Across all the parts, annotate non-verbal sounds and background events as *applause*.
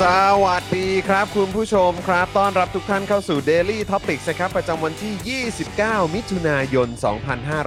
สวัสดีครับคุณผู้ชมครับ ต้อนรับทุกท่านเข้าสู่ Daily Topics นะครับ ประจำวันที่ 29 มิถุนายน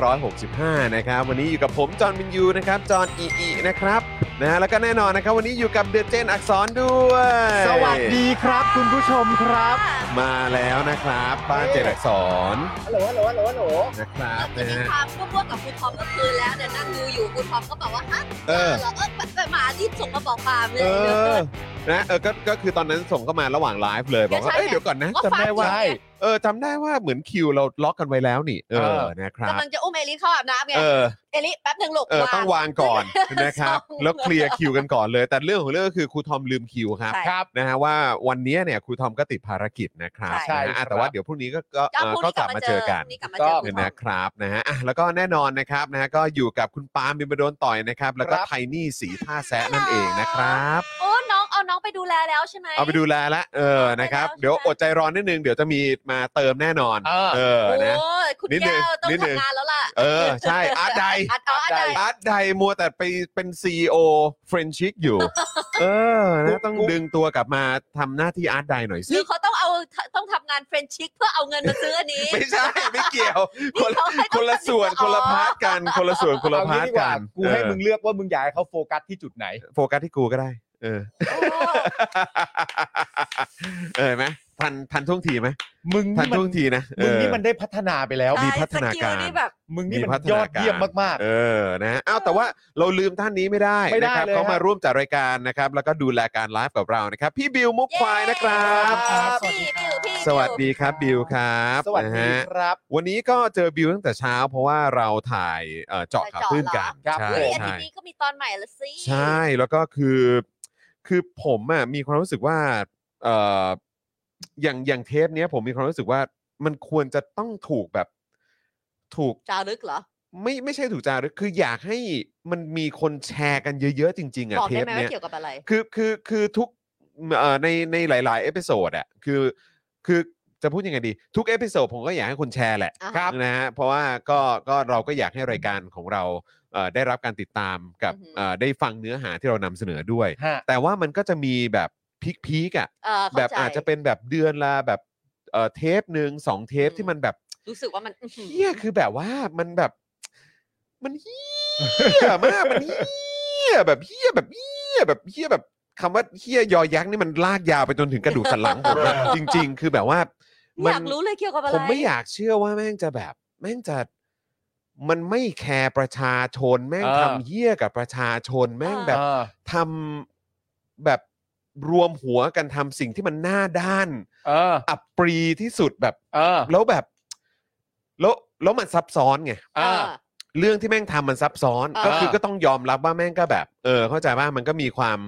2565 นะครับ วันนี้อยู่กับผมจอห์นวินยูนะครับ จอห์นอีอีนะครับนะฮะแล้วก็แน่นอนนะครับ วันนี้อยู่กับเดอะเจนอักษรด้วย สวัสดีครับคุณผู้ชมครับ มาแล้วนะครับป้าเจนอักษร ฮัลโหลฮัลโหลฮัลโหลฮัลโหล นะครับ ที นะ นี้ ฮะ ความก็พวกกับคุณทอมก็คืนแล้วแต่นั่งดูอยู่คุณทอมก็บอกว่าฮะ เออ เหรอเออไปไปมาที่ส่งมาบอกปาล์มเลย เอ เดี๋ยวเดี๋ อ ยว นะเออก็ก็คือตอนนั้นส่งเข้ามาระหว่างไลฟ์เลยบอกว่า ก็ใช่ เอ้ยเดี๋ยวก่อนนะ ก็ฟัง จำได้ว่า ใช่ เออจำได้ว่าเหมือนคิวเราล็อกกันไว้แล้วนี่เอ เอ อ อ นะครับ กำลังจะอุ้มเอลิเข้าอาบน้ำไง เออ เอลิแป๊บหนึ่งลูก เออต้องวางก่อน นะครับ แล้วเคลียร์คิวกันก่อนเลย แต่เรื่องของเรื่องก็คือครูทอมลืมคิวครับ ใช่ ครับ นะฮะว่าวันนี้เนี่ยครูทอมก็ติดภารกิจนะครับ ใช่ นะฮะอ่ะ ครับ แต่ว่าเดี๋ยวพรุ่งนี้ก็ก็ เจ้า เอ่อ พรุ่ง ก็กนี้ลับมาเจอกัน พรุ่งกลับมาเจอ ก็ คุณทอม นะครับนะฮะอ่ะแล้วก็แน่นอนนะครับนะฮะก็อยู่กับคุณปาล์มบิมบโดนต่อยนะครับ แล้วก็ ครับ ไทนี่สีท่าแซะนั่นเองนะครับ โอ้น้องเอาน้องไปดูแลแล้วใช่ไหม เอาไปดูแลละเออนะครับ เอาไปแล้ว เดี๋ยวอดใจรอนิดนึงเดี๋ยวจะมีมาเติมแน่นอน เออ เออ โอ้ นะ ยคุณ นิดนึ แก้ ง วต้อง นิดนึง ทำงานแล้วล่ะ เออใช่อาร์ต *laughs* ได อัดเอาอัดได้ อาร์ตใดมัวแต่ไปเป็นซีอเฟรนชิก *laughs* อยู่ เออนะต้องดึงตัวกลับมาทำหน้าที่อาร์ตใดหน่อย คื สิ อเขาต้องเอาต้องทำงานเฟรนชิกเพื่อเอาเงินมาซื้ออันนี้ ไม่ใช่ *laughs* ไม่เกี่ยว คนละ เขาให้ คนละ ทำ *laughs* ส่วน อ๋อ คนละพาร์ทกัน คนละส่วนคนละ เอางี้ พาร์ท ดีกักว่าน กู เออ ให้มึงเลือกว่ามึงอยากให้เขาโฟกัสที่จุดไหน โฟกัสที่กูก็ได้ เอ *laughs* อ โอ้ เออเห็นไหมทันทันท่วงทีไหม มึง ทัน นี่มัน ท่วงทีนะเอ มึง อ นี่มันได้พัฒนาไปแล้ว เออ มี ตย พัฒนาการ สกิลนี่แบบ มึงนี่ มี มัน พัฒ ยอนาากด ร เยี่ยมมาก เออ นะฮะอ้าวแต่ว่าเราลืมท่านนี้ไม่ได้ ไม่ได้ นะครับ เลย เขา ฮะ มาร่วมจัดรายการนะครับ แล้วก็ดูแลการไลฟ์กับเรานะครับ พี่บิวมุกควายนะครับ ครับ พี่บิวพี่ สวัสดีครับบิวครับ ๆ สวัส นะ ดี ฮะ ครับ วันนี้ก็เจอบิวตั้งแต่เช้า เพราะว่าเราถ่ายเอ่อเจาะข่าวตื้นกัน ครับ ใช่ เฮ้ยอาทิต ใช่ ย์นี้ก็มีตอนใหม่ละสิ ใช่แล้วก็คือคือผมอ่ะมีความรู้สึกว่าเอ่ออย่างอย่างเทปเนี้ยผมมีความรู้สึกว่ามันควรจะต้องถูกแบบถูก จารึกเหรอ ไม่ไม่ใช่ถูกจารึกคืออยากให้มันมีคนแชร์กันเยอะๆจริงๆอ่ะ บอก เทปได้ไหม เนี้ ว่าย เกี่ยวกับอะไร คือคือคือทุกเอ่อในในหลาย ๆ เอพิโซดอะคือคือจะพูดยังไงดี ทุกเอพิโซดผมก็อยากให้คนแชร์แหละ อ่าฮะ นะฮะเพราะว่าก็ก็เราก็อยากให้รายการของเราเอ่อได้รับการติดตามกับ อือหือ เอ่อได้ฟังเนื้อหาที่เรานำเสนอด้วย ฮะ แต่ว่ามันก็จะมีแบบพีคๆอะ เออเข้ แบบ ใจ อาจจะเป็นแบบเดือนละแบบเอ่อเทปหนึ่งสองเทป อืม ที่มันแบบ รู้สึกว่ามันอื้อหือ เฮี้ยคือแบบว่ามันแบบมันเฮี้ยมากมันเฮี้ยแบบเฮี้ยแบบเฮี้ยแบบเฮี้ยแบบคำว่าเฮี้ยยอยักษ์นี่มันลากยาวไปจนถึงกระดูกสันหลังผมอะ จริง ๆ คือแบบว่ามัไม่อยากรู้เลยเกี่ยวกับอะไร ผมไม่อยากเชื่อว่าแม่งจะแบบ แม่งจะมันไม่แคร์ประชาชน แม่ง เออ ทำเฮี้ยกับประชาชน แม่งแบบ เออ ทำแบบรวมหัวกันทำสิ่งที่มันหน้าด้าน เออ อับปรีที่สุดแบบ เออ แล้วแบบแล้วแล้วมันซับซ้อนไง เอ เอ อ อ เรื่องที่แม่งทำมันซับซ้อน อ่า ก็คือก็ต้องยอมรับว่าแม่งก็แบบ เออ เข้าใจว่ามันก็มีความ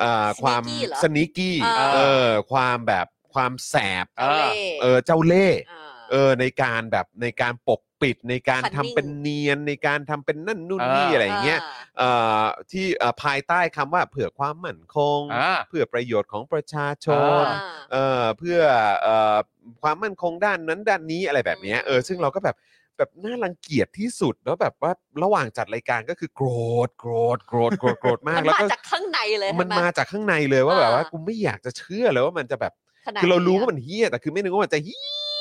เอ่อ Sneaky ความ เหรอ สนิกี้ อ่า เออ ความแบบความแสบ เออ เออเจ้าเล่ห์ เออ เออในการแบบในการปกปิดในการ ขัด ทำ นิ่ง เป็นเนียนในการทำเป็นนั่นนู่นนี่ อ่า อะไรอย่างเงี้ย เอ่อที่เอ่อภายใต้คำว่าเผื่อความมั่นคง อ่า เพื่อประโยชน์ของประชาช เออ นเอ่อเพื่อเอ่อความมั่นคงด้านนั้นด้านนี้อะไรแบบเนี้ย อืม เออซึ่งเราก็แบบ แบบน่ารังเกียจที่สุดแล้วแบบว่าระหว่างจัดรายการก็คือโกรธโกรธโกรธโกรธโกรธมาก มัน แล้ว มา ก็ จากข้างในเลย มัน ใช่ไห มาจากข้างในเลยว่าแบบว่า อ่ากู กูไม่อยากจะเชื่อเลยว่ามันจะแบบ ขนด คือเรารู้ว่า นี้ มันเฮี้ยแต่คือไม่นึกว่ามันจะเฮี้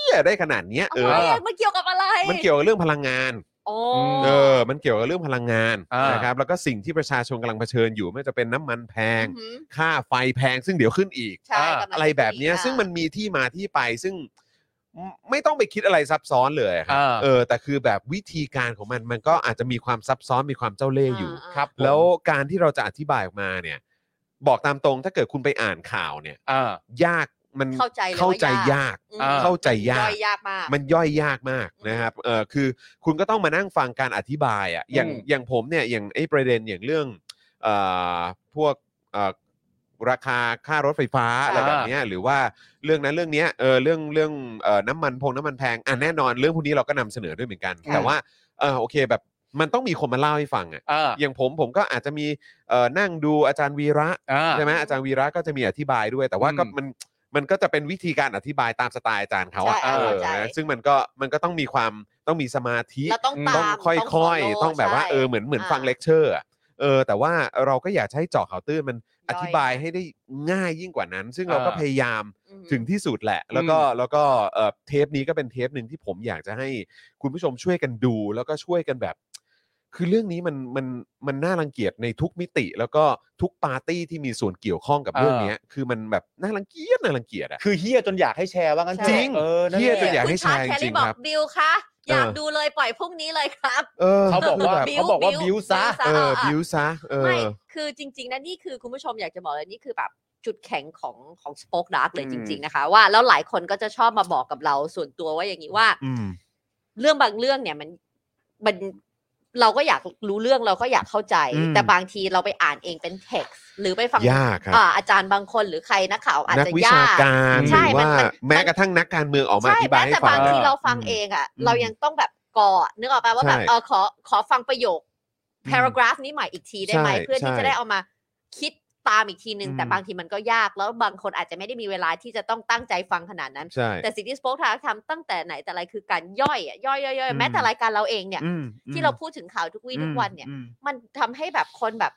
ยได้ขนาดเนี้ยเออ ะะมันเกี่ยวกับอะไร มันเกี่ยวกับเรื่องพลังงาน โอ้ เออ มันเกี่ยวกับเรื่องพลังงาน อ่าน นะครับ แล้วก็สิ่งที่ประชาชนกำลังเผชิญอยู่ไม่ว่าจะเป็นน้ำมันแพง อือหือ ค่าไฟแพง ซึ่งเดี๋ยวขึ้นอีก ใช่ อ่ะ กำลังจ อะไรแบบเนี้ย คุย ซึ่งมันมีที่มาที่ไปซึ่งไม่ไม่ต้องไปคิดอะไรซับซ้อนเลยครับ อ่า เออ แต่คือแบบวิธีการของมันมันก็อาจจะมีความซับซ้อนมีความเจ้าเล่ห์อยู่ า ครับผม แล้วการที่เราจะอธิบายออกมาเนี่ย บอกตามตรงถ้าเกิดคุณไปอ่านข่าวเนี่ย อ่า ยากมัน เข้าใจเลย เข้าใจ ว่ ยาก อืม อ่า เข้าใจยาก ย่อยยากมาก มันย่อยยากมากนะครับ เออคือคุณก็ต้องมานั่งฟังการอธิบายอะ่ะ อย่าง อืม อย่างผมเนี่ย อย่างไอ้ประเด็นอย่างเรื่องเอ่อพวกเอ่อราคาค่ารถไฟฟ้าอะไรแบบเนี้ยหรือว่าเรื่องนั้นเรื่องเนี้ย เออ เรื่องเรื่องเอ่อน้ำมันพงน้ำมันแพง อ่ะแน่นอนเรื่องพวกนี้เราก็นำเสนอด้วยเหมือนกัน ค่ะ แต่ว่า เออโอเคแบบมันต้องมีคนมาเล่าให้ฟังอะ่ะ อ่า อย่างผมผมก็อาจจะมีเอ่อนั่งดูอาจารย์วีระ อ่า ใช่ไหมอาจารย์วีระก็จะมีอธิบายด้วย แต่ว่าก็ อืม มันมันก็จะเป็นวิธีการอธิบายตามสไตล์อาจารย์เขาอะ ใช่ เออ เข้าใจ นะซึ่งมันก็มันก็ต้องมีความต้องมีสมาธิ เราต้องตาม ต้องค่ ต้ อย ง ๆ follow ต้องแบบว่า ใช่ เออเหมือนเหมือน อ่า ฟังเลคเชอร์อะเออแต่ว่าเราก็อยากจะให้เจาะข่าวตื้นมัน ย่ อ อย ธิบายให้ได้ง่ายยิ่งกว่านั้น ซึ่งเราก็ อ่า พยายาม อืม ถึงที่สุดแหละ แล้วก็แล้วก็เออเทปนี้ก็เป็นเทปหนึ่งที่ผมอยากจะให้คุณผู้ชมช่วยกันดู แล้วก็ช่วยกันแบบ คือเรื่องนี้มันมันมันน่ารังเกียจในทุกมิติ แล้วก็ทุกปาร์ตี้ที่มีส่วนเกี่ยวข้องกับ อ่า เรื่องเนี้ยคือมันแบบน่ารังเกียจน่ารังเกียจอะ คือเฮียจนอยากให้แชร์ว่างั้น จริง เออนั่น เหี้ แห ครี ย ดจนละอยากให้แชร์ คุณ จริงๆ บอ ครั ก บ บิวคะอยาก เออ ดูเลยปล่อยพรุ่งนี้เลยครับ เออ เขาบอกว่า แบบ บิ้ว เขาบอกว่า บิ้ว บิวซะ บิ้วซะ เออบิวซะเออ ไม่ คือจริง ๆนะนี่คือคุณผู้ชมอยากจะบอกเลยนี่คือแบบจุดแข็งของของสป็อคดาร์กเลย อืม จริง ๆนะคะ ว่าแล้วหลายคนก็จะชอบมาบอกกับเราส่วนตัวว่าอย่างนี้ว่า อืม เรื่องบางเรื่องเนี่ยมันมันเราก็อยากรู้เรื่องเราก็อยากเข้าใจ อืม แต่บางทีเราไปอ่านเองเป็น text หรือไปฟัง ยากครับ อ่าอาจารย์บางคนหรือใครนักข่าวอาจ นัก จะ วิ ยา ชาก การห ใช่ รือ มัน ว่า มัน แม้ มัน กระทั่งนักการเมืองออกมาอ ใช่ ธิบาย แม้ ให้ แต่ ฟั บาง งทีเราฟังเองอ่ะ อืม เรายังต้องแบบกอดนึกออกปะว่าแบบ ใช่ เออขอขอฟังประโยค paragraph นี้ใหม่อีกทีได้ไหม ใช่ เพื่อที่ ใช่ จะได้เอามาคิดตามอีกทีหนึ่ง อืม แต่บางทีมันก็ยากแล้วบางคนอาจจะไม่ได้มีเวลาที่จะต้องตั้งใจฟังขนาดนั้น ใช่ แต่สิ่งที่สปอคทาทำตั้งแต่ไหนแต่ไรคือการย่อยอะย่อยย่อยย่อย อืม แม้แต่รายการเราเองเนี่ย อืม ที่เราพูดถึงข่าวทุกวี่ทุกวันเนี่ย อืม มันทำให้แบบคนแบบ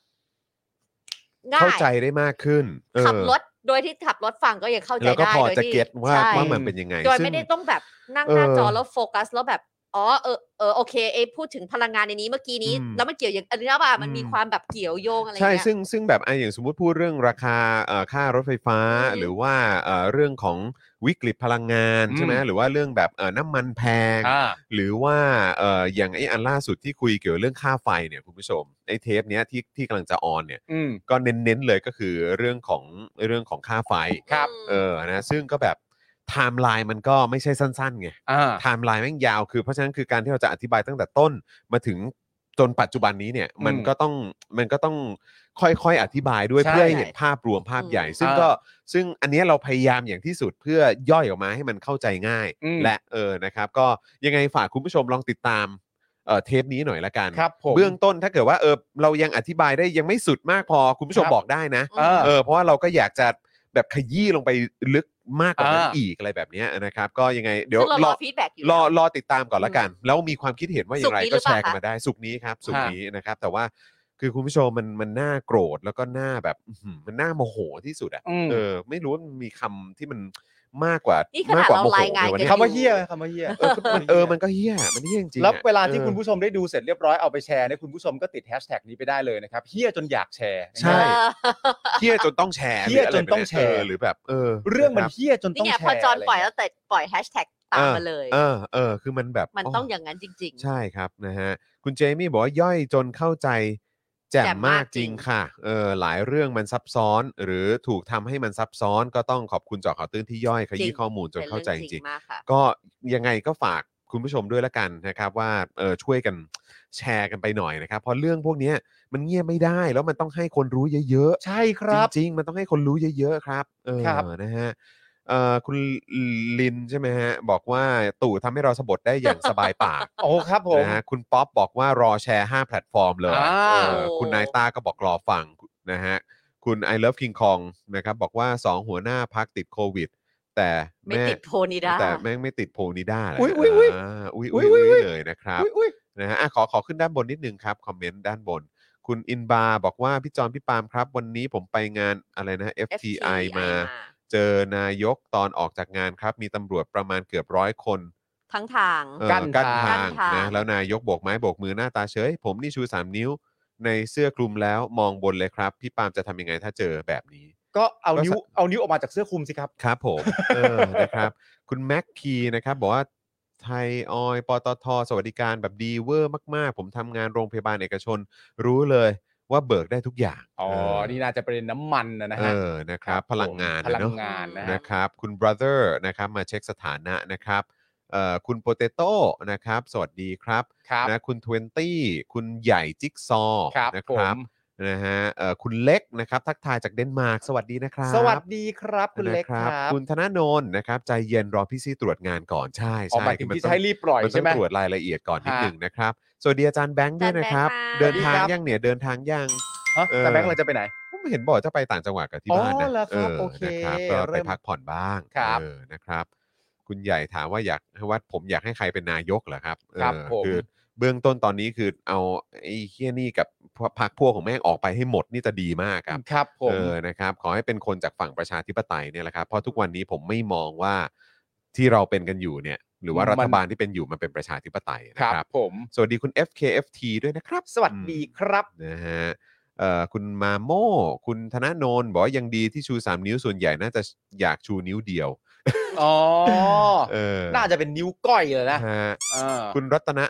เข้า ง่าย ใจได้มากขึ้นเออ ขับรถโดยที่ขับรถฟังก็ยังเข้าใจ แล้วก็ ได้ พอ โดย จะ ที่ เก็ตว่า ใช่ ว่ามันเป็นยังไง โดย ซึ่ง ไม่ได้ต้องแบบนั่งหน้า เออ จอแล้วโฟกัส แล้วแบบอ๋อเออเออโอเคเอยพูดถึงพลังงานในนี้เมื่อกี้นี้ อืม แล้วมันเกี่ยวอย่างอันนี้ว่ามันมี อืม ความแบบเกี่ยวโยงอะไร ใช่ เงี้ย ซึ่งซึ่งแบบอ่ะอย่างสมมุติพูดเรื่องราคาเอ่อค่ารถไฟฟ้า อืม หรือว่าเอ่อเรื่องของวิกฤตพลังงาน อืม ใช่ไหมหรือว่าเรื่องแบบเอ่อน้ำมันแพง อ่า หรือว่าเอ่ออย่างไอ้อันล่าสุดที่คุยเกี่ยวเรื่องค่าไฟเนี่ยคุณผู้ชมไอ้เทปเนี้ยที่ที่กำลังจะออนเนี่ย อืม ก็เน้นๆเลยก็คือเรื่องของเรื่องของค่าไฟ ครับ เออนะซึ่งก็แบบไทม์ไลน์มันก็ไม่ใช่สั้นๆไง อ่า ไทม์ไลน์แม่งยาวคือเพราะฉะนั้นคือการที่เราจะอธิบายตั้งแต่ต้นมาถึงจนปัจจุบันนี้เนี่ย อืม มันก็ต้องมันก็ต้องค่อยๆอธิบายด้วย ใช่ เพื่อให้เห็นภาพรวมภาพ อืม ใหญ่ ซึ่ง อ่า ก็ซึ่งอันเนี้ยเราพยายามอย่างที่สุดเพื่อย่อยออกมาให้มันเข้าใจง่าย อืม และเออนะครับ ก็ยังไงฝากคุณผู้ชมลองติดตามเอ่อเทปนี้หน่อยละกัน ครับผม เบื้องต้นถ้าเกิดว่าเออเรายังอธิบายได้ยังไม่สุดมากพอคุณผู้ชม ครับ บอกได้นะ อ่า เออเพราะว่าเราก็อยากจะแบบขยี้ลงไปลึกมากกว่านั้น อ่า อีกอะไรแบบเนี้ยนะครับ ก็ยังไงเดี๋ยว ซึ่งรเราร อ อฟีดแบ็กอยู่ ร นะ อรอติดตามก่อนละกัน แล้วมีความคิดเห็นว่าอย่างไร ศุกร์นี้ ก็ หรือ แช เปล่า ร์กัน คะ มาได้สุกร์นี้ครับสุกร์ ฮะ นี้นะครับ แต่ว่าคือคุณผู้ชมมันมันน่าโกรธแล้วก็น่าแบบอื้อหือมันน่าโมโหที่สุดอะ อืม เออ ไม่รู้ว่ามันมีคำที่มันมากกว่า นี่ขนาด มากกว่า เรา โมโห รายงาน ในวัน กัน เนี้ย คำว่าเฮียไหมคำว่าเฮีย เออมันเออมันก็เฮี้ยมันเฮี้ยจริงๆอะ แล้วเวลาที่ ออ คุณผู้ชมได้ดูเสร็จเรียบร้อยเอาไปแชร์เนี่ยคุณผู้ชมก็ติดแฮชแท็กนี้ไปได้เลยนะครับเฮียจนอยากแชร์ ใช่ เออ เฮี้ยจนต้องแชร์ เหี้ยจนต้องแชร์ เหรือแบบเออ เรื่องมันะ คบ เฮี้ยจนต้ นี่ อง ไง แชร์ พอจอนปล่อย ะไร แล้วแต่ปล่อยแฮชแท็กตามมาเลย เออเออคือมันแบบ มันต้องอย่างนั้นจริง ใช่ครับนะฮะคุณเจมี่บอกว่าย่อยจนเข้าใจ แจ่ม แจ่มามมาก ก จ จริ ริง ง ค่ะ เออ หลายเรื่องมันซับซ้อน หรือถูกทำให้มันซับซ้อนก็ต้องขอบคุณเจอข่าวตื้นที่ย่อยขยี้ข้อมูล ๆ จนเข้าใจจริง มากค่ะ ๆ ก็ยังไงก็ฝากคุณผู้ชมด้วยละกันนะครับ ว่าเออช่วยกันแชร์กันไปหน่อยนะครับ เพราะเรื่องพวกเนี้ยมันเงียบไม่ได้แล้วมันต้องให้คนรู้เยอะ ใช่ค ๆ รับ จริงๆมันต้องให้คนรู้เยอะๆครับเออ ครับ นะฮะเอ่อคุณลินใช่ไหมฮะบอกว่าตู่ทำให้เราสะบดได้อย่างสบายปาก โอ้ครับผม นะฮะคุณป๊อปบอกว่ารอแชร์ 5 แพลตฟอร์มเลย อ่า เออคุณนายต้าก็บอกรอฟังนะฮะ คุณ I Love King Kong นะครับบอกว่า 2 หัวหน้าพักติดโควิด แต่ ไม่ แม่ ติดโพนิด้า แต่แม่งไม่ติดโพนิด้าเลย อุ๊ยอุ๊ยอุ๊ย าอุ้ย อุ๊ อุ้ย ยอุ๊ยอุ๊ อุ้ย ย เลยนะครับ อุ้ยอุ้ย นะฮะอ่ะขอขอขึ้นด้านบนนิดนึงครับ คอมเมนต์ด้านบน คุณอินบาบอกว่า พี่จอนพี่ปาล์มครับ วันนี้ผมไปงานอะไรนะ FTI มา เจอนายกตอนออกจากงานครับ มีตำรวจประมาณเกือบร้อยคน ทั้งทาง เอ่อ กั้น กั้น ทาง ทาง กั้นทาง นะแล้วนายกโบกไม้โบกมือหน้าตาเฉย ผมนี่ชู 3 นิ้ว ในเสื้อคลุมแล้วมองบนเลยครับ พี่ปาล์มจะทำยังไงถ้าเจอแบบนี้ ก็เอา ก็ นิ้ว สะ เอานิ้วออกมาจากเสื้อคลุมสิครับ ครับผม *laughs* เออนะครับ คุณแม็กคีนะครับ บอกว่าไทยออยปตท สวัสดิการแบบดีเวอร์มาก ๆ ผมทำงานโรงพยาบาลเอกชน รู้เลยว่าเบิกได้ทุกอย่าง อ๋อ เ นี่น่าจะเป็นน้ำมันนะนะ เอ ฮะ อนะครับ พลังงาน พลั นะเน ง อะ งานนะฮะ นะครับ คุณ brother นะครับ มาเช็คสถานะนะครับเอ่อคุณโปเตโต้นะครับ สวัสดีครับ ครับ นะคุณ 20 คุณใหญ่จิ๊กซอว์ ครับ นะ ผ ครับ ม นะฮะเอ่อคุณเล็กนะครับ ทักทายจากเดนมาร์กสวัสดีนะครับ สวัสดีครับคุณเล็ก นะครับ คุณธนาโนนนะครับ ใจเย็นรอพี่ซี่ตรวจงานก่อนใช่ ออก ใช่ หมายถึง คือ ที่จะให้รีบปล่อย มัน ใช่ ต้อง ไหม ตรวจรายละเอียดก่อนนิด ฮะ หนึ่งนะครับ สวัสดีอาจารย์แบงค์ด้วยนะครับ อาจารย์แบงค์ค่ะ เดินทาง สวัสดีครับ ยังเนี่ยเดินทางยัง ฮะ เออ แต่แบงค์เราจะไปไหน ผมเห็นบอกจะไปต่างจังหวัดกับที่ อ๋อ บ้านนะ เหรอครับโอเค นะครับก็ เริ่ ไป ม พักผ่อนบ้าง ครับ เออนะครับ คุณใหญ่ถามว่าอยากให้วัดผมอยากให้ใครเป็นนายกเหรอครับเออ ครับผม คือเบื้องต้นตอนนี้คือเอาไอ้เฮี้ยนี่กับพรรคพวกของแม่งออกไปให้หมดนี่จะดีมากครับ ครับผม เออ นะครับ ขอให้เป็นคนจากฝั่งประชาธิปไตยเนี่ยแหละครับ เพราะทุกวันนี้ผมไม่มองว่าที่เราเป็นกันอยู่เนี่ย หรือว่ารั มั ฐ น บาลที่เป็นอยู่มันเป็นประชาธิปไตยนะครับ ครับ ผม สวัสดีคุณ FKFT ด้วยนะครับ สวัสดีครับ นะฮะเอ่อคุณมาโม่ คุณธนาโนนบอกว่ายังดีที่ชู 3 นิ้วส่วนใหญ่น่าจะอยากชูนิ้วเดียว อ๋อ เออ น่าจะเป็นนิ้วก้อยเลยนะ ฮะ เออ คุณรัตน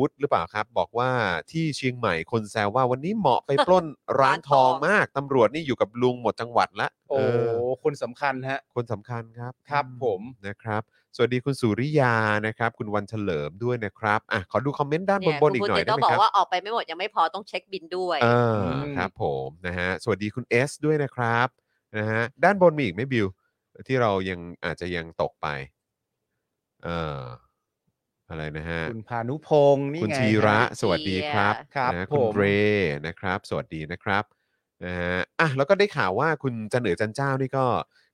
วุฒิหรือเปล่าครับ บอกว่าที่เชียงใหม่คนแซวว่าวันนี้เหมาะไปปล้น ร้านทองมากตำรวจนี่อยู่กับลุงหมดจังหวัดละ โอ้ เออ คนสำคัญฮะ คนสำคัญครับ ครับ อื ผม นะครับ สวัสดีคุณสุริยานะครับ คุณวันเฉลิมด้วยนะครับอ่ะขอดูคอมเมนต์ด้านบน เย บนอีกหน่อย คุณ ได้ โปเตโต้ ไหม บคอก รับ ว่าออกไปไม่หมดยังไม่พอต้องเช็คบินด้วย เออ ม ครับผมนะฮะสวัสดีคุณเอสด้วยนะครับนะฮะด้านบนมีอีกไหมบิว ที่เรายังอาจจะยังตกไป เอ่ออะไรนะฮะ คุณพานุพงศ์นี่ คุณ ไง ธีระ คุณ สวัสดีครับ ธีระครับ นะ ผ คุณ ม เรนะครับ สวัสดีนะครับนะฮะอ่ะแล้วก็ได้ข่าวว่าคุณจันเหนือจันเจ้านี่ก็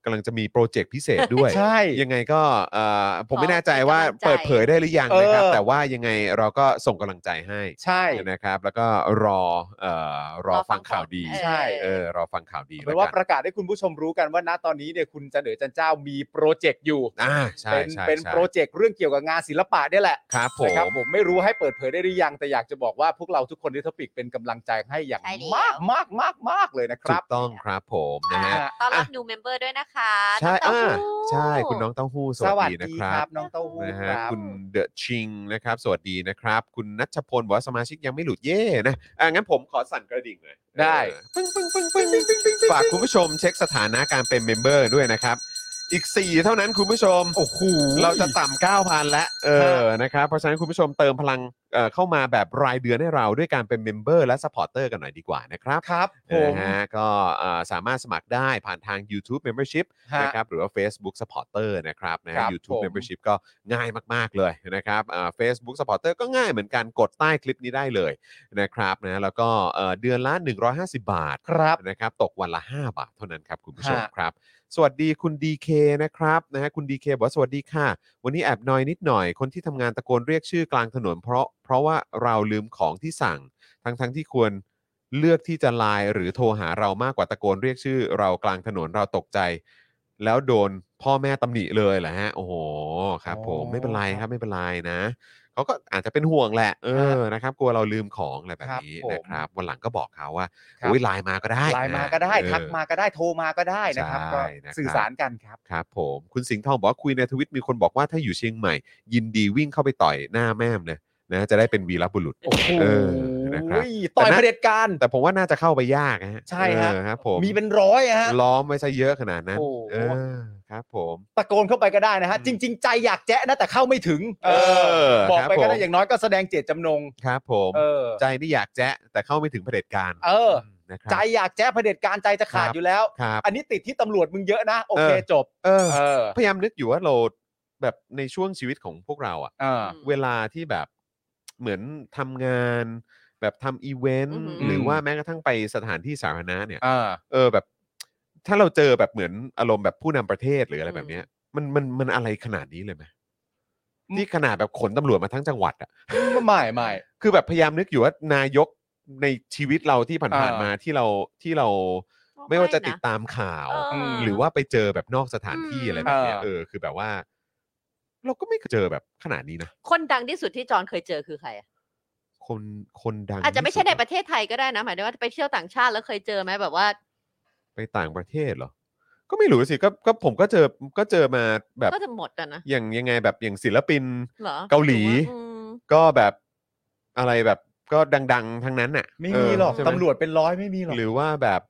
กำลังจะมีโปรเจกต์พิเศษด้วย ใช่ ยังไงก็เอ่อผมไม่ ขอ แน่ใจว่า เป็นกำลังใจ เปิดเผยได้หรือยังนะครับ เออ แต่ว่ายังไงเราก็ส่งกำลังใจให้ ใช่ นะครับ แล้วก็รอเอ่อรอฟังข่าวดี ใช่ เออรอฟังข่าวดี เป็ แล้ น ว ว่า กัน ประกาศให้คุณผู้ชมรู้กันว่าณตอนนี้เนี่ยคุณจันเดอ๋อจันเจ้ามีโปรเจกต์อยู่ อ่าใช่ เป็น ใช่ เป็น ใช่ โปรเจกต์เรื่องเกี่ยวกับงานศิลปะเนี่ยแหละ ครับผ นะครับ ม ผมไม่รู้ให้เปิดเผยได้หรือยัง แต่อยากจะบอกว่าพวกเราทุกคนในทปิกเป็นกำลังใจให้อย่าง ใช่แล้ว มากมากมากมากเลยนะค ถู รับ กต้องครับผมนะฮะ ต้อนรับ อ่ะ นูเมมเบอร์ด้วยนะคะ ใช่ น้ง อ่า เต้าหู้ ใช่คุณน้องเต้าหู้ส ส วั วั ส ส ดีนะ ดี ครั ครับ บ น้องเต้าหู้ นะ ค ฮะ รับ คุณเดอะชิงนะครับ สวัสดีนะครับ คุณนัชพลบอกว่าสมาชิกยังไม่หลุดเย่นะอ่ะงั้นผมขอสั่นกระดิ่งเลย ได้ เออปึ้งปึ้งปึ้งปึ้งปึ้งปึ้งปึ้งฝากคุณผู้ชมเช็คสถานะการเป็นเมมเบอร์ด้วยนะครับ อีก 4 เท่านั้นคุณผู้ชม โอ้โห เราจะต่ำ9,000แล้วเออนะครับ เพราะฉะนั้นคุณผู้ชมเติมพลังเอ่อเข้ามาแบบรายเดือนให้เราด้วยการเป็นเมมเบอร์และสปอร์เตอร์กันหน่อยดีกว่านะครับ ครับผม นะฮะก็เอ่อสามารถสมัครได้ผ่านทาง YouTube Membership ฮะ นะครับหรือว่า Facebook Supporter นะครับนะฮะ ครับ YouTube ผม Membership ก็ง่ายมากๆเลยนะครับอ่า Facebook Supporter ก็ง่ายเหมือนกันกดใต้คลิปนี้ได้เลยนะครับนะแล้วก็เอ่อเดือนละ 150 บาท ครับ นะครับตกวันละ 5 บาทเท่านั้นครับคุณผู้ชม ฮะ ครับ สวัสดีคุณ DK นะครับนะฮะคุณ DK บอกว่าสวัสดีค่ะ วันนี้แอบนอยนิดหน่อยคนที่ทำงานตะโกนเรียกชื่อกลางถนน เพราะเพราะว่าเราลืมของที่สั่ง ทั้งทั้งที่ควรเลือกที่จะไลน์หรือโทรหาเรามากกว่าตะโกนเรียกชื่อ เรากลางถนนเราตกใจ แล้วโดนพ่อแม่ตำหนิเลยเหรอฮะ โอ้โหครับ ผม อ๋อ ไม่เป็นไรครับไม่เป็นไรนะเขาก็อาจจะเป็นห่วงแหละ เออนะครับ กลัวเราลืมของอะไรแบบนี้ ครับผม นะครับวันหลังก็บอกเขาว่า ครับ โอ้ยไลน์มาก็ได้ ไลน์มาก็ได้ เออ ทักมาก็ได้โทรมาก็ได้นะครับ ใช่ ก็ นะครับ สื่อสารกันครับ ครับผม คุณสิงห์ทองบอกว่าคุยในทวิตมีคนบอกว่าถ้าอยู่เชียงใหม่ ยินดีวิ่งเข้าไปต่อยหน้าแม่มเลยนะจะได้เป็นวีรบุรุษ โอ้โห เออนะครับ ต่อย แต่นะ เผด็จการ แต่ผมว่าน่าจะเข้าไปยากนะฮะ ใช่ฮะ เออครับผม มีเป็นร้อยอะฮะ ล้อมไว้ซะเยอะขนาดนั้น โอ้ เออครับผม ตะโกนเข้าไปก็ได้นะฮะ อืม จริง ๆ ใจอยากแจ๊ะนะแต่เข้าไม่ถึง เออ บอก ครับ ไปก็ได้ ผม อย่างน้อยก็แสดงเจตจำนง ครับผม เออ ใจนี่อยากแจ๊ะแต่เข้าไม่ถึงเผด็จการ เออ นะค ใจ รับ อยากแจ๊ะเผด็จการใจจะขาคดรับ อยู่แล้ว ครับ อันนี้ติดที่ตำรวจมึงเยอะนะ โอเค เออ จบ เออ เออ พยายามนึกอยู่ว่าเราแบบในช่วงชีวิตของพวกเราอะ เออ ม เวลาที่แบบเหมือนทำงาน แบบทำอีเวนต์ อือหือ หรือว่าแม้กระทั่งไปสถานที่สาธารณะเนี่ย เออ เออแบบ ถ้าเราเจอแบบเหมือนอารมณ์แบบผู้นำประเทศหรืออะไรแบบเนี้ย มันมันมันอะไรขนาดนี้เลยไหมนี่ขนาดแบบขนตำรวจมาทั้งจังหวัดอะ ไม่ไม่ คือแบบพยายามนึกอยู่ว่านายกในชีวิตเราที่ผ่าน อ่า ๆมาที่เราที่เราไม่ว่าจะติดตามข่าว เออ หรือว่าไปเจอแบบนอกสถานที่ อืม อะไรแบบเนี้ย อ่า เออคือแบบว่า เราก็ไม่เคยเจอแบบขนาดนี้นะ คนดังที่สุดที่จอห์นเคยเจอคือใครอะ คนคนดัง อาจจะไม่ใช่ ที่ ใน สุด ประเทศไทยก็ได้นะหมายถึงว่าไปเที่ยวต่างชาติแล้วเคยเจอไหมแบบว่า ไปต่างประเทศเหรอ ก็ไม่รู้สิก็ก็ผมก็เจอก็เจอมาแบบ ก็จะหมดอะนะ อย่างยังไงแบบอย่างศิลปิน เหรอ เกาหลี รือว่าอืม ก็แบบอะไรแบบก็ดัง ๆ ทั้งนั้นน่ะ ไม่ เ มีหรอก ใช่ไม ตำรวจเป็นร้อยไม่มีหรอก หรือว่าแบบ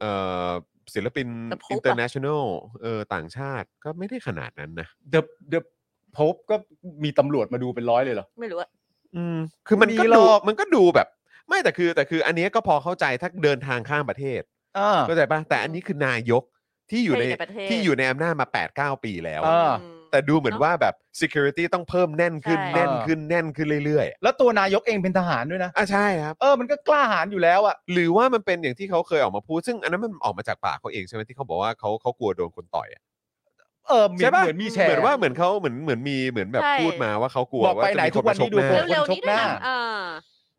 เอ่อศิลปิน The Pope อะ international เออต่างชาติก็ไม่ได้ขนาดนั้นนะ เดบเดบพบก็มีตำรวจมาดูเป็นร้อยเลยเหรอ ไม่รู้อะ อืมคือมันก็ มีหร ดู อก มันก็ดูแบบ ไม่แต่คือแต่คืออันเนี้ยก็พอเข้าใจถ้าเดินทางข้ามประเทศ อ่า เข้าใจป่ะแต่อันนี้คือนายกที่อยู่ใน ในประเทศ ที่อยู่ในอำนาจมา8ปดเปีแล้ว อ่า ม แต่ดูเหมือนว่าแบบ security ต้องเพิ่มแน่นขึ้น ใช่ แน่นขึ้นแน่นขึ้นเรื่อย แล้วตัวนายกเองเป็นทหารด้วยนะ ๆอ่ะใช่ครับ เออ มันก็กล้าหาญอยู่แล้วอ่ะ หรือว่ามันเป็นอย่างที่เขาเคยออกมาพูด ซึ่งอันนั้นมันออกมาจากปากเขาเองใช่ไหมที่เขาบอกว่าเขาเขากลัวโดนคนต่อยอะ เออเหมือน ใช่ปะ เหมือนมีแช เห ร์ มือนว่าเหมือนเขาเหมือนเหมือนมีเหมือนแบบ ใช่ พูดมาว่าเขากลัว บอก ว่า ไป จะ ไหน มี ทุ ค ก น วั มาน ช นี้ ก ดู หน้า โพสต์ เร็วๆนี้ด้วย คนชกนะหน้า เออ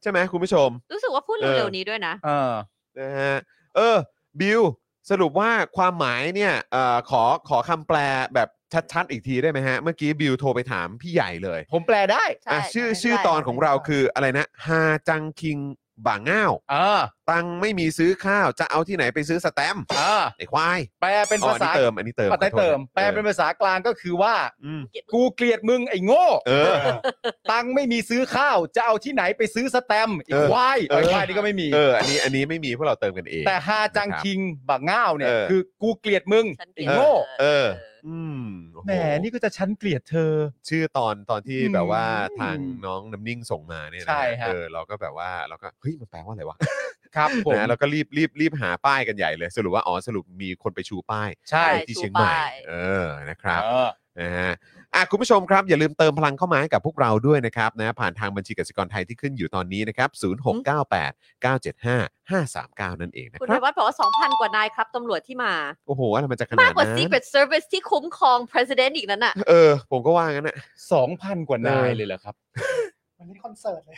ใช่ไหมคุณผู้ชม รู้สึกว่าพูด เออ เร็วๆนี้ด้วยนะ เออ นะฮะเออบิวสรุปว่าความหมายเนี่ยเอ่อขอขอคำแปลแบบชัดๆอีกทีได้ไหมฮะ เมื่อกี้บิวโทรไปถามพี่ใหญ่เลย ผมแปลได้ ใช่ อ่ะชื่อ ใช่ ชื่อ ใช่ ตอนของเราคืออะไรนะฮาจังคิงบ่าง่าว อ่า ตังค์ไม่มีซื้อข้าวจะเอาที่ไหนไปซื้อสแตมป์ อ่า ไอ้ควาย แปลเป็น อ๋อ ภา อัน ษา นี้เติมอันนี้เติม ปัตยเติขมอโทษ แปลเป็นภาษากลางก็คือว่า อืม กูเกลียดมึงไอ้โง่ เออ ตังค์ไม่มีซื้อข้าว จะเอาที่ไหนไปซื้อสแตมป์อี เอก อ ควาย เออ ไอ้ควายนี่ก็ไม่มี เอออันนี้อันนี้ไม่มีเพราะเราเติมกันเอง แต่ฮาจังคิงบักง่าวเนี่ย เออ คือกูเกลียดมึง ฉันเกลี ไอ้ ยด โง่ ธ เออ อืมโอ้โ แหม นี่ก็จะฉันเกลียดเธอ ชื่อตอนตอนที่ อืม แบบว่าทางน้องน้ำนิ่งส่งมาเนี่ยน ใช่ฮะ เออเราก็แบบว่าเราก็เฮ้ยมันแปลว่าอะไรวะ ครับผม นะเราก็รีบรีบรีบหาป้ายกันใหญ่เลย สรุปว่าอ๋อสรุปมีคนไปชูป้าย ใช่ ที่เชียงใหม่เออนะครับ เออ นะฮะอ่ะคุณผู้ชมครับ อย่าลืมเติมพลังเข้ามาให้กับพวกเราด้วยนะครับนะผ่านทางบัญชีกสิกรไทยที่ขึ้นอยู่ตอนนี้นะครับ 0698 975 539 นั่นเองนะ คุณ ครั น บ วัดบอกว่า 2,000 กว่านายครับตำรวจที่มา โอ้โหอะไรมันจะข มา นาด กกว่า นั้น Secret Service ที่คุ้มครอง President อีกนั้นอ่ะ เออ ผมก็ว่างั้นน่ะ สองพันกว่านา เอย อ เลยเหรอครับ มันเล่นคอนเสิร์ตเลย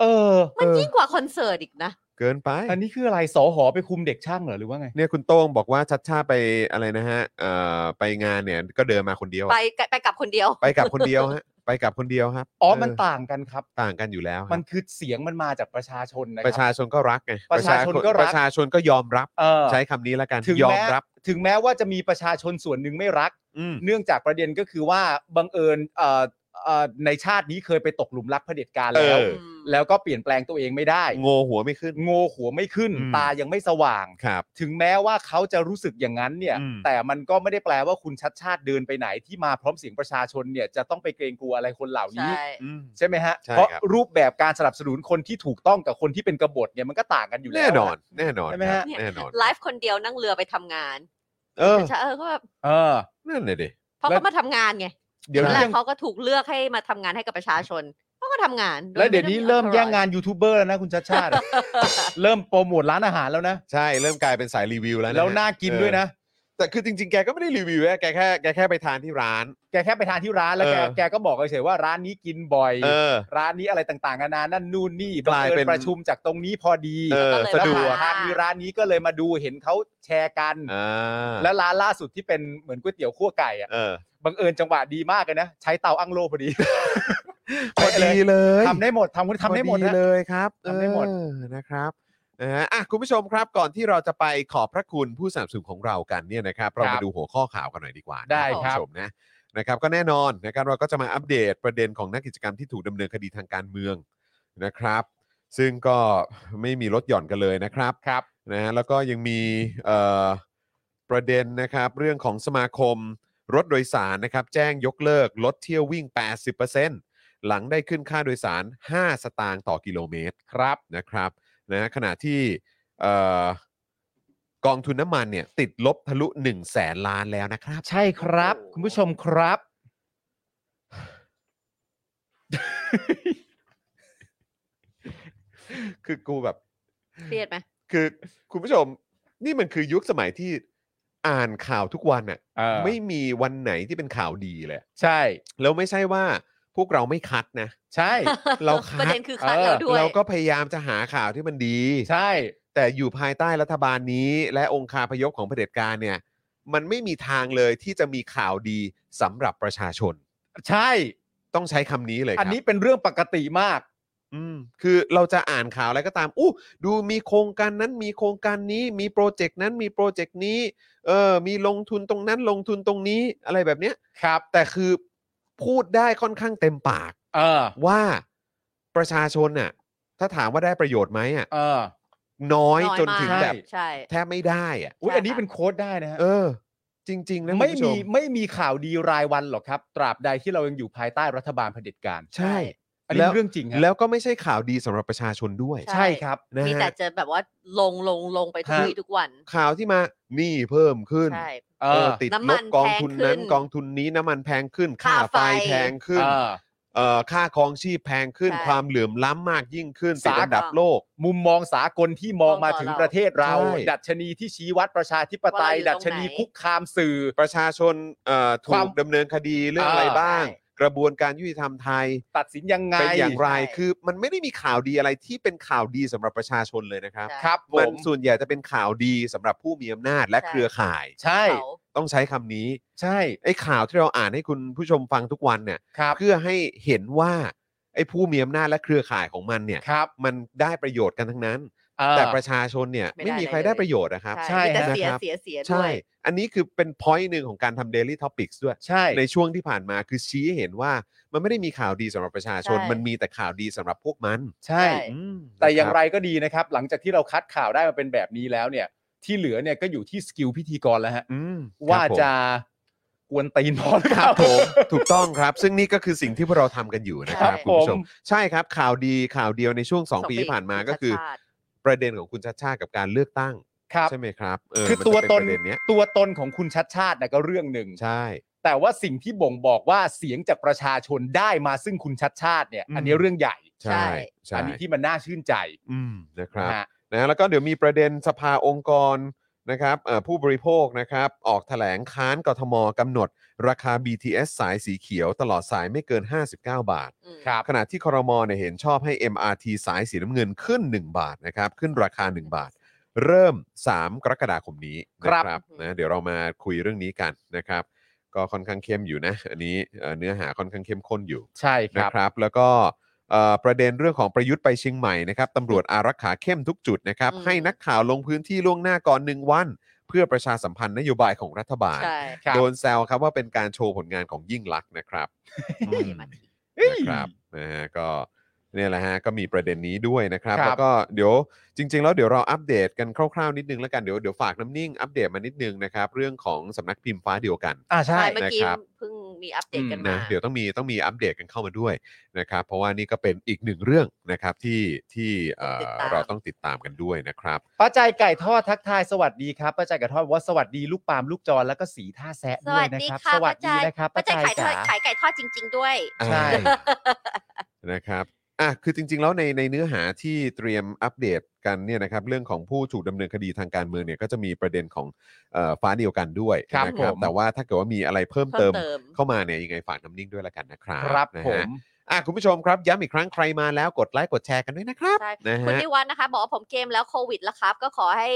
เออ มันยิ่งกว่าคอนเสิร์ตอีกนะ เกินไป อันนี้คืออะไรสอหอไปคุมเด็กช่างเหรอหรือว่าไง เนี่ยคุณโต้งบอกว่าชัดชาติไปอะไรนะฮะเอ่อไปงานเนี่ยก็เดินมาคนเดียว ไปไปกับคนเดียว ไปกับคนเดียวฮะ ไปกับคนเดียวครับ อ๋อ มัน เ ต่างกันครับ ต่างกันอยู่แล้วฮะ มันคือเสียงมันมาจากประชาชนนะค ป รั ระชาชนก็รักไง ประชาชนก็รัก ประชาชนก็ยอมรับ เออ ใช้คำนี้แล้วกัน ถึง ยอม แม้ รับ ถึงแม้ว่าจะมีประชาชนส่วนหนึ่งไม่รัก อืม เนื่องจากประเด็นก็คือว่าบังเอิญเอ่อเอ่อในชาตินี้เคยไปตกหลุมรักเผด็จการ เอ แล้ว อ แล้วก็เปลี่ยนแปลงตัวเองไม่ได้ โงหัวไม่ขึ้น โงหัวไม่ขึ้น อืม ตายังไม่สว่าง ครับ ถึงแม้ว่าเขาจะรู้สึกอย่างนั้นเนี่ย อืม แต่มันก็ไม่ได้แปลว่าคุณชัดชาติเดินไปไหนที่มาพร้อมเสียงประชาชนเนี่ยจะต้องไปเกรงกลัวอะไรคนเหล่านี้ ใช่ อืม ใช่ไหมฮะ ใช่ เพราะ ครับ รูปแบบการสนับสนุนคนที่ถูกต้องกับคนที่เป็นกบฏเนี่ยมันก็ต่างกันอยู่แล้ว แน่นอนแน่นอน ใช่ไหม ค ฮะ รับแน่นอน ไลฟ์คนเดียวนั่งเรือไปทำงาน เออ ใช่เออก็แบบ เออ นั่นเลยดิ เพราะ แล้ว เขามาทำงานไง เดี๋ยว แล้ นี้ ว ยัง เขาก็ถูกเลือกให้มาทำงานให้กับประชาชนเขาก็ทำงานโ แล้วเดี๋ยวนี้ ไต้อ เริ่ม authorize แย่งงานยูทูบเบอร์แล้วนะคุณชัดชาติ *laughs* เริ่มโปรโมทร้านอาหารแล้วนะ ใช่เริ่มกลายเป็นสายรีวิวแล้วะ แล้วน่ากินด้วยนะ เออแต่คือจริงๆแกก็ไม่ได้รีวิวนะแกแค่แกแค่ไปทานที่ร้าน แกแค่ไปทานที่ร้านแล้วแก เออ แกก็บอกเฉยๆว่าร้านนี้กินบ่อย เออ ร้านนี้อะไรต่างๆนานานั่นนู่นนี่ กลายเป็น บังอิญประชุมจากตรงนี้พอดี เออ แล้วก็เลย สะด แล้ว วก ผ่าน ม ทางนี้ร้านนี้ก็เลยมาดูเห็นเขาแชร์กัน อ่า และร้านล่าสุดที่เป็นเหมือนก๋วยเตี๋ยวคั่วไก่อะ เออ บังเอิญจังหวะดีมากเลยนะ ใช้เตาอั้งโลพอดี พอดีเลย ทำได้หมดทำคนทำได้หมด พอ นะ เลยครับ ทำได้หมด เออนะครับนะฮะอ่ะคุณผู้ชมครับก่อนที่เราจะไปขอบพระคุณผู้สนับสนุนของเรากันเนี่ยนะครับ เรามาดูหัวข้อข่าวกันหน่อยดีกว่านะ ได้ ณ ครั ผู้ บ ชมนะนะครับก็แน่นอนนะครับเราก็จะมาอัปเดตประเด็นของนักกิจกรรมที่ถูกดำเนินคดีทางการเมืองนะครับ ซึ่งก็ไม่มีลดหย่อนกันเลยนะครับ ครับ นะฮะแล้วก็ยังมีเอ่อประเด็นนะครับเรื่องของสมาคมรถโดยสารนะครับแจ้งยกเลิกลดเที่ยววิ่ง 80% หลังได้ขึ้นค่าโดยสาร 5 สตางค์ต่อกิโลเมตรครับนะครับนะขณะที่เอ่อกองทุนน้ำมันเนี่ยติดลบทะลุ1แสนล้านแล้วนะครับ ใช่ครับ โอ้โห คุณผู้ชมครับ คือกูแบบ เครียดไหม คือคุณผู้ชมนี่มันคือยุคสมัยที่ อ่านข่าวทุกวันน่ะ เออ ไม่มีวันไหนที่เป็นข่าวดีเลย ใช่ แล้วไม่ใช่ว่าพวกเราไม่คัดนะ ใช่ *laughs* เราคัด ประเด็นคือคัด เออ แล้วด้วย เราก็พยายามจะหาข่าวที่มันดี ใช่ แต่อยู่ภายใต้รัฐบาลนี้ และองค์คาพยพของเผด็จการเนี่ย มันไม่มีทางเลยที่จะมีข่าวดีสำหรับประชาชน ใช่ ต้องใช้คำนี้เลยค อั รั น บ นี้เป็นเรื่องปกติมาก อืมคือเราจะอ่านข่าวอะไรก็ตามอู้ดูมีโครงการนั้นมีโครงการนี้ มีโปรเจกต์นั้นมีโปรเจกต์นี้เออมีลงทุนตรงนั้นลงทุนตรงนี้อะไรแบบเนี้ย ครับ แต่คือพูดได้ค่อนข้างเต็มปาก เออ ว่าประชาชนน่ะถ้าถามว่าได้ประโยชน์ไหมอ่ะ เออ น้อย น้อย จนถึง มาก แบบ ใช่ แทบไม่ได้อ่ะ อุ้ย ใช่ อันนี้ ค่ะ เป็นโค้ดได้นะฮะ เออ จริง ๆ นะคุณ ไม่ ผู้ช มี ม ไม่มีข่าวดีรายวันหรอกครับ ตราบใดที่เรายังอยู่ภายใต้รัฐบาลเผด็จการ ใช่ อัน แล้ นี้ ว เรื่องจริงฮะ แล้วก็ไม่ใช่ข่าวดีสำหรับประชาชนด้วย ใช่ ใช่ครับ นะ มี ฮะ แต่จะแบบว่าลงลงลงไปทุก ฮะ วี่ทุกวัน ข่าวที่มาหนี่เพิ่มขึ้น ใช่ เอ เอ อ อติด น้ำ ล มั บ น กองทุนนั้น แพงขึ้น กองทุนนี้น้ำมันแพงขึ้น ค่า ค่า ไฟ ไฟ แพงขึ้น เออ เอ่อค่าครองชีพแพงขึ้น ใช่ ความเหลื่อมล้ำมากยิ่งขึ้นติด สา อันดับ กลาง โลก มุมมองสากลที่มองมาถึงประเทศเรา ใช่ ดัชนีที่ชี้วัดประชาธิปไตย ว่าเราอยู่ตรงไหน ดัชนีคุกคามสื่อ ประชาชนเอ่อถู ความ กดำเนินคดีเรื่อง เอออ อะไรบ้าง ใช่ กระบวนการยุติธรรมไทย ตัดสินยังไง เป็นอย่างไร ใช่ คือมันไม่ได้มีข่าวดีอะไรที่เป็นข่าวดีสำหรับประชาชนเลยนะครับ ใช่ ครับผ มัน ม ส่วนใหญ่จะเป็นข่าวดีสำหรับผู้มีอำนาจและเครือข่าย ใช่ เขา ต้องใช้คำนี้ ใช่ ไอ้ข่าวที่เราอ่านให้คุณผู้ชมฟังทุกวันเนี่ย ครับ เพื่อให้เห็นว่าไอ้ผู้มีอำนาจและเครือข่ายของมันเนี่ย ครับ มันได้ประโยชน์กันทั้งนั้น เออ แต่ประชาชนเนี่ยไม่มีใครได้ประโยชน์นะครับ ใช่ มีแต่ ฮะ เสีย นะครับ เสียเสียด้ ใช่ วย อันนี้คือเป็น point หนึ่งของการทำ daily topics ด้วย ใช่ ในช่วงที่ผ่านมาคือชี้ให้เห็นว่ามันไม่ได้มีข่าวดีสำหรับประชาชน ใช่ มันมีแต่ข่าวดีสำหรับพวกมัน ใช่ ใช่ อืม แต่อย่าง นะคบ ไรก็ดีนะครับ หลังจากที่เราคัดข่าวได้มาเป็นแบบนี้แล้วเนี่ย ที่เหลือเนี่ยก็อยู่ที่สกิลพิธีกรแล้วฮะ อืมคว่ารับผม จะกวนตีนพอหรือ ค เป รั ล่า บผมถูกต้องครับ ซึ่งนี่ก็คือสิ่งที่พวกเราทำกันอยู่นะครับ ครับ คุณผู้ชม ผม ใช่ครับ ข่าวดีข่าวเดียวในช่วงสอง สอง ปี ปี ที่ผ่านมา คุณ ก็คือ ชัดชาติ ประเด็นของคุณชาติชาติกับการเลือกตั้ง ครับ ใช่ไหมครับเ คือ มั ตัว จะเป็ ตปนระเด็นเนี้ย ตัวตนของคุณชัดชาตินะก็เรื่องหนึ่ง ใช่ แต่ว่าสิ่งที่บ่งบอกว่าเสียงจากประชาชนได้มาซึ่งคุณชัดชาติเนี่ย อืม อันนี้เรื่องใหญ่ ใช่ ใช่ใช่ อันนี้ที่มันน่าชื่นใจ อืมนะครับ นะฮะ นะแล้วก็เดี๋ยวมีประเด็นสภาองค์กรนะครับเอ่อผู้บริโภคนะครับออกแถลงค้านกทมกำหนด ราคา BTS สายสีเขียวตลอดสายไม่เกิน 59 บาท อืม ครับ ขณะที่ครมเนี่ยเห็นชอบให้ MRT สายสีน้ำเงินขึ้น 1 บาทนะครับขึ้นราคา 1 บาท เริ่ม 3 กรกฎาคมนี้นะค ครั รับบ นะเดี๋ยวเรามาคุยเรื่องนี้กันนะครับ ก็ค่อนข้างเข้มอยู่นะอันนี้เอ่อเนื้อหาค่อนข้างเข้มข้นอยู่ ใช่ค นะ รับ ครับแล้วก็เอ่อประเด็นเรื่องของประยุทธ์ไปเชียงใหม่นะครับตำรวจอารักขาเข้มทุกจุดนะครับ อืม ให้นักข่าวลงพื้นที่ล่วงหน้าก่อนหนึ่งวัน เพื่อประชาสัมพันธ์นโยบายของรัฐบาล ใช่ ครับ โดนแซวครับว่าเป็นการโชว์ผลงานของยิ่งลักษณ์นะครับอืม เฮ้ย นะครับนะฮะก็เนี่ยแหละฮะก็มีประเด็นนี้ด้วยนะครับ ครับ แล้วก็เดี๋ยวจริง ๆ แล้วเดี๋ยวเราอัปเดตกันคร่าวๆนิดนึงแล้วกันเดี๋ยวเดี๋ยวฝากน้ำนิ่งอัปเดตมานิดนึงนะครับเรื่องของสำนักพิมพ์ฟ้าเดียวกัน อ่าใช่ ใช่เมื่อกี้ นะครับ เพิ่งมีอัปเดตกัน อืม มา เดี๋ยวต้องมีต้องมีอัปเดตกันเข้ามาด้วยนะครับ เพราะว่านี่ก็เป็นอีกหนึ่งเรื่องนะครับที่ที่เอ่อเราต้องติดตามกันด้วยนะครับ ป้าใจไก่ทอดทักทายสวัสดีครับป้าใจไก่ทอดบอกว่าสวัสดีลูกปาล์มลูกจอนแล้วก็สีท่าแซะ ส ด้วย วัส นะ ดี ครับ ค่ะ สวั ป้า ส ใจ ดีนะครับ ป้าใจขายทอด จ๋ ขายไก่ทอดจริง ๆ ด้วย ใช่ อ่านะครับอ่ะคือจริง ๆ แล้วในในเนื้อหาที่เตรียมอัปเดตกันเนี่ยนะครับเรื่องของผู้ถูกดำเนินคดีทางการเมืองเนี่ยก็จะมีประเด็นของเอ่อฟ้าเดียวกันด้วย ครับ นะ ผม แต่ว่าถ้าเกิดว่ามีอะไรเพิ่ม เพิ่ เติ ม ม เติม เข้ามาเนี่ยยังไงฝากน้ำนิ่งด้วยละกันนะครับ ครับ นะ ผ ฮะ ม อ่ะคุณผู้ชมครับย้ำอีกครั้งใครมาแล้วกดไลค์กดแชร์กันด้วยนะครับ ใช่ นะ คุณ ฮะ นิวัฒน์นะคะ บอกว่าผมเกมแล้วโควิดแล้วครับ ก็ขอให้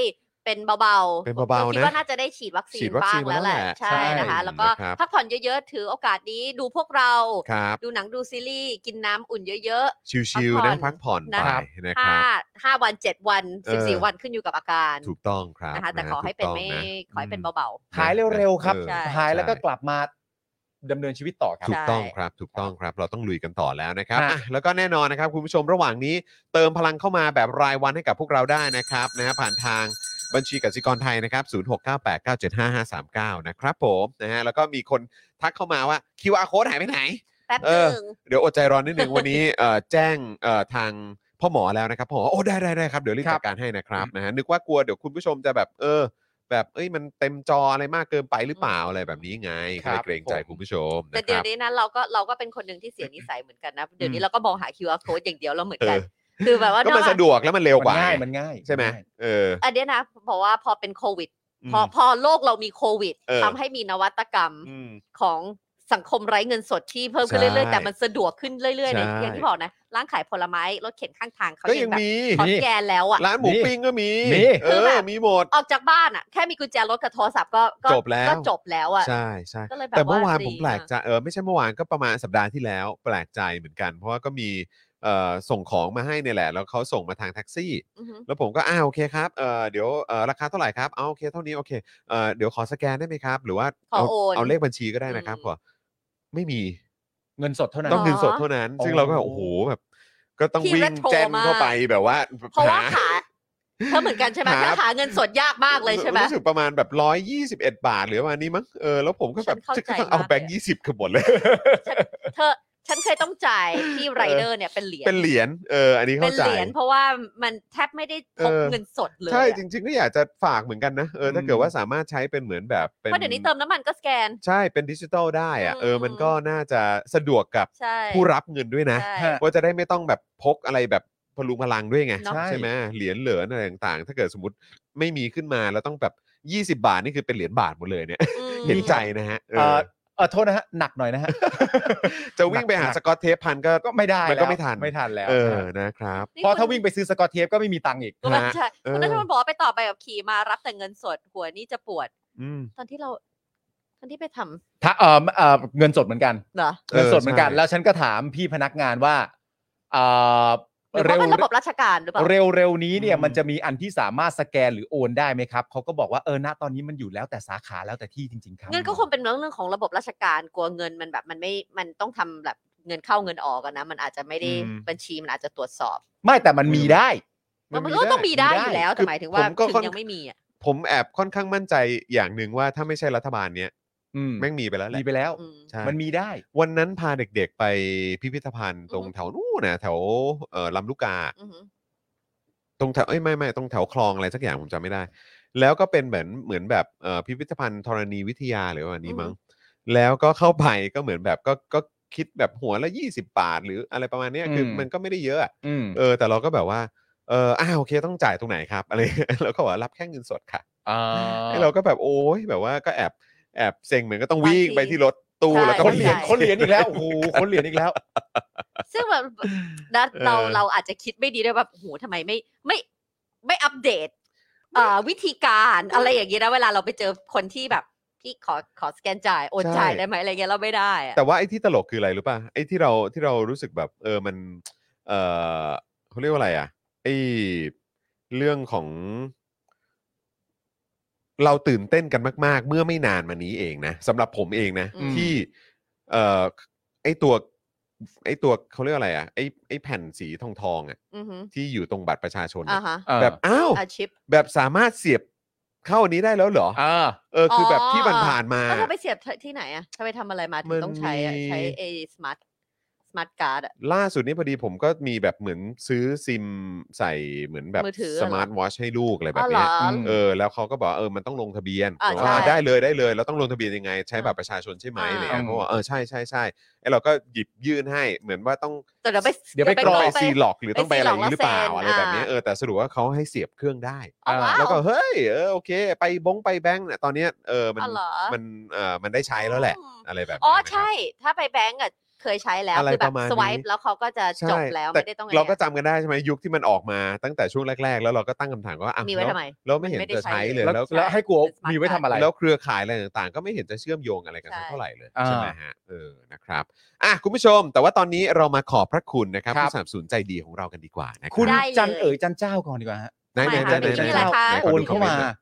เป็นเบาๆ เป็นเบาๆ ผมคิด นะ ว่าน่าจะได้ฉีดวัคซี ฉี น ดวัคซี บ้าน ง มา แล้ว แล้ แห ว ละ แหละ ใช่นะคะ ใช่ แล้วก็ นะครับ พักผ่อนเยอะๆ ถือโอกาสนี้ดูพวกเรา ครับ ดูหนังดูซีรีส์กินน้ำอุ่นเยอะ ชิวๆนะพักผ่อนไป นะ นะ ๆ ค ห้า รับ ห้าวันเจ็ดวัน เอ สิบสี่ อ วันขึ้นอยู่กับอาการ ถูกต้องครับ นะคะ แต่ขอให้เป็นไม่ขอให้เป็น เบา เบา หายเร็วๆครับ เออ หายแล้วก็กลับมาดำเนินชีวิตต่อครับ ถูกต้อง ใช่ ครับถูกต้องครับเราต้องลุยกันต่อแล้วนะครับ ฮะ อ่ะแล้วก็แน่นอนนะครับคุณผู้ชมระหว่างนี้เติมพลังเข้ามาแบบรายวันให้กับพวกเราได้นะครับนะฮะผ่านทางบัญชีกสิกรไทยนะครับ0698975539 นะครับผมนะฮะแล้วก็มีคนทักเข้ามาว่า QR code หายไปไหน ๆแป๊บ เอ ห อ นึ่ง เดี๋ยวอดใจรอนิดนึง วันนี้เอ่อแจ้งเอ่อทางพ่อหมอแล้วนะครับพ่อหมอโอ้ได้ได้ได้ครับเดี๋ยวรีบ ครั จั บ ดการให้นะครับนะฮะนึกว่ากลัวเดี๋ยวคุณผู้ชมจะแบบเออ แบบเอ้ยมันเต็มจออะไรมากเกินไปหรือเปล่าอะไรแบบนี้ไง ค ก็ รับ เลยเกรงใจคุณผู้ชม แต่ นะค เดี๋ย รั ว บ นี้นะเราก็เราก็เป็นคนหนึ่งที่เสียนิสัยเหมือนกันนะ เดี๋ยว อื นี้ ม เราก็มองหา QR code อย่างเดียวเราเหมือน เอ กัน อ คือแบบว่า ก็มันสะดวกแล้วมันเร็วกว่า ง่ายมันง่าย ใช่ไหม ง่าย เออ อันเนี้ยนะเพราะว่าพอเป็นโควิด อืม พอพอโลกเรามีโควิด เออ ทำให้มีนวัตกรรม อืม ของสังคมไร้เงินสดที่เพิ่มขึ้น ใช่ เรื่อยๆ แต่มันสะดวกขึ้นเรื่อยๆเนี่ย ใช่ อย่างที่บอกนะ ร้านขายผลไม้รถเข็นข้างทางเขา ก็ยั ยัง งแบบ มี คอนแกนแล้วอ่ะ ร้านหมู มี ปิ้งก็มี มี เอ คือ อ แบบ มีหมด ออกจากบ้านอ่ะ แค่มีกุญแจรถกับโทรศัพท์ก็ก็ จบแล้ว ก็จบแล้วอ่ะ ใช่ใช่ ก็เลยแบบ แต่เมื่อวาน ว่า ผม ดี แปลก มาก ใจเออไม่ใช่เมื่อวานก็ประมาณสัปดาห์ที่แล้วแปลกใจเหมือนกัน เพราะว่าก็มีเอ่อส่งของมาให้เนี่ยแหละ แล้วเขาส่งมาทางแท็กซี่ อือหือ แล้วผมก็อ้าวโอเคครับเออเดี๋ยวเออราคาเท่าไหร่ครับเอาโอเคเท่านี้โอเคเออเดี๋ยวขอสแกนได้ไหมครับ หรือว่า ขอ เอา โอน เอาเลขบัญชีก็ได้นะครับขอไม่มี เงินสดเท่านั้น ต้อง หรอ เงินสดเท่านั้น ซึ่งเราก็แบบโอ้โหแบบ ก็ต้อง ที่ วิ่ เวท ง โทร แจ้น มา เข้าไปแบบว่า เพราะว่า ห หาเธอเหมือนกันใช่ไหม หา เธอหาเงินสดยากมากเลยใช่ไหม รู้สึกประมาณแบบร้อยยี่สิบเอ็ดบาท หรือประมาณนี้มั้งเออแล้วผมก็แบบ ฉันเข้าใจมาก เอาแบงค์ยี่สิบขึ้นหม *laughs* ดเลย เธอฉันเคยต้องจ่ายที่ไรเดอร์เนี่ยเป็นเหรียญ เป็นเหรียญเอออันนี้ เป็ เข้าน ใจ เหรียญเพราะว่ามันแทบไม่ได้พก เออ เงินสดเลย ใช่ อะ จริง ๆ ก็อยากจะฝากเหมือนกันนะเออถ้า อืม เกิดว่าสามารถใช้เป็นเหมือนแบบเป็น เพราะเดี๋ยวนี้เติมน้ำมันก็สแกน ใช่เป็นดิจิทัลได้อะเอออ ม มันก็น่าจะสะดวกกับ ใช่ ผู้รับเงินด้วยนะ ใช่ *laughs* ว่าจะได้ไม่ต้องแบบพกอะไรแบบพลุงพลังด้วยไง เนอะ ใช่ไหมเหรียญเหลืออะไรต่างๆ ถ้าเกิดสมมติไม่มีขึ้นมาแล้วต้องแบบ 20 บาทนี่คือเป็นเหรียญบาทหมดเลยเนี่ย อืม เห็นใจนะฮะเอ เอ่อ อ เออโทษนะฮะ หนักหน่อยนะฮะ จะวิ่งไปหาสกอตเทปพันก็ ก็ไม่ได้ มันก็ แล้ว ไม่ทัน ไม่ทันแล้ว เออนะครับ นี่ เพราะ คุณ ถ้าวิ่งไปซื้อสกอตเทปก็ไม่มีตังค์อีก ก็แบบใช่ เออ คุณนัทมันบอกว่าไปต่อไปกับขี่มารับแต่เงินสดหัวนี่จะปวด อืม ตอนที่เรา ตอนที่ไปทำ ถ้าเออเออเงินสดเหมือนกัน เหรอ เออ เงินสดเหมือนกัน ใช่ แล้วฉันก็ถามพี่พนักงานว่าเอ่อ หรือ เร็ ว่าว เป็นระบบราชการหรือเปล่า เร็วเร็วๆนี้เนี่ย อืม มันจะมีอันที่สามารถสแกนหรือโอนได้ไหมครับเขาก็บอกว่าเออณตอนนี้มันอยู่แล้วแต่สาขาแล้วแต่ที่จริง ๆ ครับ เงินก็คงเป็นเรื่องเรื่องของระบบราชการกลัวเงินมันแบบมันไม่ มันต้องทำแบบเงินเข้าเงินออกอะนะ มันอาจจะไม่ได้ อืม บัญชีมันอาจจะตรวจสอบ ไม่แต่มันมีได้ มันก็ต้องมีได้อยู่แล้วคืแต่อ หมายถึงว่า ผมก็ ถึ ค่อง น ยังไม่มีอะ ผมแอบค่อนข้างมั่นใจอย่างหนึ่งว่าถ้าไม่ใช่รัฐบาลเนี้ย อืม แม่งมีไปแล้วแหละ มีไปแล้ว อืม ใช่ มันมีได้ วันนั้นพาเด็กๆไปพิพิธภัณฑ์ตรง อือฮึ แถวนู่นนะแถวเอ่อลำลูกกา อือหือ ตรงแถวเอ้ยไม่ไม่ตรงแถวคลองอะไรสักอย่างผมจำไม่ได้ แล้วก็เป็นเหมือนเหมือนแบบเอ่อพิพิธภัณฑ์ธรณีวิทยาหรือว่านี้ อือฮึ มั้งแล้วก็เข้าไปก็เหมือนแบบก็ก็คิดแบบหัวละ 20 บาท หรืออะไรประมาณเนี้ยคืออ ม มันก็ไม่ได้เยอะอะ อืม เออแต่เราก็แบบว่าเอออ้าวโอเคต้องจ่าย *laughs* ตรงไหนครับอะไร เราก็บอกว่ารับแค่เงินสดค่ะ อ่า ไอ้เราก็แบบโอ้ยแบบว่าก็แอบแอบเซ็งเหมือนก็ต้องวิ่งไปที่รถตู้ ใช่ แล้วก็ คนเหรียญ ไป คนเหรียญอีกแล้วโอ้โหคนเหรียญอีกแล้ว ซึ่งแบบนะ เออ เราเราอาจจะคิดไม่ดีด้วยแบบโอ้โหทำไมไม่ไม่ไม่อัปเดตเอ่อวิธีการอะไรอย่างเงี้ยนะเวลาเราไปเจอคนที่แบบพี่ขอขอสแกนจ่ายโอนจ่ายได้ไหมอะไรเงี้ยเราไม่ได้อะ แต่ว่าไอ้ที่ตลกคืออะไรรู้ป่ะไอ้ที่เราที่เรารู้สึกแบบเออมันเออเขาเรียกว่าอะไรอ่ะไอ้เรื่องของ เราตื่นเต้นกันมาก ๆ เมื่อไม่นานมานี้เองนะสำหรับผมเองนะ อืม ที่เออไอ้ตัวไอ้ตัวเขาเรียกว่าอะไรอ่ะไอ้ไอ้แผ่นสีทองทองๆอ่ะ อือฮึ ที่อยู่ตรงบัตรประชาชน อ่า อะ ฮะ แบบอ้าว อาชิป แบบสามารถเสียบเข้าอันนี้ได้แล้วเหรอ อ่า เออคือแบบที่ อ๋อ ผ่านๆมา แล้วเธอไปเสียบที่ไหนอะเธอไปทำอะไรมาถึงต้องใช้อะ มันมี ใช้เอสมาร์ทสมาร์ทการ์ดอะ ล่าสุดนี้พอดีผมก็มีแบบเหมือนซื้อซิมใส่เหมือนแบบ มือถือ ส เหรอ มาร์ทวอชให้ลูกอะไรแบ อ๋อบ เหร เนี้ อ ย อืม เออแล้วเขาก็บอกว่าเออมันต้องลงทะเบียน อ่า ผมว่า ใช่ ได้เลยได้เลยแล้วต้องลงทะเบียนยังไง ใช้ อ่า บัตรประชาชนใช่ไหม อ่า อะไรเงี้ย อืม เขาบอกเออใช่ใช่ใช่ไอ้เราก็หยิบยื่นให้เหมือนว่าต้อง แต่เดี๋ยวไป เดี๋ยวไป ต้ ก อง รก ไป โ ซีล็อกหรือต้องไปอะไรอย่างงี้หรือเปล่า ไปซีล็อก อะ แล้ว ไรแบบเนี้ย เซ็น เออแต่สรุปว่าเขาให้เสียบเครื่องได้ อ๋อว้า แล้ว ว ก็เฮ้ยเออโอเค ไปบงไปแบงค์เนี่ยตอนเนี้ยเออมัน อ๋อเหรอ มันเออมันได้ใช้แล้วแหละ อืม อะไรแบบนี้ อ๋อ นะครับ ใช่ ถ้าไปแบงก์อะเคยใช้แล้ว อะไร คือปแบบ ระมาณ สวาย นี้ แล้วเขาก็จะ ใช่ จบแล้ว ไม่ได้ต้องอะไร เราก็ อะ จำกันได้ใช่ไหมยุคที่มันออกมาตั้งแต่ช่วงแรก ๆ แล้วเราก็ตั้งคำถามว่าอ่ะ มีไว้ แล้ ทำไม แล้วไม่เห็น มันไม่ได้ จะ ใช้ ใช้เล เลย ย แล้ว แล้ว แล้วให้กูมีไว้ทำอะไร แล้วเครือข่ายอะไรต่างๆ ก็ไม่เห็นจะเชื่อมโยงอะไรกันสัก ใช่ เท่าไหร่เลย อ่า ใช่ไหมฮะเออนะครับอ่ะคุณผู้ชม แต่ว่าตอนนี้เรามาขอบพระคุณนะครับ ครับ ผู้สนับสนุนใจดีของเรากันดีกว่านะ คุณ ได้เลย จันเอ๋ยจันเจ้าก่อนดีกว่าฮะ ไหนๆๆๆ ทำไม ๆไหนๆๆๆคะมีมีอะไรคะ ไหข โอน ดู เข้า ค มา ต์หน่อย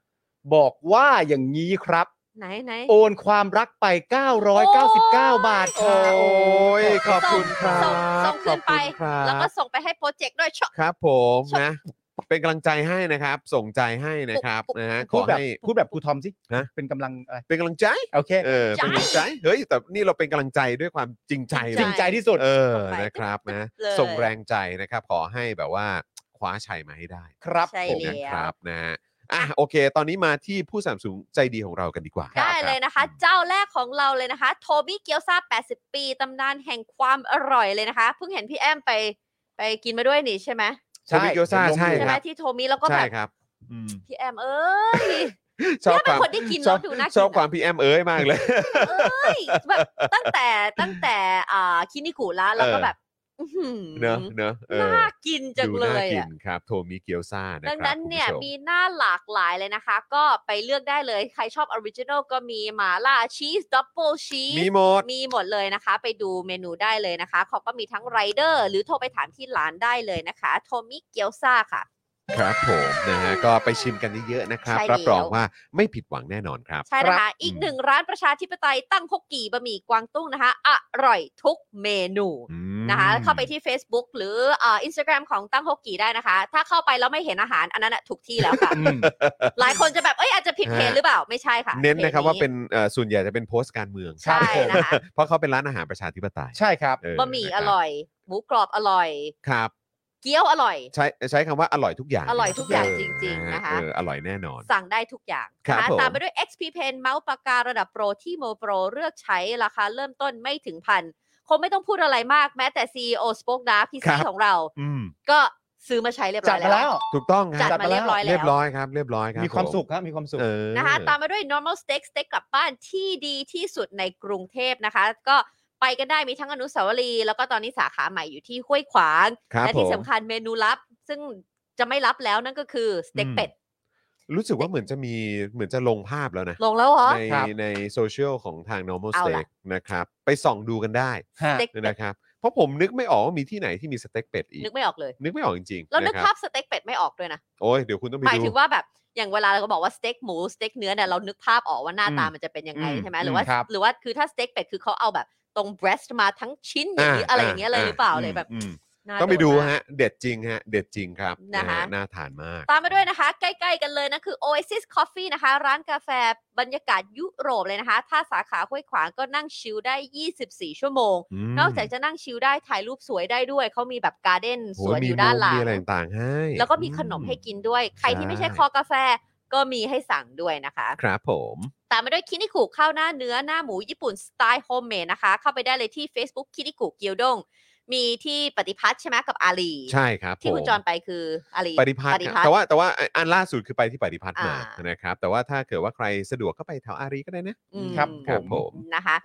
บอกว่าอย่างนี้ครับ ไหนไหน โอนความรักไป 999 บาท โอ ค่ะ ้ยขอบคุณค ส่ รับ งส่งคืนไป ขอบคุณครับ แล้วก็ส่งไปให้โปรเจกต์ด้วยชอบ ครับผม ชอบ นะเป็นกำลังใจให้นะครับ ส่งใจให้นะครับนะฮะข พู อ ดแบบ ให้ พูดแบบครูทอมสิ ฮะ เป็นกำลังอะไร เป็นกำลังใจ โอเค เออเป็นกำลังใจเฮ้ยแต่นี่เราเป็นกำลังใจด้วยความจริงใจนะ จริงใจที่สุด เออ ส่งไป นะครับนะ เลย ส่งแรงใจนะครับ ขอให้แบบว่าคว้าชัยมาให้ได้ ครับ ใช่ ผ ผม ม แล้ว นะครับนะฮะอ่ะโอเค ตอนนี้มาที่ผู้สามสูงใจดีของเรากันดีกว่า ได้เลยนะคะ รับ เจ้าแรกของเราเลยนะคะ โทบี้เกียวซา80 ปีตำนานแห่งความอร่อยเลยนะคะเพิ่งเห็นพี่แอมไปไปกินมาด้วยนี่ใช่ไหม โทมิเกียวซา ใช่ ใช่ ใช่ ค ไหม รับ ที่โทมิแล้วก็แบ ใช่ บ ครับอืม พี่แอมเอ้ย ชอบ แล้ว ค เป็น วาม คนที่กิน ชอแล้ว บ ดูน่ากิน ชอบ อะ ความพี่แอมเอ้ยมากเลย เอ้ยแบบตั้งแต่ *laughs* ตั้งแต่อ่าคินิกุละแล้วก็ เออ แบบ อื้อหือ เนอะเนอะเออ น่ากินจัง ดู เล น่าย กิ อ่ะ นครับโทมิเกียวซ่านะครับ ดังนั้นเนี่ย คุณผู้ช มีหน้าหลากหลายเลยนะคะ ก็ไปเลือกได้เลยใครชอบออริจิน l ลก็มีหมาล่าชีสดับเบิลชี มี ส หมด มีหมดเลยนะคะ ไปดูเมนูได้เลยนะคะเขาก็มีทั้งไรเดอร์หรือโทรไปถามที่ร้านได้เลยนะคะ โทมิเกียวซาค่ะ ครับผมนะฮะก็ไปชิมกันเยอะๆนะครับ ใช่ รับรอง แล้ว ว่าไม่ผิดหวังแน่นอนครับ ใช่นะคะ อีกหนึ่งร้านประชาธิปไตยตั้งฮกกี่บะหมี่กวางตุ้งนะคะ อร่อยทุกเมนู อืม นะคะเข้าไปที่ Facebook หรืออินสตาแกรมของตั้งฮกกีได้นะคะ ถ้าเข้าไปแล้วไม่เห็นอาหารอันนั้นอะถูกที่แล้ว *laughs* ค่ะ อืม หลายคนจะแบบ เอ้ยอาจจะผิดเพจหรือเปล่า ไม่ใช่ค่ะ เน้นนะครับ พจ ว่าเป็นเอ่อส่วนใหญ่จะเป็นโพสต์การเมือง ใช่นะคะ เพราะเขาเป็นร้านอาหารประชาธิปไตย ใช่ครับ เออบ ะหมี่ นค อบ ร่อย หมูกรอบอร่อย ครับ เกี๊ยวอร่อย ใช้ใช้คำว่าอร่อยทุกอย่าง อร่อยทุกอย่าง เ จริงๆนะคะ เอออร่อยแน่นอน สั่งได้ทุกอย่าง ครับ นะ ผม ตามไปด้วย XP Pen เมาส์ปากการะดับโปรที่โมโปรเลือกใช้ราคาเริ่มต้นไม่ถึงพันคงไม่ต้องพูดอะไรมากแม้แต่ CEO Spoke Dark พี่ซีของเรา อืม ก็ซื้อมาใช้เรียบร้ จั อ ด ย มา แล้ แล้ว ว ถูกต้องค จั รั ด บ มาเรียบร้อยแล้ว เรียบร้อยครับ เรียบร้อยครับ มีความ ผ สุขครับ มีความสุข เออ นะคะตามมาด้วย normal steak สเต็กกลับบ้านที่ดีที่สุดในกรุงเทพนะคะ ก็ไปกันได้มีทั้งอนุสาวรีย์แล้วก็ตอนนี้สาขาใหม่อยู่ที่ห้วยขวาง ครับ และที่ ผม สำคัญเมนูลับ ซึ่งจะไม่รับแล้วนั่นก็คือสเต็ก อืม เป็ด รู้สึกว่าเหมือนจะมีเหมือนจะลงภาพแล้วนะ ลงแล้วเหรอ ใน ครับ ในโซเชียลของทาง normal เอาล่ะ steak นะครับ ไปส่องดูกันได้ ฮะ สเต็กเป็ด นะครับ เพราะผมนึกไม่ออกว่ามีที่ไหนที่มีสเต็กเป็ดอีก นึกไม่ออกเลย นึกไม่ออกจริงๆ แล้วนึก ะครับ ภาพสเต็กเป็ดไม่ออกด้วยนะ โอ้ยเดี๋ยวคุณต้องไป หมาย ดู ถึงว่าแบบอย่างเวลาเราก็บอกว่าสเต็กหมูสเต็กเนื้อเนี่ยเรานึกภาพออกว่าหน้าตามันจะเป็นยังไง อืม ใช่ไหมหรือว่า อืมครับ หรือว่าคือถ้าสเต็กเป็ดคือเขาเอาแบบตรง breast มาทั้งชิ้นอย่างนี้ อ่า อะไรอย่างเงี้ยเลย อ่า หรือเปล่าเลยแบบ อืม น่า ต้องไปดู โนมาก ฮะ เด็ดจริงฮะ เด็ดจริงครับ นะฮคะน่าทานมาก ตามมาด้วยนะคะ ใกล้ๆกันเลยนะคือ Oasis Coffee นะคะ ร้านกาแฟบรรยากาศยุโรปเลยนะคะ ถ้าสาขาห้วยขวางก็นั่งชิลได้ 24 ชั่วโมง ม นอกจากจะนั่งชิลได้ถ่ายรูปสวยได้ด้วย เขามีแบบการ์เด้น โห สวน มี อยู่ด้านหลั มุม ง มีอะไรต่างๆให้ แล้วก็มีขนมให้กินด้วย ใครที่ไม่ใช่ ใช่ คอกาแฟก็มีให้สั่งด้วยนะคะ ครับผม ตามมาด้วยคินิคุข้าวหน้าเนื้อหน้าหมูญี่ปุ่นสไตล์โฮมเมดนะคะ เข้าไปได้เลยที่ Facebook คินิคุเกียวดง มีที่ปฏิพัฒน์ใช่ไหมกับอาลี ใช่ครับ ที่คุผณม จรไปคืออาลี ปฏิพัฒน์ ปฏิ นะ พัฒน์ แต่ว่าแต่ว่าอันล่าสุดคือไปที่ปฏิพัฒน์มา อ่าน นะครับ แต่ว่าถ้าเกิดว่าใครสะดวกก็ไปแถวอารีก็ได้นะ อืม ครับ ครับผม นะคะ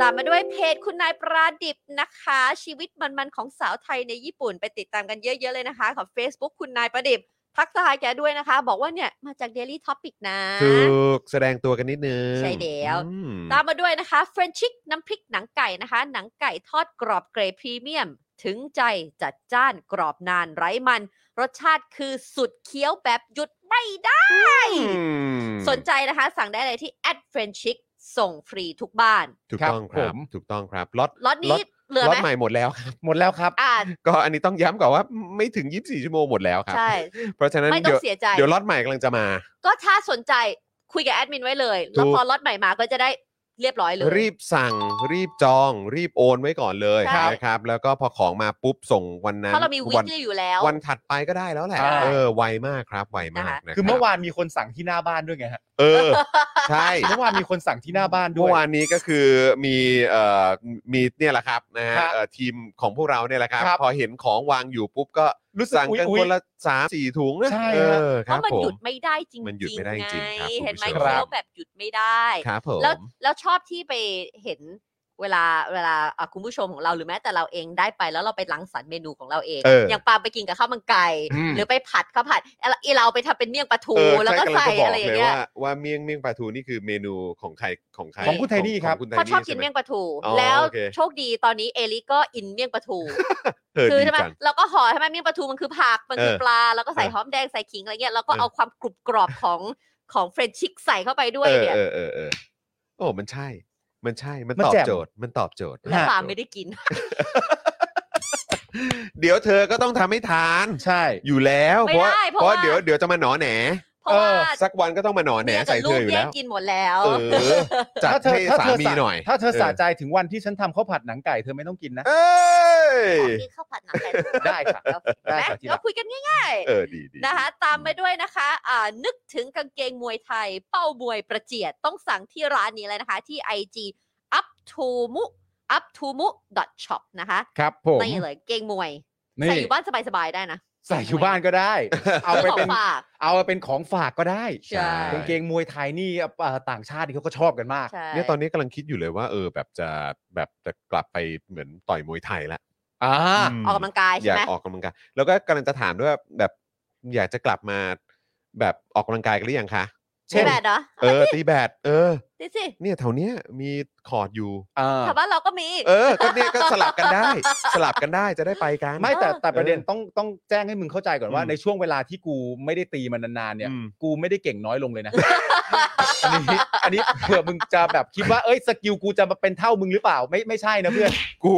ตามมาด้วยเพจคุณนายปราดิบนะคะ ชีวิตมันๆของสาวไทยในญี่ปุ่นไปติดตามกันเยอะๆเลยนะคะของ Facebook คุณนายประดิบทักทายแกด้วยนะคะ บอกว่าเนี่ยมาจาก Daily Topic นะ ถูกแสดงตัวกันนิดนึง ใช่แล้ว อืม ตามมาด้วยนะคะเฟรนชิกน้ำพริกหนังไก่นะคะ หนังไก่ทอดกรอบเกรดพรีเมียม ถึงใจจัดจ้านกรอบนานไร้มัน รสชาติคือสุดเคี้ยวแบบหยุดไม่ได้ อืม สนใจนะคะ สั่งได้เลยที่ a d f r e n c h i k ส่งฟรีทุกบ้าน ถูก ครับ ต้องครั ผ บ ม ถูกต้องครับล็อต ล็อตนี้เหลือ ล็อต ไห ให ม ม่หมดแล้วครับ *laughs* หมดแล้วครับ อ่า ก็อันนี้ต้องย้ำก่อนว่าไม่ถึง 24 ชั่วโมงหมดแล้วครับ ใช่ เพราะฉะนั้น ไม่ต้เดี๋อย ง ว เสียใจ เดี๋ยวล็อตใหม่กำลังจะมา ก็ถ้าสนใจคุยกับแอดมินไว้เลย แล้ว ถูก พอล็อตใหม่มาก็จะได้เรียบร้อยเลย รีบสั่งรีบจอง รีบโอนไว้ก่อนเลย ใช่ นะครับ แล้วก็พอของมาปุ๊บส่งวันนั้น เพราะเรามีวิ วัน กฤตอยู่แล้ว วันถัดไปก็ได้แล้วแหละ ใช่ เออไวมากครับไวมาก นะคะ นะรับ คือเมื่อวานมีคนสั่งที่หน้าบ้านด้วยไงฮะ เอ *laughs* อ ใช่ เมื่อวานมีคนสั่งที่หน้าบ้านด้ เมื่ ว อย วานนี้ก็คือมีเอ่อมีเนี่ยแหละครับนะฮะ ครับ เอ่อทีมของพวกเราเนี่ยแหละครับ ครับ พอเห็นของวางอยู่ปุ๊บก็ รู้สึก สั่งกัน อุ๊ยๆ คนละสามสี่ถุงนะ ใช่ เออค เพฮะรับ ราะมัน ผ หยุ ม ดไม่ได้จริงๆ มันหยุดไม่ได้จริงๆครับ เห็นไหม คุณผู้ชม เคี้ยวแบบหยุดไม่ได้ ครับผม แล้วแล้วชอบที่ไปเห็นเวลาเวลาอ่ะคุณผู้ชมของเราหรือแม้แต่เราเองได้ไปแล้วเราไปรังสรรค์เมนูของเราเอง เอออย่าง ปาไปกินกับข้าวมันไก่ อืม หรือไปผัดข้าวผัดเอาเราเอาเราไปทำเป็นเมี่ยงปลาทู เออ แล้วก็ใส่ช่ำงจบ อะไรอย่างเงี้ย ว่าว่าเมี่ยงเมี่ยงปลาทูนี่คือเมนูของใครของใคร ของคุณไทนี่ครับ ณไท เขาชอบ ใ กินเมี่ยงปลาทู อ๋อ แล้ว โอเค โชคดีตอนนี้เอลิก็อินเมี่ยงปลาทู *laughs* เออ คือ ดี ใช่ไหม จัง เราก็ห่อใช่ไหมเมี่ยงปลาทูมันคือผักมันคือ เออ ปลา แล้วก็ใส่ เออ หอมแดงใส่ขิงอะไรเงี้ยแล้วก็ เออ เอาความกรุบกรอบของของเฟรนชิกใส่เข้าไปด้วย เออ เนี่ย เออเออเออโอ้มันใช่ มันใช่ มัน มัน ตอบ แจ่ม โจทย์ มันตอบโจทย์ และ นตอบโจทย์ ปาไม่ได้กิน *laughs* เดี๋ยวเธอก็ต้องทำให้ทาน ใช่ อยู่แล้ว ไม่ เพราะ ได้ เพ เพราะ ราะ ว่า เดี๋ยวเดี๋ยวจะมาหนอแหน เพราะว่า สักวันก็ต้องมาหนอแหน เมียกั ใส่ บ เธ ลู อก อยู่ แย่ แล้ ง ว กินหมดแล้ว เออจัด ถ้าเธอ ให้ ถ้า สา เธอ มี สะ หน่อย ถ้าเธอสะใจถึงวันที่ฉันทำข้าวผัดหนังไก่เธอไม่ต้องกินนะ เอ้ย มีข้าวผัดหนังไก่ ได้ค่ะ ได้ค่ะที่รัก เราคุยกันง่าย เออดีดี ๆนะคะตามไปด้วยนะคะอ่านึกถึงกางเกงมวยไทย เป้ามวยประเจียดต้องสั่งที่ร้านนี้เลยนะคะ ที่ IG up to mu up to mu shop นะคะ ครับผม นี่เลยเกงมวย นี่ ใส่อยู่บ้านสบายๆได้นะ ใส่อยู่บ้านก็ได้ *laughs* เอาไป ขอ เป็น งฝาก เอาไปเป็นของฝากก็ได้ ใช่ กางเกงมวยไทยนี่เอ่อต่างชาตินี่เขาก็ชอบกันมาก ใช่ เนี่ยตอนนี้กำลังคิดอยู่เลยว่าเออแบบจะแบบจะกลับไปเหมือนต่อยมวยไทยละ อ่า ออกกำลังกาย อ ใช่ ยาก ไหม ออกกำลังกายแล้วก็กำลังจะถามด้วยว่าแบบอยากจะกลับมาแบบออกกำลังกายกันหรือยังคะ เช่ ตี น แบดเหรอ เออตีแบดเออ ตีสิ เนี่ยแถวเนี้ยมีคอร์ดอยู่ อ่า แถวบ้านเราก็มี เออ ก็เนี่ยก็สลับกัน *laughs* ได้ สลับกันได้จะได้ไปกัน ไม่แต่แต่ประเด็น เออ ต้องต้องแจ้งให้มึงเข้าใจก่อนว่า อืม ในช่วงเวลาที่กูไม่ได้ตีมันนานๆเนี่ย อืม กูไม่ได้เก่งน้อยลงเลยนะ *laughs* อันนี้อันนี้เผื่อมึงจะแบบคิดว่าเอ้ยสกิลกูจะมาเป็นเท่ามึงหรือเปล่าไม่ไม่ใช่นะเพื่อน กู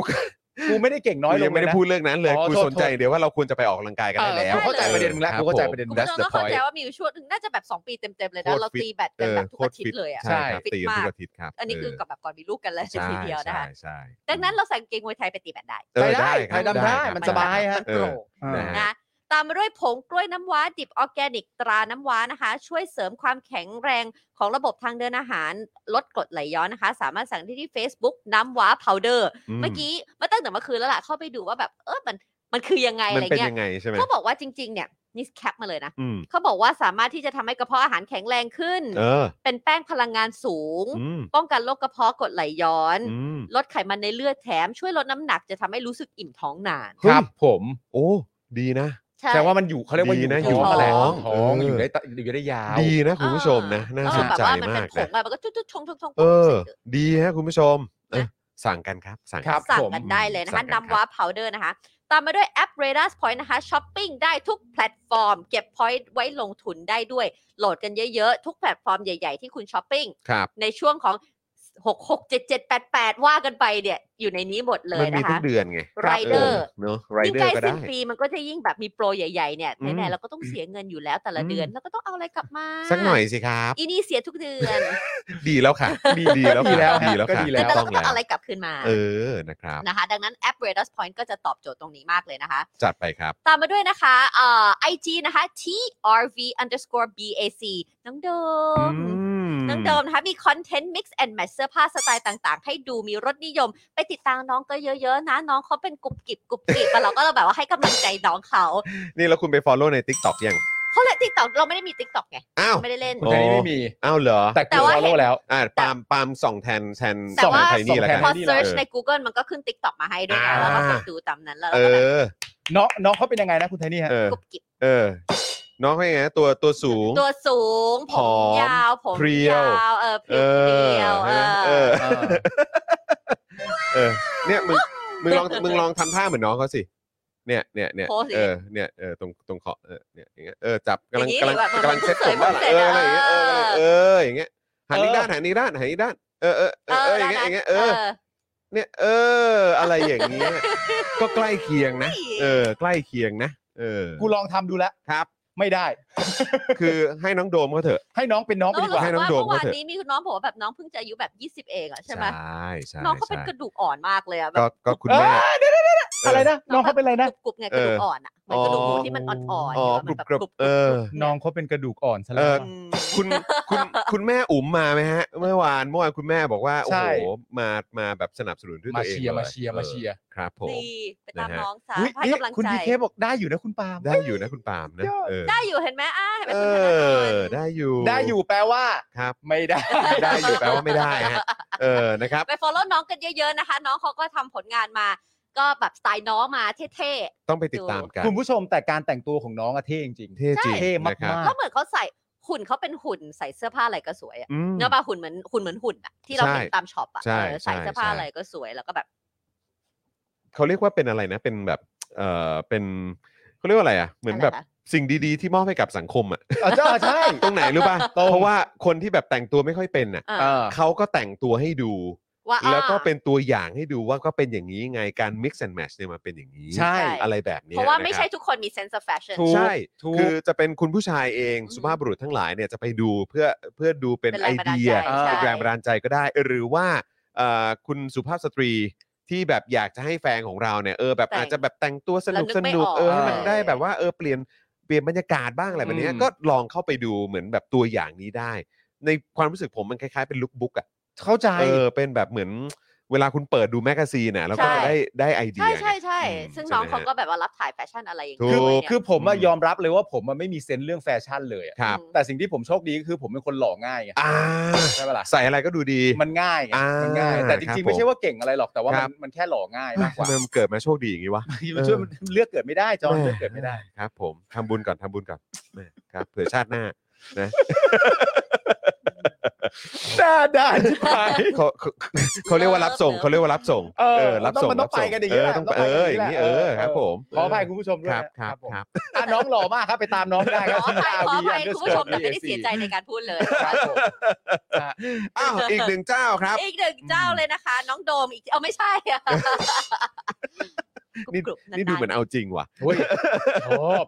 กูไม่ได้เก่งน้อย กู ล ยัง ง เล ไม่ ย ได้ นะ พูดเรื่องนั้นเลย อ๋อ กู โทษ สนใจเดี๋ยวว่าเราควรจะไปออกกำลังกายกันได้ เออ แล้ว กูเข้าใจประเด็นมึงแล้ว คบ กูเข้าใจ ผม ประเด็นคุมึณ แล้ ผู้ช That's the มต้องเข้าใจ point ว่ามีอยู่ช่วงหนึงน่าจะแบบสองปีเต็มๆเลยนะ โคตร เรา ฟิต ตีแบดกันแบบทุกอาทิตย์เลยอ่ะ ใช่ครับ ฟิต ตีกันทุมากกอาทิตย์ครับ อันนี้คือกับแบบก่อนมีลูกกันเลย ใช่ ทีเดียวนะ ใช่ คะ ใช่ ดังนั้นเราใส่กางเกงมวยไทยไปตีแบดได้ เออได้ ไปครับได้ไปได้ ครับ มันสบายฮะ มันโปร่ง อ่า นะตามมาด้วยผงกล้วยน้ำว้า ดิบออร์แกนิกตราน้ำว้านะคะ ช่วยเสริมความแข็งแรงของระบบทางเดินอาหาร ลดกรดไหลย้อนนะคะ สามารถสั่งได้ที่ Facebook น้ำว้าพาวเดอร์เมื่อกี้มาตั้งแต่เมื่อคืนแล้วล่ะ เข้าไปดูว่าแบบ เออมันมันคือยังไง มั อะ น ไร เป็น เงี้ย ยังไงใช่ไหม เขาบอกว่าจริงๆ เนี่ยนี่แคปมาเลยนะ อืม เขาบอกว่าสามารถที่จะทำให้กระเพาะอาหารแข็งแรงขึ้น เออ เป็นแป้งพลังงานสูง อืม ป้องกันโรคกระเพาะกรดไหลย้อน อืม ลดไขมันในเลือดแถม ช่วยลดน้ำหนักจะทำให้รู้สึกอิ่มท้องนาน ครับผม โอ้ดีนะ ใช่ แต่ว่ามันอยู่เขาเรียกว่าอ ดีนะ ยู่อยู่ท้องแหละ ท้อง ท้อง เออ อ อ ยู่ได้ตะอยู่ได้ยาว ดีนะคุณผู้ชมนะน่า เออ สนใจ แบบว่มันเป็ มาก ผง นะ อะมันก็จุ๊ดจุ๊ดชงชงชง เออ ชงใส่ ดีฮะคุณผู้ชมเออ นะ สั่งกันครับสั่ง ครั กับ น สั่ง ผม กันได้เลยนะ สั่งคะกันครับ นำว้าพาวเดอร์นะคะ ตามมาด้วยแอป r a d a r Point นะคะช้อปปิ้งได้ทุกแพลตฟอร์ม เก็บ point ไว้ลงทุนได้ด้วย โหลดกันเยอะๆ ทุกแพลตฟอร์มใหญ่ๆ ที่คุณช้อปปิ้ง ครับ ในช่วงของ 6 6 7 7 8 8 ว่ากันไปเนี่ย อยู่ในนี้หมดเล มั ย มี นะ ทุ คะ กเดือนไง ไรเดอร์ เนาะไร ยิ่ง เดอ ใกล้ ร์ก็ สิ้ ได้ นปีมันก็จะยิ่งแบบมีโปรใหญ่ๆเนี่ย อืม ไหนๆเราก็ต้องเสียเงินอยู่แล้วแต่ละ อืม เดือนแล้วก็ต้องเอาอะไรกลับมา สักหน่อยสิครับ อีนี่เสียทุกเดื *laughs* อน ดีแล้วค่ะ ดีดีแล้ว ดีแล้ว ค่ะ ฮะ ดีแล้ว ก็ ค่ะ ดีแล้ แต่ ว เรา ต้ ก็ อง ต้อง แล้ว เอาอะไรกลับคืนมา เออนะครับ นะคะดังนั้นแอป r a d a r Point ก็จะตอบโจทย์ตรงนี้มากเลยนะคะ จัดไปครับ ตามมาด้วยนะคะเอ่อ IG นะคะ trv underscore bac น้องเดิมน้องเดิมนะคะ มีคอนเทนต์ mix and match เสื้อผ้าสไตล์ต่างๆ ให้ดูมีรสนิยม ไปติดตามน้องก็เยอะๆ นะ น้องเขาเป็นกรุบกริบกรุบกริบแล้วเราก็แบบว่าให้กำลังใจน้องเขา นี่แล้วคุณไป follow ใน TikTok ยัง เขาเลยติ๊กต็อกเราไม่ได้มีติ๊กต็อกไง อ้าว ไม่ได้เล่น คุณชายนี่ไม่มี อ้าวเหรอ แต่ แต่ กู ว่า ฟอลโล่แล้ว อ่าปาล์มปาล์มส่องแทนแทน แต่ ส่อง ว่า ไทยนี่แล้วกัน พอ นี่เหร search อเออ ใน Google มันก็ขึ้นติ๊กต็อกมาให้ด้วยไง อ่า แล้วเราก็กดดูตามนั้นแล้ว เอ เราก็แบบ อ น้องน้องเขาเป็นยังไงนะคุณไทนี่ฮะ เออ กรุบกริบ เออ น้องเขาอย่างไงตัวตัวสูง ตัวสูง ผ ผอ ม ม ยาวผม เพรีย ยว าวเออเพ เอ รียว อฮะๆเอเอ อ อ เออ เออ เนี่ยมึงมึงลองมึงลองทำท่าเหมือนน้องเขาสิ เนี่ยเนี่ยเนี่ย โพสอย่าง เอ งี้ อเนี่ยเออตรงตรงคอเออเนี่ยอย่างเงี้ยเออจับกำลัง อย่างงี้ กำลัง หรือแบบ กำลังเซ็ต เส ผ ย มว่าหลัง ผมเอเสร็จ ออะไรอย่างเงี้ยเออ เออ เอออย่างเงี้ยหันนี้ด้านหันนี้ด้านหันนี้ด้านเออเออเออเอออย่างเงี้ยอย่างเงี้ยเออ เนี่ยเออ อะไรอย่างเงี้ย ก็ใกล้เคียงนะ เออ ใกล้เคียงนะ เออ กูลองทำดูแล้ว ครับ ไม่ได้ คือให้น้องโดมเขาเถอะ ให้น้องเป็นน้องไป แล้ว ดีก รู้สึกว่าให้น้อง ว่า โดม เมื่อวาเขานเถอะ นี้มีน้องบอกว่าแบบน้องเพิ่งจะอายุแบบ 20 เองอะใช่ไหม ใช่ใช่ น้องเขาเป็น ใช่ กระดูกอ่อนมากเลยอะแบ ก็ บ ก็คุณ เอ้ แม่ ยเดี๋ยวเดี๋ยวเดี๋ยวอะไรนะน้องเขาเป็นอะไรนะ กรุบๆไงกระดูกอ่อนอะเหมือนกระดูกหมูที่มันอ่อนๆ อ๋อ มันแบบ กรุบๆ กรุบๆ เออ เนี่ย น้องเขาเป็นกระดูกอ่อนซะ เอ แล้ว อ คุณคุณคุณแม่อุ๋มมาไหมฮะ เมื่อวานเมื่อวานคุณแม่บอกว่า โอ้ ใช่ โห มามาแบบสนับสนุนด้วย มา ตัวเอง เชียร์ ล มาเชียร์มาเชียร์ ครับผม ดีไปตาม นะฮะ น้องสาว อุ๊ย ให้กำลัง คุณ ใจ พีเคบอกได้อยู่นะคุณปาล์ม ได้อยู่นะคุณปาล์มนะ ยอด เออ ได้อยู่เห็นไหมอ่ะเห็นไหม เอ คุณธนาธร อ ได้อยู่ ได้อยู่แปลว่า ครับ ไม่ได้ ได้อยู่แปลว่าไม่ได้ฮะ เออ นะครับ ไป follow น้องกันเยอะๆนะคะ น้องเขาก็ทำผลงานมา ก็แบบสไตล์น้องมาเท่ ต้องไปติดตามกัน คุณผู้ชมแต่การแต่งตัวของน้องอะเท่จริง เท่จริง ใช่เท่มากนะๆครับ ๆก็เหมือนเขาใส่หุ่นเขาเป็นหุ่นใส่เสื้อผ้าอะไรก็สวยอะ อืม เนื้อปลาหุ่นเหมือนหุ่นเหมือนหุ่นอะที่เราเห็น ใช่ ตามช็อปอะ ใช่ เออใส่ ใช่ เสื้อผ้า ใช่ อะไรก็สวยแล้วก็แบบ เขาเรียกว่าเป็นอะไรนะ เป็นแบบ เออเป็นเขาเรียกว่าอะไรอ่ะ เหมือนแบบ อะไรคะ สิ่งดีๆ ที่มอบให้กับสังคมอ่ะ เออใช่ใช่ ตรงไหนรู้ป่ะ ตรง เพราะว่าคนที่แบบแต่งตัวไม่ค่อยเป็นอ่ะ เออ เออ เขาก็แต่งตัวให้ดู ว่าอ่า แล้วก็เป็นตัวอย่างให้ดูว่าก็เป็นอย่างนี้ไง การ mix and match เนี่ยมันเป็นอย่างนี้ ใช่ ใช่ อะไรแบบนี้ย เพราะว่าไม่ นค ใช่ บ ทุกคนมี sense of fashion ถูก ใช่ ถูก คือจะเป็นคุณผู้ชายเอง อืม สุภาพบุรุษทั้งหลายเนี่ยจะไปดูเพื่อเพื่อดูเป็น เป็นแร ไอง บันดาล เดี ใจ ย ใช่ เป็นแรงบันดาลใจก็ได้ หรือว่าเอ่อคุณสุภาพสตรีที่แบบอยากจะให้แฟนของเราเนี่ยเออแบบ แต่ง อาจจะแบบแต่งตัวสนุก เรานึก ส ไม่ นุก ออก เออให้มัน เออ ได้แบบว่าเออเปลี่ยนเปลี่ยนบรรยากาศบ้างอะไรแบบเนี้ย อืม ก็ลองเข้าไปดูเหมือนแบบตัวอย่างนี้ได้ ในความรู้สึกผมมันคล้ายๆเป็นลุคบุ๊กอะ เข้าใจ เออเป็นแบบเหมือน เวลาคุณเปิดดูแมกกาซีนเนี่ยเราก็จะ ใช่ ได้ได้ไอเดีย ใช่ ไง ใช่ใช่ อืม ซึ่งน้อง ใช่ไหม เขาก็แบบว่ารับถ่ายแฟชั่นอะไรอย่างเงี้ย ถูกด้วยเนี่ยคือคือผมอะ อืม ยอมรับเลยว่าผมอะไม่มีเซนส์เรื่องแฟชั่นเลยอะ ครับ อืม แต่สิ่งที่ผมโชคดีก็คือผมเป็นคนหล่อง่ายไง อ่า ใช่ปะล่ะ ใส่อะไรก็ดูดี มันง่ายไง อ่ามั มันง่าย แต่จ ครับ ริ ผมงๆ ไม่ใช่ว่าเก่งอะไรหรอกแต่ว่า ค มั รั น บ มันแค่หล่อง่ายมากทำกว่า ไมมันเกิดมาโชคดีอย่างนี้วะ มันช่วยมันเลือกเกิดไม่ได้จอน แม่ เลือกเกิดไม่ได้ ครับ ผมทำบุญก่อนทำบุญก่อนแม่ครับเผื่อชาติ *laughs* หน้านะ ด่าด่าชิบหาย เขาเขาเขาเรียกว่ารับส่งเขาเรียกว่ารับส่ง เออ รับส่ง มันต้รัองบส่ ไปกันอย่างนี้ เออ แหละ ต้อง ต้อง เออไปกั อน อย่างย่างนี้นี้ แหละ เออ เออ ครับ ผม ขออภัยคุณผู้ชมด้วย ครับ นะครับ ผม ครับ อ่ะน้องหล่อมากครับไปตามน้องได้ค ข รับ ออภัยขออภั RV ยคุณผู้ชม underscore แต่ไม่ได้เสียใจในการพูดเลย ครับผมอ่ะ *laughs* อ้าวอีกหนึ่งเจ้าครับ อีกหนึ่งเจ้าเลยนะคะ น้องโดมอีกเอาไม่ใช่อะ *laughs* นี่ กรุบๆ นี่ดูเหมือน ๆ เอาจริงว่ะ โอ้ยชอบ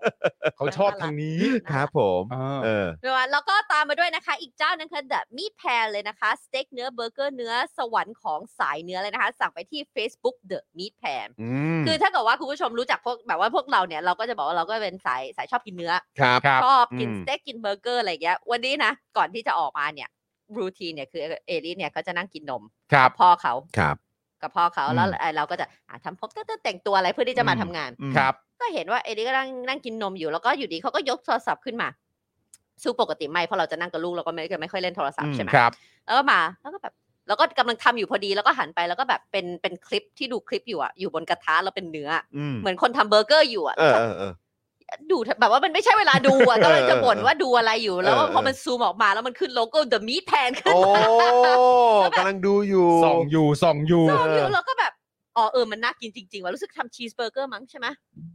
เขาชอบทางนี้ ครับผม เออ นะแล้วก็ตามมาด้วยนะคะ อีกเจ้านึงคือ The Meat Pair เลยนะคะสเต็กเนื้อเบอร์เกอร์เนื้อสวรรค์ของสายเนื้อเลยนะคะ สั่งไปที่ Facebook The Meat Pair อืม คือถ้าเกิดว่าคุณผู้ชมรู้จักพวกแบบว่าพวกเราเนี่ยเราก็จะบอกว่าเราก็เป็นสายสายชอบกินเนื้อ ครับ ครับ ชอบกิน อืม สเต็กกินเบอร์เกอร์อะไรอย่างเงี้ยวันนี้นะ ก่อนที่จะออกมาเนี่ยรูทีเนี่ยคือเอลิเนี่ยเขาจะนั่งกินนม ครับ พ่อเขา ครับ กับพ่อเขาแล้ว อืม เอ่อเราก็จะอ่ะทำพกเต้นแต่งตัวอะไรเพื่อที่จะมา อืม ทำงาน ครับ ก็เห็นว่าเอลิก็นั่งนั่งกินนมอยู่แล้วก็อยู่ดีเขาก็ยกโทรศัพท์ขึ้นมาซึ่งปกติไม่เพราะเราจะนั่งกับลูกเราก็ไม่ไม่ค่อยเล่นโทรศัพท์ใช่ไหม ครับ แล้วก็มาแล้วก็แบบแล้วก็กำลังทำอยู่พอดีแล้วก็หันไปแล้วก็แบบเป็นเป็นคลิปที่ดูคลิปอยู่อะอยู่บนกระทะแล้วเป็นเนื้ออะ อืม เหมือนคนทำเบอร์เกอร์อยู่อะ เออเออเออ ดูเถอะแบบว่ามันไม่ใช่เวลา *laughs* ดูอ่ะ ก็เลยจะบ่นว่าดูอะไรอยู่ แล้ว เออเออ พอมันซูมออกมาแล้วมันขึ้นโลโก้ The Meat Pan ขึ้น โอ้กำลังดูอยู่ ส่องอยู่ส่องอยู่ เราอยู่แล้วก็แบบ อ๋อเออมันน่ากินจริงๆว่ะรู้สึกทำชีสเบอร์เกอร์มั้งใช่ไหม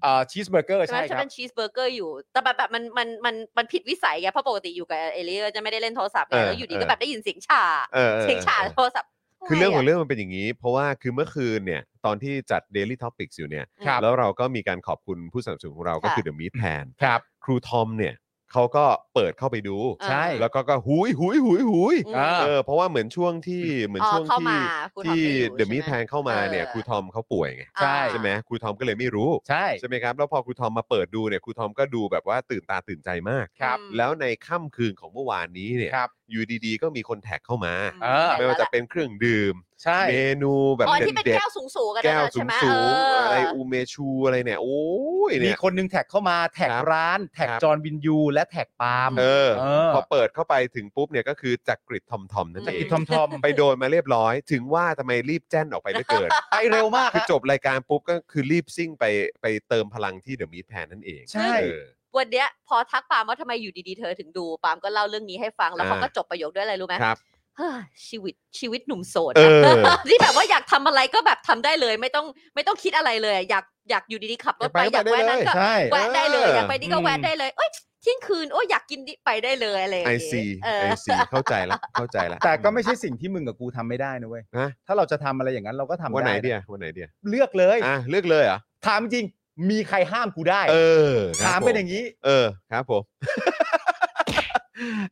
เอ่อชีสเบอร์เกอร์ ใช่ไหม ใช่ค ฉัน รับ เป็นชีสเบอร์เกอร์อยู่ แต่แบบแบบมันมันมันมันผิดวิสัยไงเพราะปกติอยู่กับเอเลียจะไม่ได้เล่นโทรศัพท์ไงแล้วอยู่ดีก็แบบได้ยินเสียงฉ่า เออเออ เสียงฉ่าโทรศัพท์ คือเรื่องของเรื่องมันเป็นอย่างนี้ เพราะว่าคือเมื่อคืนเนี่ย ตอนที่จัด Daily Topics อยู่เนี่ย ครับ แล้วเราก็มีการขอบคุณผู้สนับสนุนของเราก็คือ The Meat Pan ครับ ครูทอมเนี่ยเขาก็เปิดเข้าไปดู เออ ใช่ แล้วก็ก็หุยหุยหุยหุย อืม อ่า เออเพราะว่าเหมือนช่วงที่เหมือน อ๋อ ช่วง เข้า ที่ มาครูทอม ที่ ไม่อยู่ The ใช่ Meat ไหม Pan เข้ามาเนี่ย เออ ครูทอมเขาป่วยไง ใช่ อ่า ใช่ไหมครูทอมก็เลยไม่รู้ ใช่ ใช่ไหมครับ แล้วพอครูทอมมาเปิดดูเนี่ยครูทอมก็ดูแบบว่าตื่นตาตื่นใจมาก ครับ อืม แล้วในค่ำคืนของเมื่อวานนี้เนี่ย ครับ อยู่ดีๆ ก็มีคนแท็กเข้ามา เออ ไม่ว่าจะเป็นเครื่องดื่ม ใช่ เมนูแบบ อ๋อ เด็ ที่เป็น ด แก้วสูงสูงๆกัน ๆแก้วสู ใช่ ง ไหม สู เองออ อะไรอูเมชูอะไรเนี่ย โอ้ย มี เนี่ย คนหนึงแท็กเข้ามาแท็ก ครับ ร้าน แท็กจอร์นวินยู และแท็กปาล์ม เออ เออ พอเปิดเข้าไปถึงปุ๊บเนี่ยก็คือจักริดทอมทอมนั่น จาก เอ กิ ง จทอมทอม ไปโดนมาเรียบร้อย ถึงว่าทำไมรีบแจ้นออกไปเหลือเกิน *laughs* ไปเร็วมาก คือ ฮะ จบรายการปุ๊บก็คือรีบซิ่งไปไปเติมพลังที่เดอะมีทแทนนั่นเอง ใช่ เออ วันเนี้ยพอทักปาล์มว่าทำไมอยู่ดีๆเธอถึงดูปาล์มก็เล่าเรื่องนี้ให้ฟังแล้วเขา อ่า ก็จบประโยคด้วยอะไรรู้ไหม ครับ เฮ้อชีวิตชีวิตหนุ่มโสด เอ นะ อ *laughs* ที่แบบว่าอยากทำอะไรก็แบบทำได้เลย ไม่ต้องไม่ต้องคิดอะไรเลยอะอยากอยากอยู่ดีๆขับรถไป อยาก อ ไปก็ไปยากแวะ ได้ นั่น เลย ก็ ใช่ แวะได้เลยอยากไปนี่ก็ อืม แวะได้เลยเอ้ยเที่ยงคืนโอ้ยอยากกินนี่ไปได้เลยอะไรอย่าง ไอ เงี้ย ซี เออ ไอซีเข้าใจละเข้าใจละ แต่ก็ไม่ใช่สิ่งที่มึงกับกูทำไม่ได้นะเว้ย นะ ถ้าเราจะทำอะไรอย่างนั้นเราก็ทำ วันไหน ได้ะ เดียวันไหนเดีย เลือกเลย อ่ะเลือกเลยเหรอ่ะ ถามจริง มีใครห้ามกูได้ เออ ถามเป็นอย่างนี้ เออครับผม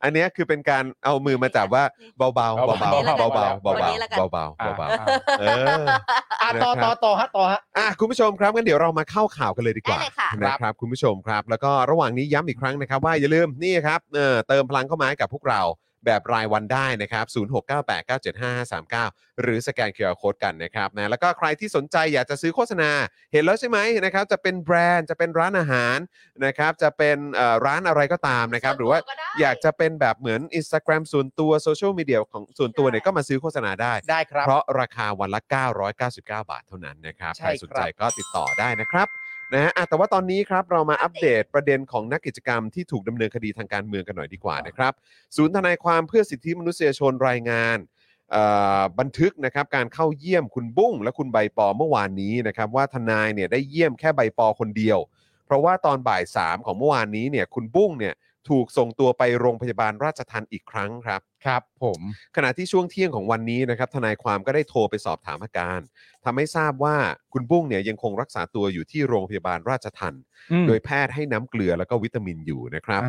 อันเนี้ยคือเป็นการเอามือมาจับว่าเบาๆเบาๆเบาๆเบาๆเบาๆเบาๆเบาๆเออ อ่ะต่อต่อต่อฮะต่อฮะ อ่ะคุณผู้ชมครับงั้นเดี๋ยวเรามาเข้าข่าวกันเลยดีก ได้ ว่า เลยค่ะ นะครับคุณผู้ชมครับ แล้วก็ระหว่างนี้ย้ำอีกครั้งนะครับ ว่าอย่าลืมนี่ครับเออเติมพลังเข้ามาให้กับพวกเราแบบรายวันได้นะครับ 0698975539 หรือสแกนเคอร์โคดกันนะครับนะแล้วก็ใครที่สนใจอยากจะซื้อโฆษณา เห็นแล้วใช่ไหมนะครับ จะเป็นแบรนด์จะเป็นร้านอาหารนะครับจะเป็นเอ่อร้านอะไรก็ตามนะครับ หรือว่า ส่นตัได้ อยากจะเป็นแบบเหมือน Instagram ส่วนตัวโซเชียลมีเดียของส่วนตัวเนี่ย ใช่ ก็มาซื้อโฆษณาได้ ได้ครับ เพราะราคาวันละ 999 บาทเท่านั้นนะครับ ใช่ ใครสนใจ ครับ ก็ติดต่อได้นะครับนะฮะอ่ะแต่ว่าตอนนี้ครับเรามาอัปเดตประเด็นของนักกิจกรรมที่ถูกดำเนินคดีทางการเมืองกันหน่อยดีกว่านะครับ ศูนย์ทนายความเพื่อสิทธิมนุษยชนรายงานเอ่อบันทึกนะครับการเข้าเยี่ยมคุณบุ้งและคุณใบปอเมื่อวานนี้นะครับว่าทนายเนี่ยได้เยี่ยมแค่ใบปอคนเดียว เพราะว่าตอนบ่ายสามของเมื่อวานนี้เนี่ยคุณบุ้งเนี่ยถูกส่งตัวไปโรงพยาบาลราชทันอีกครั้งครับ ครับผม ขณะที่ช่วงเที่ยงของวันนี้นะครับทนายความก็ได้โทรไปสอบถามอาการทำให้ทราบว่าคุณบุ้งเนี่ยยังคงรักษาตัวอยู่ที่โรงพยาบาลราชทันโดยแพทย์ให้น้ำเกลือแล้วก็วิตามินอยู่นะครับ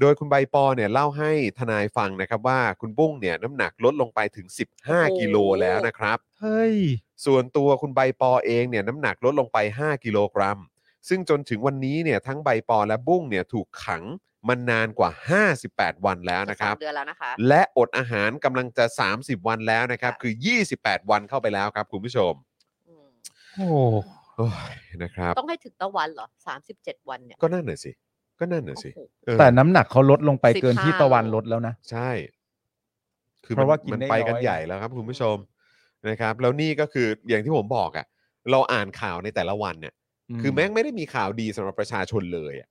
โดยคุณใบปอเนี่ยเล่าให้ทนายฟังนะครับว่าคุณบุ้งเนี่ยน้ำหนักลดลงไปถึง โอ้โห 15 กิโลแล้วนะครับ เฮ้ย ส่วนตัวคุณใบปอเองเนี่ยน้ำหนักลดลงไป 5 กิโลกรัม ซึ่งจนถึงวันนี้เนี่ยทั้งใบปอและบุ้งเนี่ยถูกขัง มันนานกว่า 58 วันแล้วนะครับ สองเดือนแล้วนะคะ และอดอาหารกำลังจะ 30 วันแล้วนะครับ คือ 28 วันเข้าไปแล้วครับคุณผู้ชม อืม โอ้ โอ้ยนะครับ ต้องให้ถึงตะวันเหรอสามสิบเจ็ดวันเนี่ย ก็นั่นน่ะสิ ก็นั่นน่ะสิ โอ้โห เออ แต่น้ำหนักเขาลดลงไปเกิน 15 ที่ตะวันลดแล้วนะ ใช่ คือ เพราะว่ากิน มัน ได้ ไปกัน น้อย ใหญ่แล้วครับ คุณผู้ชมนะครับ แล้วนี่ก็คืออย่างที่ผมบอกอะ่ะ เราอ่านข่าวในแต่ละวันเนี่ย คือแม่งไม่ได้มีข่าวดีสำหรับประชาชนเลยอะ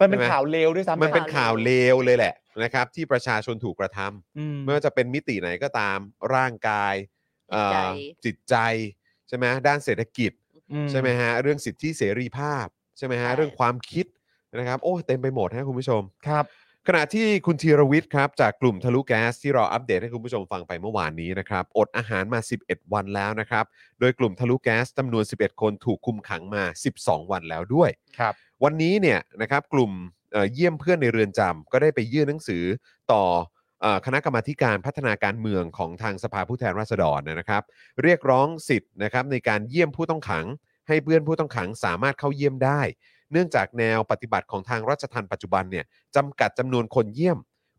มันเป็น ใช่ไหม ข่าวเลวด้วยซ้ำ มันเป็น ไ ข่าวเลวเลยแหละนะครับ ที่ประชาชนถูกกระทำ อืม ไม่ว่าจะเป็นมิติไหนก็ตามร่างกายเอ่อ จิตใจ จิตใจใช่ไหมด้านเศรษฐกิจ ใช่ไหมฮะเรื่องสิทธิเสรีภาพใช่ไหมฮะ ใช่ เรื่องความคิดนะครับ โอ้เต็มไปหมดฮะคุณผู้ชม ครับ ขณะที่คุณธีรวิทย์ครับจากกลุ่มทะลุแก๊สที่เราอัปเดตให้คุณผู้ชมฟังไปเมื่อวานนี้นะครับ อดอาหารมา 11 วันแล้วนะครับ โดยกลุ่มทะลุแก๊สจำนวน 11 คนถูกคุมขังมา 12 วันแล้วด้วย ครับ วันนี้เนี่ยนะครับกลุ่มเอ่อเยี่ยมเพื่อนในเรือนจำก็ได้ไปยื่นหนังสือต่อเอ่อคณะกรรมาธิการพัฒนาการเมืองของทางสภาผู้แทนราษฎรนะครับ เรียกร้องสิทธิ์นะครับในการเยี่ยมผู้ต้องขัง ให้เพื่อนผู้ต้องขังสามารถเข้าเยี่ยมได้ เนื่องจากแนวปฏิบัติของทางราชทัณฑ์ปัจจุบันเนี่ยจำกัดจำนวนคนเยี่ยม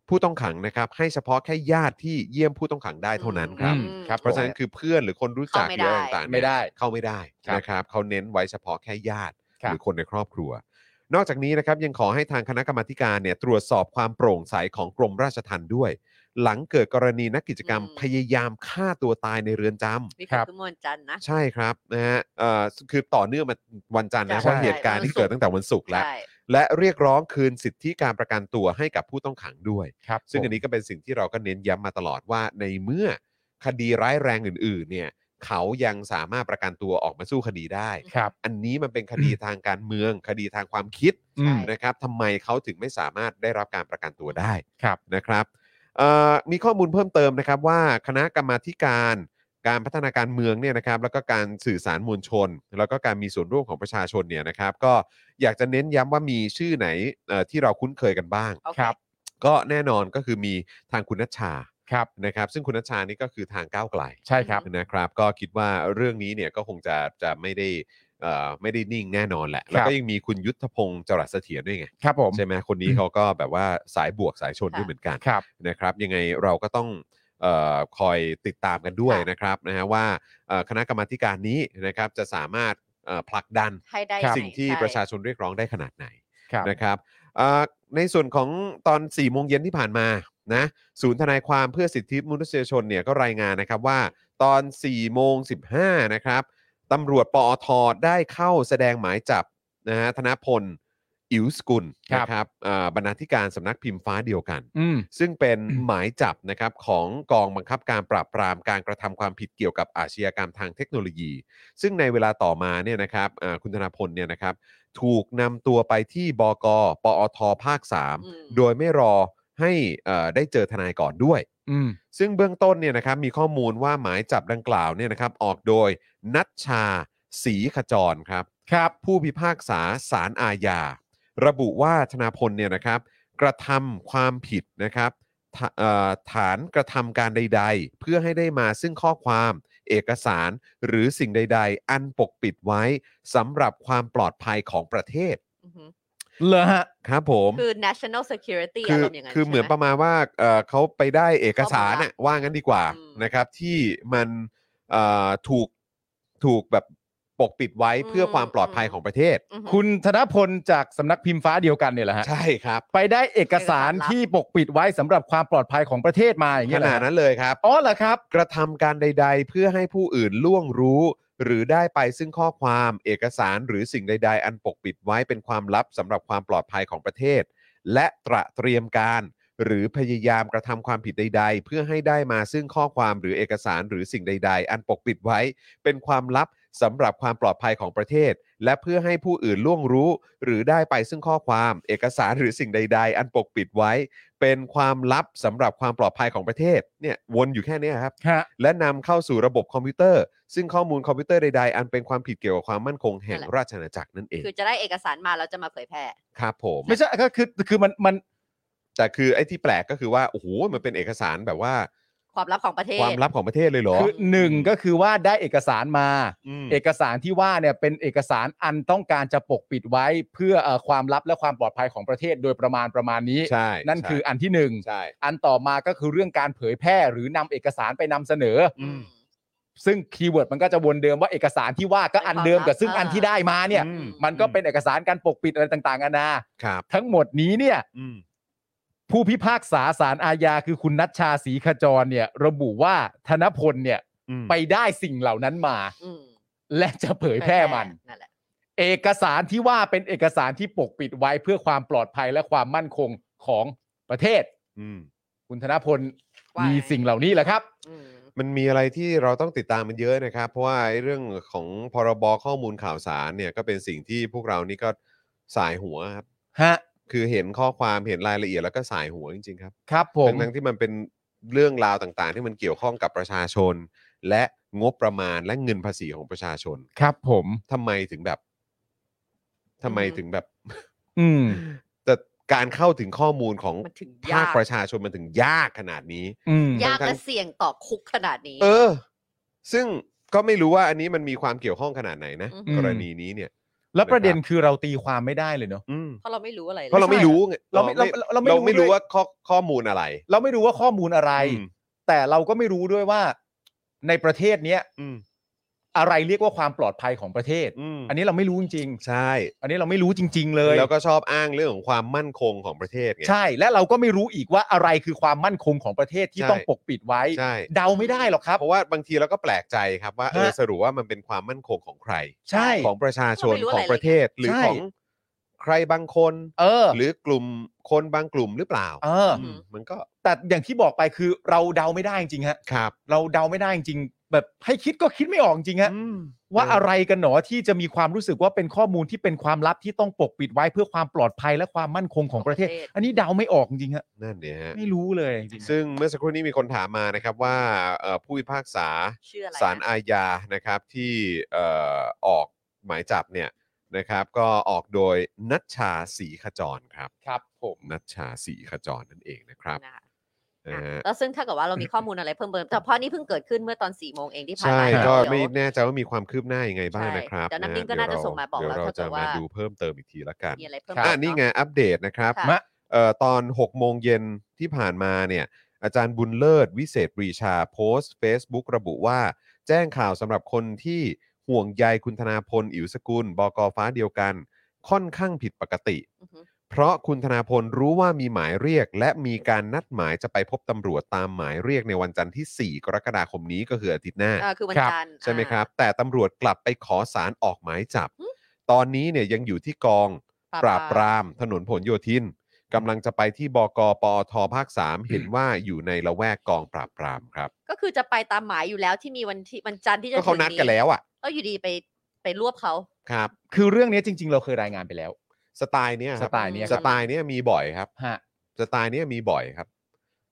ผู้ต้องขังนะครับให้เฉพาะแค่ญาติที่เยี่ยมผู้ต้องขังได้เท่านั้นครับ อืม ครับ เพราะฉะนั้นคือเพื่อนหรือคนรู้จักหรืเข้าไม่ออะไร ได้ ต่างๆเนี่ย ไม่ได้ เข้าไม่ได้ ครับ นะครับเขาเน้นไว้เฉพาะแค่ญาติ ครั ห บ รือคนในครอบครัว นอกจากนี้นะครับยังขอให้ทางคณะกรรมาธิการเนี่ยตรวจสอบความโปร่งใสของกรมราชทัณฑ์ด้วย หลังเกิดกรณีนักกิจกรรม อืม พยายามฆ่าตัวตายในเรือนจำ มี ครั คุ บ ณมวลจันทร์นะ ใช่ครับนะฮะเอ่อคือต่อเนื่องมาวันจันทร์นะ ใช่ เพราะเหตุการณ์ที่เกิดตั้งแต่วันศุกร์แล้ว ใช่ และเรียกร้องคืนสิทธิการประกันตัวให้กับผู้ต้องขังด้วย ครับ ซึ่งอัน ผม นี้ก็เป็นสิ่งที่เราก็เน้นย้ำมาตลอดว่าในเมื่อคดีร้ายแรงอื่น ๆ เนี่ยเขายังสามารถประกันตัวออกมาสู้คดีได้ ครับ อันนี้มันเป็นคดีทางการเมือง คดีทางความคิด อืม นะครับทำไมเขาถึงไม่สามารถได้รับการประกันตัวได้ ครับ นะครับเอ่อมีข้อมูลเพิ่มเติมนะครับว่าคณะกรรมาธิการการพัฒนาการเมืองเนี่ยนะครับแล้วก็การสื่อสารมวลชน แล้วก็การมีส่วนร่วมของประชาชนเนี่ยนะครับ ก็อยากจะเน้นย้ำว่ามีชื่อไหนเอ่อที่เราคุ้นเคยกันบ้าง โอเค ครับ ก็แน่นอนก็คือมีทางคุณนัชชา ครับ นะครับ ซึ่งคุณนัชชานี่ก็คือทางก้าวไกล ใช่ครับ นะครับ ก็คิดว่าเรื่องนี้เนี่ยก็คงจะจะไม่ได้เอ่อไม่ได้นิ่งแน่นอนแหละ แล้วก็ยังมีคุณยุทธพงศ์จรัสเสถียรด้วยไง ครับผม ใช่ไหมคนนี้เขาก็แบบว่าสายบวกสายชนด้วยเหมือนกัน ครับ นะครับ ยังไงเราก็ต้องเอ่อคอยติดตามกันด้วยนะครับนะฮะว่าเอ่อคณะกรรมาธิการนี้นะครับจะสามารถเอ่อผลักดัน ให้ได้ ครับ สิ่งที่ ใช่ ประชาชนเรียกร้องได้ขนาดไหน ครับ นะครับเอ่อในส่วนของตอน4ี่โมงเย็นที่ผ่านมานะศูนย์ทนายความเพื่อสิทธิมนุษยชนเนี่ยก็รายงานนะครับว่าตอน4ี่โมงสินะครับตำรวจปอทได้เข้าแสดงหมายจับนะฮะธนพล อิ๋วสกุล ครับ นะครับเอ่อบรรณาธิการสำนักพิมพ์ฟ้าเดียวกัน อืม ซึ่งเป็นหมายจับนะครับของกองบังคับการปราบปรามการกระทำความผิดเกี่ยวกับอาชญากรรมทางเทคโนโลยี ซึ่งในเวลาต่อมาเนี่ยนะครับอ่าคุณธนาพลเนี่ยนะครับ ถูกนำตัวไปที่บก ปอทภาค อืม 3 โดยไม่รอให้เอ่อได้เจอทนายก่อนด้วย อืม ซึ่งเบื้องต้นเนี่ยนะครับมีข้อมูลว่าหมายจับดังกล่าวเนี่ยนะครับออกโดยนัชชาศรีขจรครับ ครับ ผู้พิพากษาสารอาญา ระบุว่าธนาพลเนี่ยนะครับ กระทำความผิดนะครับฐเอ่อฐานกระทำการใด ๆ เพื่อให้ได้มาซึ่งข้อความ เอกสารหรือสิ่งใด ๆ อันปกปิดไว้สำหรับความปลอดภัยของประเทศ อือหือ เลอฮะ ครับผม คือ national security คื อา อ รมณ์อย่างนั้น คือเหมือนป ใช่ไ ระมาณว่าเอ่อเขาไปได้เอกสารน่ะว่างั้นดีกว่า อืม นะครับ ที่มันเอ่อถูกถูกแบบปกปิดไว้เพื่ออ ม ความปลอดภัยของประเทศ อือหือ คุณธนพลจากสำนักพิมพ์ฟ้าเดียวกันเนี่ยแหละฮะ ใช่ครับ ไปได้เอกสาร เอกสารลับ ที่ปกปิดไว้สำหรับความปลอดภัยของประเทศมาอย่าง ข เงี้ยเหร นาดอฮะ นั้นเลยครับ อ๋อเหรอครับ กระทำการใด ๆ เพื่อให้ผู้อื่นล่วงรู้ หรือได้ไปซึ่งข้อความเอกสารหรือสิ่งใด ๆ อันปกปิดไว้เป็นความลับสำหรับความปลอดภัยของประเทศ และตระเตรียมการ หรือพยายามกระทำความผิดใด ๆ เพื่อให้ได้มาซึ่งข้อความหรือเอกสารหรือสิ่งใด ๆ อันปกปิดไว้ เป็นความลับสำหรับความปลอดภัยของประเทศ และเพื่อให้ผู้อื่นล่วงรู้ หรือได้ไปซึ่งข้อความเอกสารหรือสิ่งใด ๆ อันปกปิดไว้ เป็นความลับสำหรับความปลอดภัยของประเทศเนี่ยวนอยู่แค่เนี้ยครับ ฮะ และนำเข้าสู่ระบบคอมพิวเตอร์ ซึ่งข้อมูลคอมพิวเตอร์ใดๆ อันเป็นความผิดเกี่ยวกับความมั่นคงแห่ง นั่นแหละ ราชอาณาจักรนั่นเอง คือจะได้เอกสารมาเราจะมาเผยแพร่ ครับผม ไม่ใช่ก็คือคือมันมัน แต่คือไอ้ที่แปลกก็คือว่า โอ้โห มันเป็นเอกสารแบบว่า ความลับของประเทศ ความลับของประเทศเลยเหรอ คือหนึ่งก็คือว่าได้เอกสารมา ม เอกสารที่ว่าเนี่ยเป็นเอกสารอันต้องการจะปกปิดไว้เพื่อเอ่อความลับและความปลอดภัยของประเทศโดยประมาณประมาณนี้ ใช่ นั่นคืออันที่หนึ่ง ใช่ อันต่อมาก็คือเรื่องการเผยแพร่หรือนำเอกสารไปนำเสนออซึ่งคีย์เวิร์ดมันก็จะวนเดิมว่าเอกสารที่ว่าก็อันเดิมกับซึ่งอันที่ได้มาเนี่ย อืม มันก็เป็นเอกสารการปกปิดอะไรต่างๆนานา ครับ ทั้งหมดนี้เนี่ย อืม ผู้พิพากษาสารอาญาคือคุณนัชชาศรีขจรเนี่ย ระบุว่าธนพลเนี่ย อืม ไปได้สิ่งเหล่านั้นมา อืม และจะเผยแพร่มัน นั่นแหละ เอกสารที่ว่าเป็นเอกสารที่ปกปิดไว้เพื่อความปลอดภัยและความมั่นคงของประเทศ อืม คุณธนพล ว่า มีสิ่งเหล่านี้แหละครับ อืม มันมีอะไรที่เราต้องติดตามมันเยอะนะครับ เพราะว่าไอ้เรื่องของพรบข้อมูลข่าวสารเนี่ยก็เป็นสิ่งที่พวกเรานี่ก็สายหัวครับ ฮะ คือเห็นข้อความเห็นรายละเอียดแล้วก็สายหัวจริงๆครับ ครับผม ทั้งๆที่มันเป็นเรื่องราวต่างๆ ที่มันเกี่ยวข้องกับประชาชน และงบประมาณและเงินภาษีของประชาชน ครับผม ทำไมถึงแบบทำไม อืม ถึงแบบ อืม แต่การเข้าถึงข้อมูลของ มันถึง ภาย า ค ก ประชาชนมันถึงยากขนาดนี้ อืม ยาค่กอนข้าง และเสี่ยงต่อคุกขนาดนี้ เออ ซึ่งก็ไม่รู้ว่าอันนี้มันมีความเกี่ยวข้องขนาดไหนนะ อือฮึ กรณีนี้เนี่ย แล้วประเด็นคือเราตีความไม่ได้เลยเนอะ เพราะเราไม่รู้อะไรลย เพราะเราไม่รู้ไง เราไม่เราไม่ เรา เราไม่ ไม่รู้รู้ด้วย ว่าข้อข้อมูลอะไร เราไม่รู้ว่าข้อมูลอะไร อืม แต่เราก็ไม่รู้ด้วยว่า ในประเทศเนี้ย อืม อะไรเรียกว่าความปลอดภัยของประเทศ อันนี้เราไม่รู้จริง ใช่ ๆ อันนี้เราไม่รู้จริง ๆ เลย แล้วก็ชอบอ้างเรื่องของความมั่นคงของประเทศไง ใช่ และเราก็ไม่รู้อีกว่าอะไรคือความมั่นคงของประเทศที่ ใช่ ต้องปกปิดไว้ ใช่ เดาไม่ได้หรอกครับ เพราะว่าบางทีเราก็แปลกใจครับว่าเออ ฮะ สรุปว่ามันเป็นความมั่นคงของใคร ใช่ ของประชาชนของประเทศหรือ ใช่ ของใครบางคน เออ หรือกลุ่มคนบางกลุ่มหรือเปล่า เออ มมันก็ แต่อย่างที่บอกไปคือเราเดาไม่ได้จริงๆฮะ ครับ เราเดาไม่ได้จริงๆแบบให้คิดก็คิดไม่ออกจริงฮะ อืม ว่าอะไรกันหนอที่จะมีความรู้สึกว่าเป็นข้อมูลที่เป็นความลับที่ต้องปกปิดไว้เพื่อความปลอดภัยและความมั่นคงของประเทศ ของประเทศ อันนี้เดาไม่ออกจริงๆฮะ นั่นเนี่ยฮะ ไม่รู้เลยจริงๆ ซึ่งเมื่อสักครู่นี้มีคนถามมานะครับว่าเอ่อผู้พิพากษา ชื่ออะไร สารอาญานะครับที่เอ่อออกหมายจับเนี่ยนะครับ ก็ออกโดยนัชชาศรีขจรครับ ครับผม นัชชาศรีขจรนั่นเองนะครับ นะคะ นะฮะ แล้วซึ่งถ้าเกิดว่าเรามีข้อมูลอะไรเพิ่มเติมแต่เพราะนี่เพิ่งเกิดขึ้นเมื่อตอน4ี่โมงเองที่ผ่าน ใช่ มา ก็ เดี๋ยว ไม่แน่ใจว่ามีความคืบหน้ายังไงบ้าง ใช่ นะครับ เดี๋ยวน้ำ ฮ นิ่งก็น่าจะ เดี๋ย ส่งมาบอก เดี๋ยว เรา เราจะ ถ้าเกิด มา ว่า ดูเพิ่มเติมอีกทีละกัน มีอะไรเพิ่ม ครับ เติ อ่ะ ม นี่ เน ไง อะ อัปเดตนะครับ ค่ะ มะ เอ่อตอน 6 โมงเย็นที่ผ่านมาเนี่ยอาจารย์บุญเลิศวิเศษปรีชาโพสต์ Facebook ระบุว่า แจ้งข่าวสำหรับคนที่ห่วงใยคุณธนาพล อิ๋วสกุล บกฟ้าเดียวกัน ค่อนข้างผิดปกติ อือฮึ เพราะคุณธนาพลรู้ว่ามีหมายเรียก และมีการนัดหมายจะไปพบตำรวจตามหมายเรียกในวันจันทร์ที่ 4 กรกฎาคมนี้ก็คืออาทิตย์หน้า อ่าคือวันจันทร์ ใช่ไหม อ่า ครับ แต่ตำรวจกลับไปขอสารออกหมายจับ หึ ตอนนี้เนี่ยยังอยู่ที่กอง ปราบปรามถนนผลโยธินกำลังจะไปที่บกปอทภาค 3 เห็นว่าอยู่ในละแวกกองปราบปรามครับ ก็คือจะไปตามหมายอยู่แล้วที่มีวันที่วันจันทร์ที่จะ ก็เขานัดกันแล้วอ่ะ แล้วอยู่ดีไปไปรวบเขา ครับ คือเรื่องนี้จริง ๆ เราเคยรายงานไปแล้ว สไตล์เนี้ยค ส รับ ไตล์เนี้ย ส ครับ ไตล์เนี้ยมีบ่อยครับ ฮะ สไตล์เนี้ยมีบ่อยครับนะ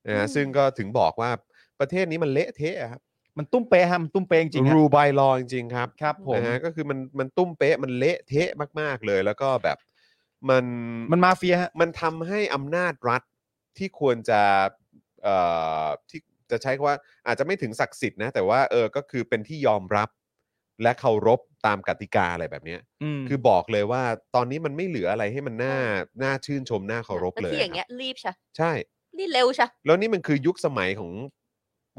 อื ฮะ ม ซึ่งก็ถึงบอกว่าประเทศนี้มันเละเทะครับ มันตุ้มเปะฮะมันตุ้มเปะจริงๆฮะ รูบายลอจริงๆครับ ครับผม นะฮะก็คือมันมันตุ้มเป๊ะมันเละเทะมาก ๆเลย แล้วก็แบบมัน มันมาเฟียฮะ มันทำให้อำนาจรัฐที่ควรจะเอ่อที่จะใช้คำว่าอาจจะไม่ถึงศักดิ์สิทธิ์นะ แต่ว่าเออก็คือเป็นที่ยอมรับและเคารพตามกติกาอะไรแบบเนี้ย อืม คือบอกเลยว่าตอนนี้มันไม่เหลืออะไรให้มันน่าน่าชื่นชมน่าเคารพเลย ที่อย่างเงี้ ค ยรีบใช่ รับใช่ รีบเร็วใช่ แล้วนี่มันคือยุคสมัยของ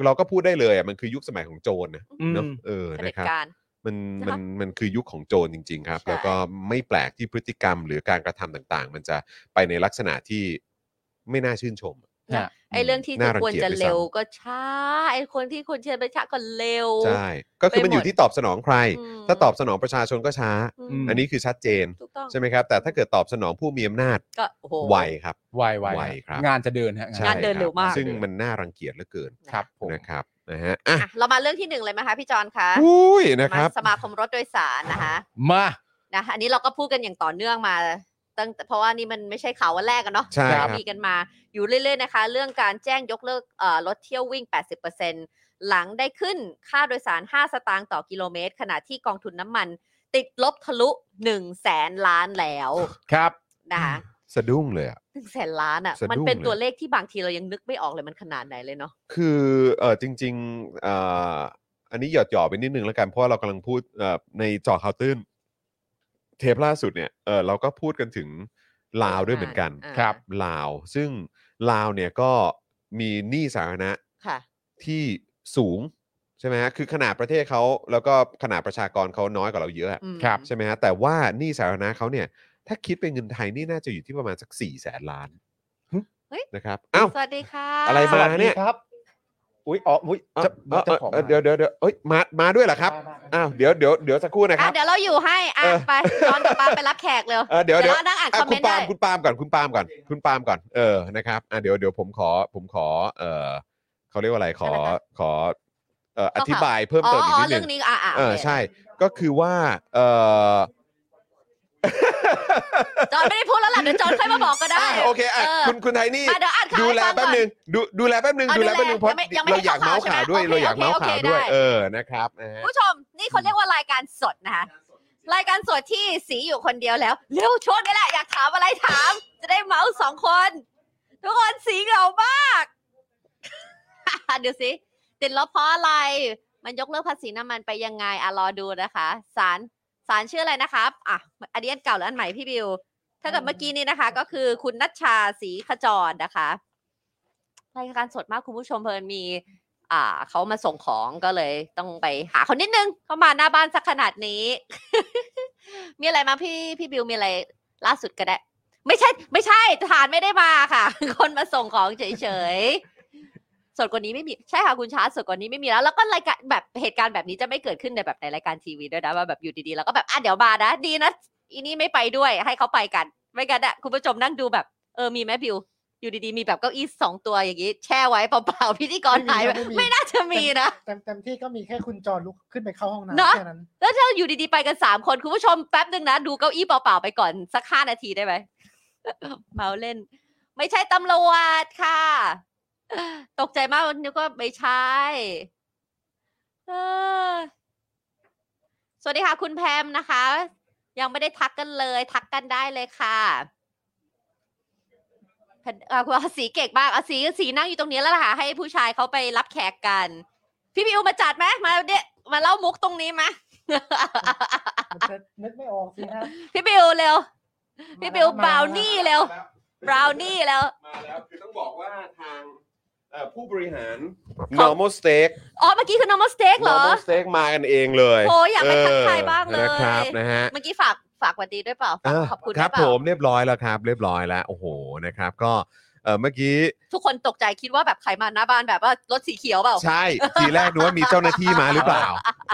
เราก็พูดได้เลยอ่ะมันคือยุคสมัยของโจรนะ อืม เนอะเออ เผด็ นะ จ ครับ การ มัน นะคะ มันมันคือยุคของโจรจริง ๆ ครับ ใช่ แล้วก็ไม่แปลกที่พฤติกรรมหรือการกระทำต่างๆ มันจะไปในลักษณะที่ไม่น่าชื่นชม ฮะ ไอ้เรื่องที่ น่ารัง ควร เกียจ จะ ด้วยซ้ำ เร็วก็ช้า ไอ้คนที่ควรจะไปช้าก็เร็ว ใช่ ก็คือมันอยู่ที่ตอบสนองใคร อืม ถ้าตอบสนองประชาชนก็ช้า อืม อันนี้คือชัดเจน ถูกต้อง ใช่ไหมครับ แต่ถ้าเกิดตอบสนองผู้มีอำนาจ ก็โอ้โห ไวครับ วายวาย ไว ฮะ ครับ งานจะเดินฮะ ใช่ งานเดิน คบ เร็วมาก ซึ่งมันน่ารังเกียจเหลือเกิน ครับผม นะครับนะฮะอ่ะ อ่ะเรามาเรื่องที่หนึ่งเลยไหมคะพี่จอนคะ อุ้ยนะครับ มาสมาคมรถโดยสารนะคะ มา นะอันนี้เราก็พูดกันอย่างต่อเนื่องมาตั้งแต่เพราะว่านี่มันไม่ใช่ข่าววันแรกกันเนาะ ใช่ครับ เรามีกันมาอยู่เรื่อยๆนะคะ เรื่องการแจ้งยกเลิกเอ่อรถเที่ยววิ่ง 80%หลังได้ขึ้นค่าโดยสาร 5 สตางค์ต่อกิโลเมตร ขณะที่กองทุนน้ำมัน ติดลบทะลุ1 0 0 0 0แสนล้านแล้ว ครับ นะคะ สะดุ้งเลยอะ หนึ่งแสนล้านอ่ะ สะดุ้ง มันเป็น เลย ตัวเลขที่บางทีเรายังนึกไม่ออกเลยมันขนาดไหนเลยเนาะ คือเออจริงๆเอ่ออันนี้หยอดหยอดๆไปนิดนึงแล้วกัน เพราะว่าเรากำลังพูดเอ่อในเจอข่าวตื้น เทปล่าสุดเนี่ยเออเราก็พูดกันถึงลาวด้วยเหมือนกัน อ่าครับ ลาว ซึ่งลาวเนี่ยก็มีหนี้สาธารณะ ค่ะ ที่สูงใช่ไหมฮะคือขนาดประเทศเขาแล้วก็ขนาดประชากรเขาน้อยกว่าเราเยอะอะ อืม ครับ ใช่ไหมฮะแต่ว่าหนี้สาธารณะเขาเนี่ยถ้าคิดเป็นเงินไทยนี่น่าจะอยู่ที่ประมาณสัก4ี่แสนล้านนะครับอ้าว สวัสดีค่ะ อะไรมา เนี่ย สวัสดีครับ อุ้ยอ๋ออุ้ย เอ้า จะ เอ้า เจ้าของ เอ้าเดี๋ยวเดี๋ยวเดี๋ยวเอ้ยมามาด้วยเหรอครับ อ้าวเดี๋ยวเดี๋ยวเดี๋ยวสักครู่นะค อ่ะ รับ เดี๋ยวเราอยู่ให้อ่ะ เออ ไปจอนกับปาไปรับแขกเร็ว เออเดี๋ยวเดี๋ยว รานั่งอ่าน อ่ะ คอมเม คุณ นต์ ปา ได้ ล์มคุณปาล์มก่อนคุณปาล์มก่อนคุณปาล์มก่อนเออนะครับอ่ะเดี๋ยวเดี๋ยวผมขอผมขอเออเขาเรียกว่าอะไรขอขอเอ่ออธิบายเพิ่ม อ๋อ เติมอีก อ๋อ นิดนึ เรื่อง งนี้อ่ะอ่ะ เอ โอ อ เค ใช่ก็คือว่าเออ จอนไม่ได้พูดแล้วล่ะเดี๋ยวจอนค่อยมาบอกก็ได้ อ่ะโอเคอ่ะ เออ คุณคุณไทยนี่ มาเดี๋ยวอ่านข่าว ดูแล ให้ฟัแป๊บงก่อน นึงดูดูแลแป๊บนึง อ่ะ ดูแลแป๊บนึงเพดูแลราะ ยังไม่ยังไม่ เราอยาก ให้ เมาส์ ข่าว ข่าวด้วย ใช่ไหม เราอยาก โอเมาส์เคข่าวด้วย โอเคได้ เออนะครับนะฮะ ผู้ชมนี่เขาเรียกว่ารายการสดนะคะรายการสดที่สีอยู่คนเดียวแล้วเร็วช่วงนี้แหละอยากถามอะไรถาม จะได้เมาส์สองคน ทุกคนสีเหงามาก *laughs* เดี๋ยวสิติดลบเพราะอะไร มันยกเลิกภาษีน้ำมันไปยังไงอ่ะรอดูนะคะสารสารชื่ออะไรนะครับอ่ะอันนี้อันเก่าหรืออันใหม่พี่บิว ถ้าเกิดเมื่อกี้นี้นะคะ ก็คือคุณนัชชาศรีขจรนะคะรายการสดมากคุณผู้ชมเพลินมี อ่าเขามาส่งของก็เลยต้องไปหาเขานิดนึงเขามาหน้าบ้านสักขนาดนี้ *laughs* มีอะไรมาพี่พี่บิวมีอะไรล่าสุดก็ได้ ไม่ใช่ ไม่ใช่ทหารไม่ได้มาค่ะ *laughs* คนมาส่งของเฉยๆสดกว่านี้ไม่มีใช่ค่ะคุณชาร์จสดกว่านี้ไม่มีแล้ว แล้วก็รายการแบบเหตุการณ์แบบนี้จะไม่เกิดขึ้นในแบบในรายการทีวีด้วยนะว่าแบบอยู่ดีๆแล้วก็แบบอ่ะเดี๋ยวมานะดีนะอีนี่ไม่ไปด้วยให้เขาไปกัน ไม่กันอะคุณผู้ชมนั่งดูแบบเออมีไหมบิว อยู่ดีๆมีแบบเก้าอี้สองตัวอย่างนี้ แช่ไว้เปล่าๆพิธีกรหายไป ไม่มี ไม่น่าจะมีนะ เต็มเต็มที่ก็มีแค่คุณจอลุกขึ้นไปเข้าห้อง เนอะ น้ำแค่นั้น แล้วถ้าอยู่ดีๆ ไปกันสามคน คุณผู้ชมแป๊บนึงนะ ดูเก้าอี้เปล่าๆ ไปก่อนสักห้านาทีได้ไหม *laughs* เมาเล่น ไม่ใช่ตำรวจค่ะ *gasps* ตกใจมากนึกว่าไม่ใช่เออสวัสดีค่ะ คุณแพมนะคะ ยังไม่ได้ทักกันเลย ทักกันได้เลยค่ะแพนอ่าคุณอาสีเก่งมากอาสีสีนั่งอยู่ตรงนี้แล้วล่ะค่ะ ให้ผู้ชายเขาไปรับแขกกัน พี่บิวมาจัดไหมมาเดะมาเล่ามุกตรงนี้ไหม นึกไม่ออกสิฮะ พี่บิวเร็ว พี่บิวบรามาแล้ววนี่เร็วบราวนี่เร็ว มาแล้วคือต้องบอกว่าทางเอ่อผู้บริหาร ของ normal steak อ๋อเมื่อกี้คือ normal steak เหรอ normal steak มากันเองเลย โอ้ยอยากไปทักทายบ้างเลย ออนะครับนะฮะ เมื่อกี้ฝากฝากหวัดดีด้วยเปล่าฝาก อ่ะ ขอบคุณ ครั ด้บวยเป ผ ล่าม เรียบร้อยแล้วครับ เรียบร้อยแล้วโอ้โหนะครับ ก็เอ่อเมื่อกี้ ทุกคนตกใจคิดว่าแบบใครมาหน้าบ้านแบบว่ารถสีเขียวเปล่า ใช่ทีแรกนึกว่ามีเจ้าหน้าที่มาหรือ *laughs* เปล่า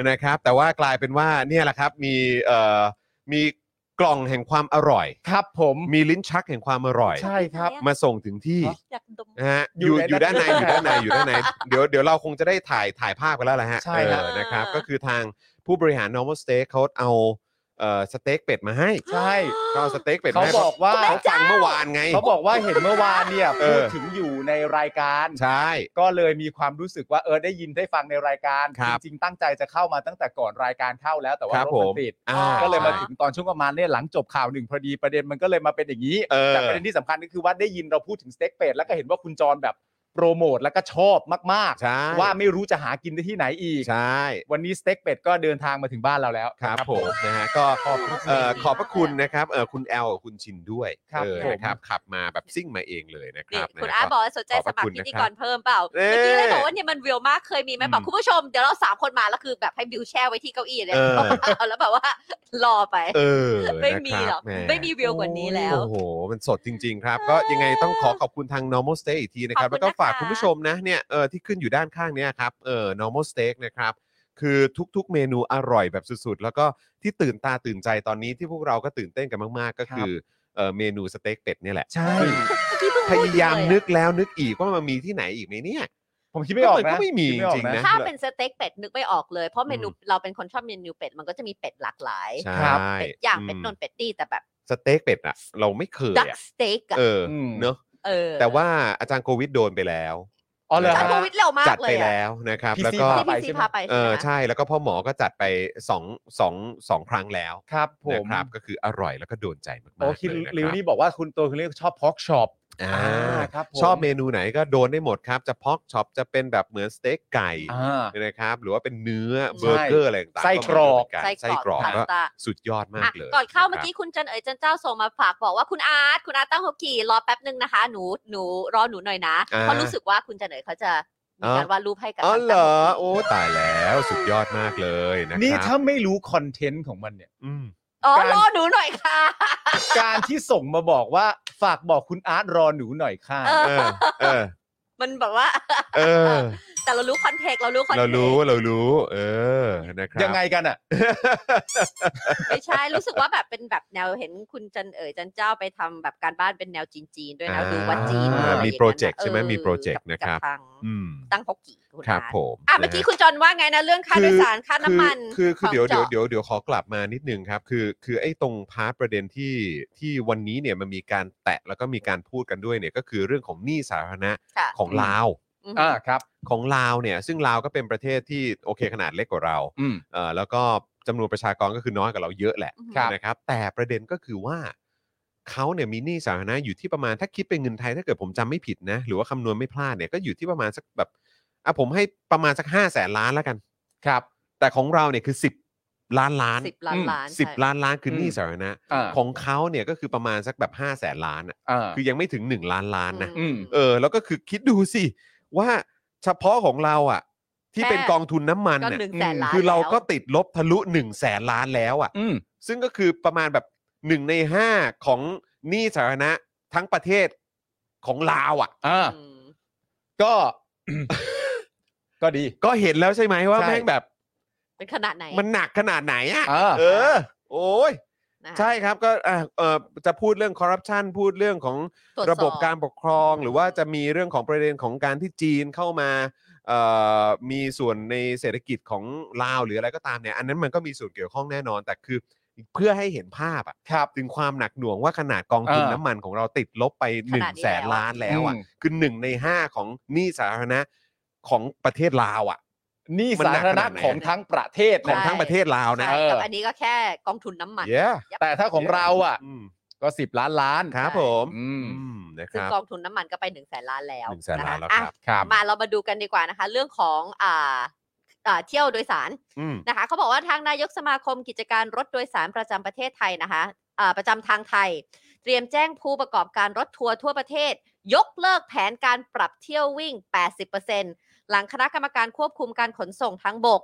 นะครับ แต่ว่ากลายเป็นว่าเนี่ยแหละครับมีเอ่อมีกล่องแห่งความอร่อย ครับผม มีลิ้นชักแห่งความอร่อย ใช่ครับ มาส่งถึงที่ อยากดม นะฮะอ อยู่ ยู่ ใน อยู่ด้านในอยู่ *laughs* ด้านในอยู่ด้านในเดี๋ยวเดี๋ยวเราคงจะได้ถ่ายถ่ายภาพกันแล้วแหละฮะ ใช่ เอ ครับ อนะครับ อ่า ก็คือทางผู้บริหาร normal steak เขาเอาเอ่อสเต็กเป็ดมาให้ ใช่ เขาเอาสเต็กเป็ด เขา มาให้ บอกว่า เขาสั่งเมื่อวานไง เขาบอกว่าเห็นเมื่อวานเนี่ย เออ พูดถึงอยู่ในรายการ ใช่ ก็เลยมีความรู้สึกว่าเออได้ยินได้ฟังในรายการ ครับ จริงๆตั้งใจจะเข้ามาตั้งแต่ก่อนรายการเข้าแล้วแต่ว่า ครับ รถ ผ มั ม นติด อ่า ก็เลยมาถึงตอนช่วงประมาณเนี่ยหลังจบข่าวหนึ่งพอดีประเด็นมันก็เลยมาเป็นอย่างนี้ เออ แต่ประเด็นที่สำคัญก็คือว่าได้ยินเราพูดถึงสเต็กเป็ดแล้วก็เห็นว่าคุณจรแบบโปรโมทแล้วก็ชอบมาก ใช่ ๆ ว่าไม่รู้จะหากินได้ที่ไหนอีก ใช่ วันนี้สเต็กเป็ดก็เดินทางมาถึงบ้านเราแล้ว ครับ นะ ผมนะฮะก็ ขอบคุณ เอ่อขอบพระคุณนะครับเอ่อคุณแอลกับคุณชินด้วย ครับ เออ ผม นะครับขับมาแบบซิ่งมาเองเลยนะค นี่ รับ คุณ นะรัอาบร์ตบอกว่าสนใจ ขอบพระสมัค คุ ร ณ พิ นะครับ ธีกรเพิ่มเปล่า เอ้ เมื่อกี้เลยบอกว่าเนี่ยมันเรียวมากเคยมีไหม อืม บอกคุณผู้ชมเดี๋ยวเราสามคนมาแล้วคือแบบให้บิวแช่ไว้ที่เก้าอี้เลย เออ เอา *laughs* แล้วแบบว่ารอไป เออ *laughs* ไม่มีหรอก นะคบแ ไม่มีวิวกว่านี้แล้ว โอ้โห มันสดจริง ๆ ครับ ก็ยังไงต้องขอขอบคุณทาง normal steak อีกทีนะครับ ขอบคุณ แล้วก็ฝาก นะคะ คุณผู้ชมนะเนี่ยเออที่ขึ้นอยู่ด้านข้างเนี่ยครับเออ normal steak นะครับ คือทุกๆเมนูอร่อยแบบสุดๆ แล้วก็ที่ตื่นตาตื่นใจตอนนี้ที่พวกเราก็ตื่นเต้นกันมากๆ ก็คือเออเมนูสเต็กเป็ดเนี่ยแหละ ใช่ ซึ่ง เมื่อกี้เพิ่ง พ พูด ยายาม เลยอะ นึกแล้วนึกอีกว่ามันมีที่ไหนอีกไหมเนี่ย ผมคิดไม่ออก ก็ นะ ไม่มี คิดออก จริงๆนะ ถ้าเป็นสเต็กเป็ดนึกไม่ออกเลย เพราะเมนูเราเป็นคนชอบเมนูเป็ดมันก็จะมีเป็ดหลากหลาย ใช ครั่ บ เป็ดย่างเป็ดนน อืม เป็ดนี่แต่แบบ สเต็กเป็ดอะเราไม่เคย ดัก อะ สเต็กอะ เอออ ม เนอะ เออ แต่ว่าอาจารย์โควิดโดนไปแล้ว อ๋อเหรอ แต่ ฮะ โควิดเร็วมาก จัด เล ไป ยอะ แล้วนะครับ พี่ แล้ว ซี ก็ พา ที่ ไป พี่ซีพาไป เอ ใช่ อ ไหม ใช่แล้วก็พ่อหมอก็จัดไปสองสองสองครั้งแล้ว ครับผ นะ ม ครับก็คืออร่อยแล้วก็โดนใจมากๆ โอ้คิด เลยนะ ลิว ครับ นี่บอกว่าคุณตัวคุณลิวชอบพ็อกช็อป อ่า ครับผ ชอบเมนูไหนก็โดนได้หมดครับ จะพอกช็อปจะเป็นแบบเหมือนสเต็กไก่ อ่า นะครับ หรือว่าเป็นเนื้อเบอร์เกอร์อะไรต่างๆ ไส้กรอก ก็ ไส้ มีเหมืนนไส้ก ก ร ร อ อก กพาส ก็ ต้า สุดยอดมากเลย ก่อนเข้า ะครับ เมื่อกี้คุณจันเอ๋ยจันเจ้าส่งมาฝากบอกว่าคุณอาร์ตคุณอาร์ตตั้งฮกกี้รอแป๊บหนึ่งนะคะ หนูหนูรอหนูหน่อยนะ อ่า เพราะรู้สึกว่าคุณจันเอ๋ยเขาจะมีการ อ่ะ วาดรูปให้กับ อ๋อ ทาง เหร ตั้ง อ ฮก โอ้ กี้ ตายแล้วสุดยอดมากเลยนะ นี่ ครับ ถ้าไม่รู้คอนเทนต์ของมันเนี่ย อืม อ๋อ การ รอหนูหน่อยค่ะ *laughs* การที่ส่งมาบอกว่าฝากบอกคุณอาร์ตรอหนูหน่อยค่ะ เออ เออเออ มันแบบว่า เออ แต่เรารู้คอนเทกต์เรารู้คอนเท เรา กต์ รู้เรารู้ เออนะครับ ยังไงกันอ่ะ ไม่ใช่ รู้สึกว่าแบบเป็นแบบแนวเห็นคุณจันเอ๋ยจันเจ้าไปทำแบบการบ้านเป็นแนวจีนๆด้วยนะ อ่า ดูวัดจีน มี อะไรอย่างนั้นนะ โปรเจกต์ใช่ไหม ออ มีโปรเจกต์นะครับ กัทาง อืม ตั้งฮกกี้คุณ ครั อา บ ร์ต ผม อ่ะเมื่อกี้ นะฮะ คุณจอนว่าไงนะเรื่องค่าโดยสารค่าน้ำมัน คือคือคือเดี๋ยว ข เดี๋ย ง ว จาะ เดี๋ยวเดี๋ยวขอกลับมานิดนึงครับ คือคือไอ้ตรงพาร์ทประเด็นที่ที่วันนี้เนี่ยมันมีการแตะแล้วก็มีการพูดกันด้วยเนี่ยก็คือเรื่องของหนี้สาธารณะ ค่ะ ของลาว ม อ่าครับ ของลาวเนี่ย ซึ่งลาวก็เป็นประเทศที่โอเคขนาดเล็กกว่าเรา อืม เอ่อแล้วก็จำนวนประชากรก็คือน้อยกว่าเราเยอะแหละ ครับ นะครับ แต่ประเด็นก็คือว่าเขาเนี่ยมีหนี้สาธารณะอยู่ที่ประมาณถ้าคิดเป็นเงินไทยถ้าเกิดผมจำไม่ผิดนะ หรือว่าคำนวณไม่พลาดเนี่ยก็อยู่ที่ประมาณสักแบบอ่ะผมให้ประมาณสักห้าแสนล้านแล้วกัน ครับ แต่ของเราเนี่ยคือ 10 ล้านล้าน สิบล้านล้าน สิบ ใช่ ล้านล้านคือหนี้ อืม สาธารณะ อ่า ของเขาเนี่ยก็คือประมาณสักแบบ5้าแสนล้านอ่ะ อ่า คือยังไม่ถึง 1 ล้านล้านนะ อืม เออแล้วก็คือคิดดูสิ ว่าเฉพาะของเราอ่ะ ที่ แค่ เป็นกองทุนน้ำมัน ก็ เนี่ย หนึ่งแสนล้าน คือเราก็ แล้ว ติดลบทะลุ1นึ่งแสนล้านแล้วอ่ะ อืม ซึ่งก็คือประมาณแบบหนึ่งในห้าของหนี้สาธารณะทั้งประเทศของลาวอ่ะ อ่า ก็ *coughs* ก็ดี ก็เห็นแล้วใช่ไหมว่า ใช่ แม่งแบบ เป็นขนาดไหน มันหนักขนาดไหนอ่ะ อ่า เออ โอ้ย นะคะ ใช่ครับก็อ่ะเอ่อจะพูดเรื่องคอร์รัปชันพูดเรื่องของ ตวจสอ ระบบการปกครอง หรือว่าจะมีเรื่องของประเด็นของการที่จีนเข้ามาเอ่อมีส่วนในเศรษฐกิจของลาวหรืออะไรก็ตามเนี่ยอันนั้นมันก็มีส่วนเกี่ยวข้องแน่นอน แต่คือเพื่อให้เห็นภาพอะครับถึงความหนักหน่วงว่าขนาดกองทุน เออ น้ำมันของเราติดลบไป1 ข นึ่ง นาดนี้ แสน แล้วอะ ล้านแล้วอะคือหนึ่งในห้าของหนี้สาธารณะของประเทศลาวอะ หนี่ มัน สา หนักขธารณะ นาดไหน ของทั้งประเทศ ข ใช่ อง นะ ทั้งประเทศลาวนะ ใช่กับ เอออั อันนี้ก็แค่กองทุนน้ำมัน เย้ แต่ถ้าของเราอ่ะ อืม ก็สิบล้านล้าน ครับผม อืม อืมนะค ซึ่ง รับ กองทุนน้ำมันก็ไปหนึ่งแสนล้านแล้ว หนึ่งแสนล้า ะะ นแล้วคอ่ะรับ ครับ มาเรามาดูกันดีกว่านะคะ เรื่องของอ่าอ่าเที่ยวโดยสาร อืม นะคะเขาบอกว่าทางนายกสมาคมกิจการรถโดยสารประจำประเทศไทยนะคะอ่าประจำทางไทย เตรียมแจ้งผู้ประกอบการรถทัวร์ทั่วประเทศ ยกเลิกแผนการปรับเที่ยววิ่ง 80%หลังคณะกรรมการควบคุมการขนส่งทางบก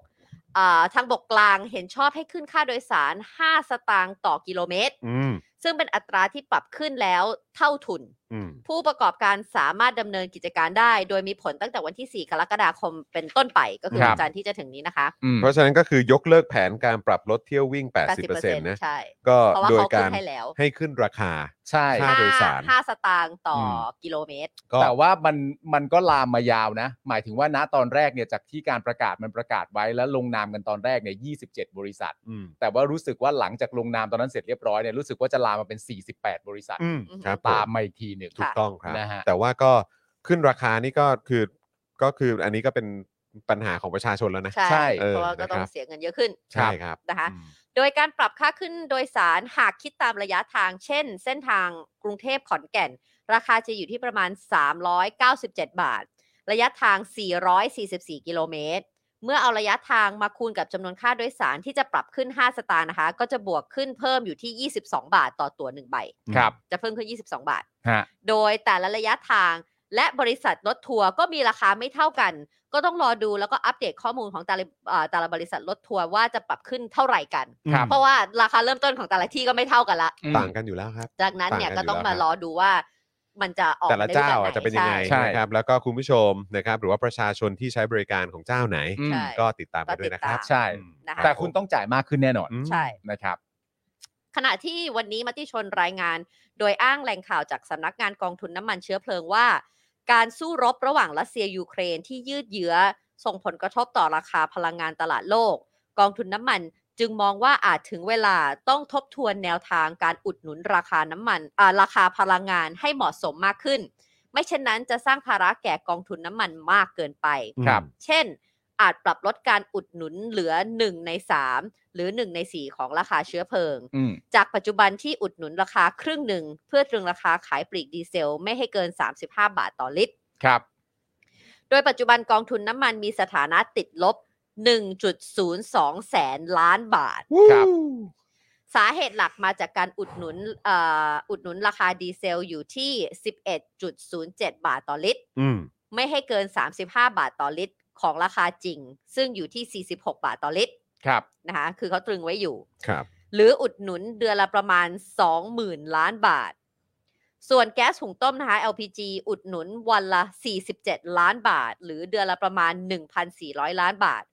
อ่าทางบกกลางเห็นชอบให้ขึ้นค่าโดยสาร 5 สตางค์ต่อกิโลเมตร อืม ซึ่งเป็นอัตราที่ปรับขึ้นแล้วเท่าทุน อืม ผู้ประกอบการสามารถดำเนินกิจการได้ โดยมีผลตั้งแต่วันที่ 4 กรกฎาคมเป็นต้นไปก็คือ ครั วั บ นจันทร์ที่จะถึงนี้นะคะ อืม เพราะฉะนั้นก็คือยกเลิกแผนการปรับลดเที่ยววิ่ง 80%นะ ใช่ ก็ เพราะว่า โดย เขา กา ขึ้ ร นให้แล้ว ให้ขึ้นราคา ใช่ ค่าโดยสาร ห้าสตางค์ต่ออ ม กิโลเมตร ก็ แต่ว่ามันมันก็ลามมายาวนะ หมายถึงว่าณตอนแรกเนี่ยจากที่การประกาศมันประกาศไว้แล้วลงนามกันตอนแรกเนี่ย27 บริษัท อืม แต่ว่ารู้สึกว่าหลังจากลงนามตอนนั้นเสร็จเรียบร้อยเนี่ยรู้สึกว่าจะลามมาเป็น 48 บริษัท อืมครับผ ตามมาอีกทีหนึ่ง ถูกต้องครับ นะฮะ แต่ว่าก็ขึ้นราคานี่ก็คือก็คืออันนี้ก็เป็นปัญหาของประชาชนแล้วนะ ใช่ ใช่ เออ เพราะว่าก็ต้อ นะค ง รับ เสียเงินเยอะขึ้น ใช่ครับ นะคะ อืม โดยการปรับค่าขึ้นโดยสารหากคิดตามระยะทาง เช่น เส้นทางกรุงเทพขอนแก่น ราคาจะอยู่ที่ประมาณ 397 บาท ระยะทาง 444 กิโลเมตร เมื่อเอาระยะทางมาคูณกับจำนวนค่าโดยสารที่จะปรับขึ้น 5 สตางค์นะคะ ก็จะบวกขึ้นเพิ่มอยู่ที่ 22 บาทต่อตั๋ว1ใบ ครับ จะเพิ่มขึ้น 22 บาท ฮะ โดยแต่ละระยะทางและบริษัทรถทัวร์ก็มีราคาไม่เท่ากัน ก็ต้องรอดูแล้วก็อัปเดตข้อมูลของแต่ละเอ่อแต่ละบริษัทรถทัวร์ว่าจะปรับขึ้นเท่าไหร่กัน ครับ เพราะว่าราคาเริ่มต้นของแต่ละที่ก็ไม่เท่ากันละ ต่างกันอยู่แล้วครับ จากนั้นเนี่ย ต่า ก็ งกันอยู่แล้ว ต้องมารอดูว่ามันจะออก แต่ละเจ้าอ่ะ ใรูปแบบห จะเป็นยังไง ใช่ ใช่ นะครับแล้วก็คุณผู้ชมนะครับ หรือว่าประชาชนที่ใช้บริการของเจ้าไหน อืม ใช่ ก็ติดตามกันด้วยนะครับ ใช่ อืม นะคะ แต่คุณต้องจ่ายมากขึ้นแน่นอน อืม ใช่ นะครับ ขณะที่วันนี้มติชนรายงาน โดยอ้างแหล่งข่าวจากสำนักงานกองทุนน้ำมันเชื้อเพลิงว่า การสู้รบระหว่างรัสเซียยูเครนที่ยืดเยื้อ ส่งผลกระทบต่อราคาพลังงานตลาดโลก กองทุนน้ำมันจึงมองว่าอาจถึงเวลาต้องทบทวนแนวทางการอุดหนุนราคาน้ำมันอ่าราคาพลังงานให้เหมาะสมมากขึ้น ไม่เช่นนั้นจะสร้างภาระแก่กองทุนน้ำมันมากเกินไป ครับ เช่น อาจปรับลดการอุดหนุนเหลือ 1 ใน 3 หรือ 1 ใน 4 ของราคาเชื้อเพลิง อืม จากปัจจุบันที่อุดหนุนราคาครึ่งหนึ่ง เพื่อตรึงราคาขายปลีกดีเซล ไม่ให้เกิน 35 บาทต่อลิตร ครับ โดยปัจจุบันกองทุนน้ำมันมีสถานะติดลบ 1.02 แสนล้านบาท ครับ สาเหตุหลักมาจากการอุดหนุนเอออุดหนุนราคาดีเซลอยู่ที่ 11.07 บาทต่อลิตร อืม ไม่ให้เกิน 35 บาทต่อลิตร ของราคาจริง ซึ่งอยู่ที่ 46 บาทต่อลิตร ครับ นะคะ คือเขาตรึงไว้อยู่ ครับ หรืออุดหนุนเดือนละประมาณ 20,000 ล้านบาท ส่วนแก๊สหุงต้มนะคะ LPG อุดหนุนวันละ 47 ล้านบาท หรือเดือนละประมาณ 1,400 ล้านบาท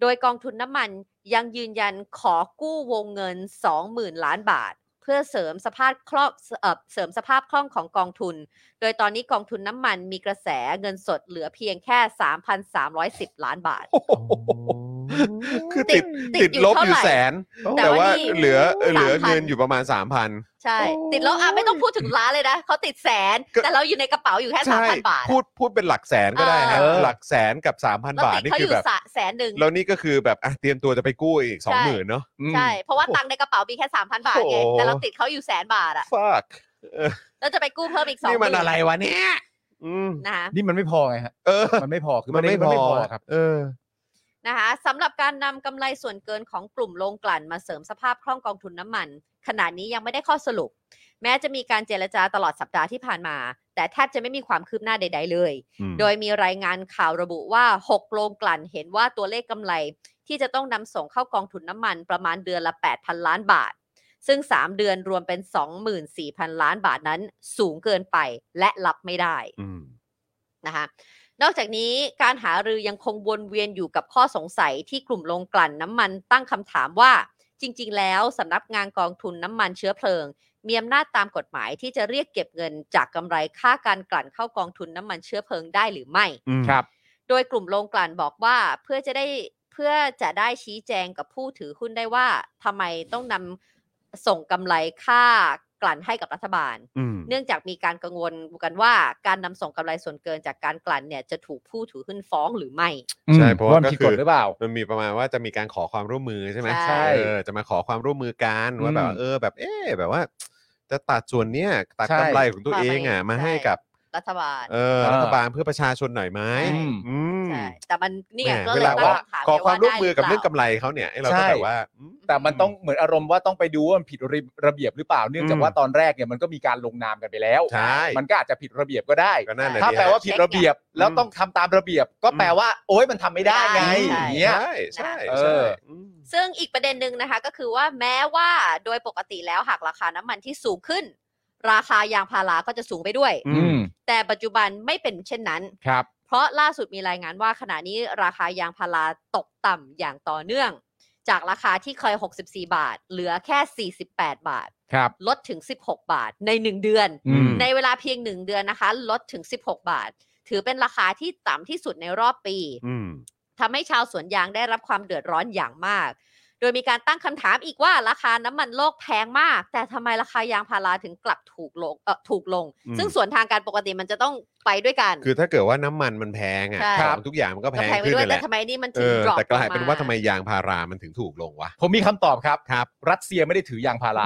โดยกองทุนน้ำมันยังยืนยันขอกู้วงเงิน 20,000 ล้านบาท เพื่อเสริมสภาพคล่องเอ่อเสริมสภาพคล่องของกองทุน โดยตอนนี้กองทุนน้ำมันมีกระแสเงินสดเหลือเพียงแค่ 3,310 ล้านบาท คือติด ติ ติ ด ด อยู่ ลบอยู่ เท่าไหร่ แสน แต่ แต่ว่า ว่านี่ เหลือเหลือ 3,000 เงินอยู่ประมาณ 3,000 ใช่ ติดแล้วอ่ะไม่ต้องพูดถึงล้านเลยนะเขาติดแสน ก็ แต่เราอยู่ในกระเป๋าอยู่แค่สาม ใช่ พันบาท พูดพูดเป็นหลักแสนก็ได้ฮะ เออ หลักแสนกับ แล้ว 3,000 บาท ติด นี่ เขา คื อยู่ อแบบ สะแสนหนึ่ง แล้วนี่ก็คือแบบอ่ะเตรียมตัวจะไปกู้อีก ใช่ 20,000 เนาะ ใช่ เพราะว่าตังค์ในกระเป๋ามีแค่สามพันบาทไง โอ้โห แต่เราติดเขาอยู่แสนบาทอ่ะ fuck แล้วจะไปกู้เพิ่มอีกสอง นี่ ห มัน มื่น อะไรวะเนี่ยอืม นะคะ นี่มันไม่พอไงฮะ เออ มันไม่พอคือ มันไม่ ด้ พอ ครับ เออ นะคะสำหรับการนำกำไรส่วนเกินของกลุ่มโรงกลั่นมาเสริมสภาพคล่องกองทุนน้ำมัน ขณะนี้ยังไม่ได้ข้อสรุป แม้จะมีการเจรจาตลอดสัปดาห์ที่ผ่านมา แต่แทบจะไม่มีความคืบหน้าใด ๆ เลย อืม โดยมีรายงานข่าวระบุว่า 6 โรงกลั่นเห็นว่าตัวเลขกำไร ที่จะต้องนำส่งเข้ากองทุนน้ำมันประมาณเดือนละ 8,000 ล้านบาท ซึ่ง 3 เดือนรวมเป็น 24,000 ล้านบาทนั้นสูงเกินไปและรับไม่ได้ อืม นะคะนอกจากนี้การหารือยังคงวนเวียนอยู่กับข้อสงสัยที่กลุ่มโรงกลั่นน้ำมันตั้งคำถามว่า จริง ๆ แล้วสำนักงานกองทุนน้ำมันเชื้อเพลิง มีอำนาจตามกฎหมายที่จะเรียกเก็บเงินจากกำไรค่าการกลั่นเข้ากองทุนน้ำมันเชื้อเพลิงได้หรือไม่ อืม ครับ โดยกลุ่มโรงกลั่นบอกว่าเพื่อจะได้เพื่อจะได้ชี้แจงกับผู้ถือหุ้นได้ว่าทำไมต้องนำส่งกำไรค่ากลั่นให้กับรัฐบาล อืม เนื่องจากมีการกังวลกันว่าการนำส่งกำไรส่วนเกินจากการกลั่นเนี่ยจะถูกผู้ถือหุ้นฟ้องหรือไม่ ใช่ อืม เพราะว่า ว่า ก็ มันผิด คือ กฎหรือเปล่า มันมีประมาณว่าจะมีการขอความร่วมมือใช่ไหม ใช่ เออจะมาขอความร่วมมือกันว่าแบบ อืม เออแบบเออแบบว่า จะตัดส่วนเนี้ยตัด ใช่ กำไรของตัวเองอ่ะมาให้กับ รัฐบาล เออรัฐบาลเพื่อประชาชนหน่อยไหมอืม ใช่แต่มันเนี่ย แหม ก็ เว เลย ลา ตั้ง ว่า คำถาม ขอความร่วมมือกับ ได้ เรื่อง ห กำไรเขาเนี่ยไอ้เราก็แบบว่าอืม แต่มันต้องเหมือนอารมณ์ว่าต้องไปดูว่ามันผิดระเบียบหรือเปล่า เนื่องจากว่าตอนแรกเนี่ยมันก็มีการลงนามกันไปแล้ว ใช่ มันก็อาจจะผิดระเบียบก็ได้ ก็นั่นแหละ ถ้า ดิ แปลว่า ฮะ ผิดระเบียบแล้วต้องทำตามระเบียบ ก็ อืม แปลว่า โอ๊ยมันทำไม่ได้ไง ใช่ อย่างเงี้ย ใช่ใช่ เอ ใช่ อ ม ซึ่งอีกประเด็นหนึ่งนะคะก็คือว่าแม้ว่าโดยปกติแล้วหากราคาน้ำมันที่สูงขึ้น ราคายางพาราก็จะสูงไปด้วย อืม แต่ปัจจุบันไม่เป็นเช่นนั้น ครับ เพราะล่าสุดมีรายงานว่าขณะนี้ราคายางพาราตกต่ำอย่างต่อเนื่อง จากราคาที่เคย 64 บาท เหลือแค่ 48 บาท ครับ ลดถึง 16 บาทใน 1 เดือน อืม ในเวลาเพียง 1 เดือนนะคะ ลดถึง 16 บาท ถือเป็นราคาที่ต่ำที่สุดในรอบปี อืม ทำให้ชาวสวนยางได้รับความเดือดร้อนอย่างมาก โดยมีการตั้งคำถามอีกว่าราคาน้ำมันโลกแพงมาก แต่ทำไมราคายางพาราถึงกลับถูกลงเออถูกลง อืม ซึ่งสวนทางการปกติมันจะต้องไปด้วยกัน คือถ้าเกิดว่าน้ำมันมันแพงอ่ะ ใช่ ของทุกอย่างมันก็แพ ก็ ง แพงไป ขึ้น ด้วย นั่นแห แต่ ละ ทำไมนี่มัน เอ ถึง อ ดรอป แต่กลายเป็นว่าทำไมยางพารามันถึงถูกลงวะ ผมมีคำตอบครับครับ รัสเซียไม่ได้ถือยาง *laughs* พารา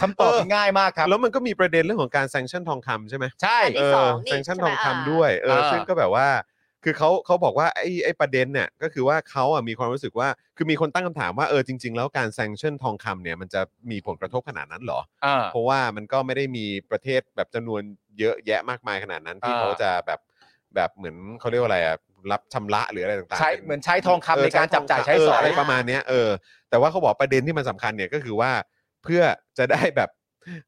คำตอบ เออ ง่ายมากครับ แล้วมันก็มีประเด็นเรื่องของการแซงชั่นทองคำใช่ไหม ใช่ อันที่สองนี่ แซงชั่น ใช่ทไหมองคำ อ่า ด้วยเออ เออ ซึ่งก็แบบว่า คือเขาเขาบอกว่าไอ้ไอ้ประเด็นเนี่ยก็คือว่าเขาอ่ะมีความรู้สึกว่า คือมีคนตั้งคำถามว่าเออจริง ๆ แล้วการแซงชั่นทองคำเนี่ยมันจะมีผลกระทบขนาดนั้นเหรอ อ่า เพราะว่ามันก็ไม่ได้มีประเทศแบบจำนวนเยอะแยะมากมายขนาดนั้นที่ อ่า เขาจะแบบแบบเหมือนเขาเรียกว่าอะไรอ่ะรับชำระหรืออะไรต่างๆ ใช้ ป็ เหมือนใใช้ทองคำ เออ ในการจับจ่ายใช้สอยเอะไรประมาณเนี้ยเออแต่ว่าเขาบอกประเด็นที่มันสำคัญเนี่ยก็คือว่าเพื่อจะได้แบบ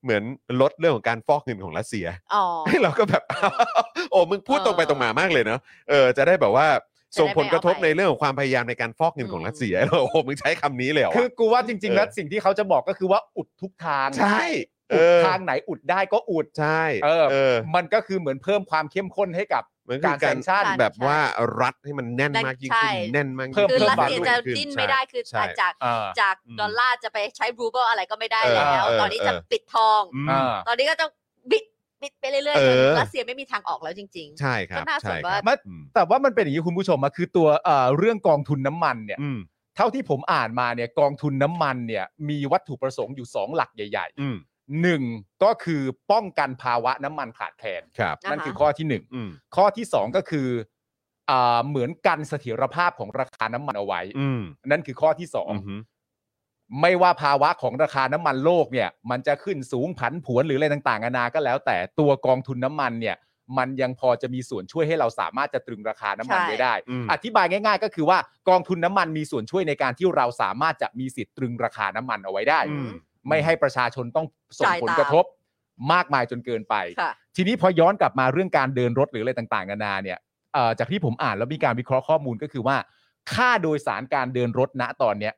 เหมือนลดเรื่องของการฟอกเงินของรัสเซีย *laughs* อ๋อ เราก็แบบ *laughs* โอ้มึงพูดตรงไปตรงมามากเลยเนาะเออจะได้แบบว่าส่งผลกระทบในเรื่องของความพยายามในการฟอกเงินของรัสเซีย *laughs* โอ้โหมึงใช้คำนี้เลยเหรอ คื วะ อกูว่าจริง เออ ๆแล้วสิ่งที่เขาจะบอกก็คือว่าอุดทุกทาง ใช่เอ อุด อ ทางไหนอุดได้ก็อุด ใช่ เออ เออ มันก็คือเหมือนเพิ่มความเข้มข้นให้กับ มันคือ กาการงรแซชั่น แบบว่ารัดให้มันแน่น แน่น มากยิ่ง ใช่ ขึ้นแน่นมากยิ่ง เพิ่ม คือ เพิ่ม รัส ควา เซีย ขึ้ จะ ขึ้ ดิ้น ใช่ ไม่ได้คือ ใช่ จาก อ่า จาก อืม ดอลลาร์จะไปใช้รูเบิลอะไรก็ไม่ได้ เออ แล้ว เออ ตอนนี้ เออ จะปิดทอง อืม อ่า ตอนนี้ก็จะบิ ปิดไปเรื่อย เอ ๆจ อ นรัสเซียไม่มีทางออกแล้วจริง ใช่ค ๆ รั ก็ บ น่าส ใช่ น ค ว่า รับ มาแต่ว่ามันเป็นอย่างนี้คุณผู้ชมมาคือตัวเอ่อเรื่องกองทุนน้ำมันเนี่ย อืม เท่าที่ผมอ่านมาเนี่ยกองทุนน้ำมันเนี่ยมีวัตถุประสงค์อยู่ 2 หลักใหญ่ อืม ๆหนึ่งก็คือป้องกันภาวะน้ำมันขาดแคลน ครับ อ่าฮะ นั่นคือข้อที่หนึ่ง อืม ข้อที่สองก็คืออ่าเหมือนกันเสถียรภาพของราคาน้ำมันเอาไว้ อืม นั่นคือข้อที่สอง อือหือ ไม่ว่าภาวะของราคาน้ำมันโลกเนี่ยมันจะขึ้นสูงผันผวนหรืออะไรต่างๆนานาก็แล้ว แต่ตัวกองทุนน้ำมันเนี่ยมันยังพอจะมีส่วนช่วยให้เราสามารถจะตรึงราคาน้ำมันไว้ได้ อืม อธิบายง่ายๆ ก็คือว่ากองทุนน้ำมันมีส่วนช่วยในการที่เราสามารถจะมีสิทธิ์ตรึงราคาน้ำมันเอาไว้ได้ อืม ไม่ให้ประชาชนต้องส่ง จ่าย ผล ตาม กระทบมากมายจนเกินไป ค่ะ ทีนี้พอย้อนกลับมาเรื่องการเดินรถหรืออะไรต่างๆนานาเนี่ยเอ่อจากที่ผมอ่านแล้วมีการวิเคราะห์ข้อมูลก็คือว่า ค่าโดยสารการเดินรถณตอนเนี้ย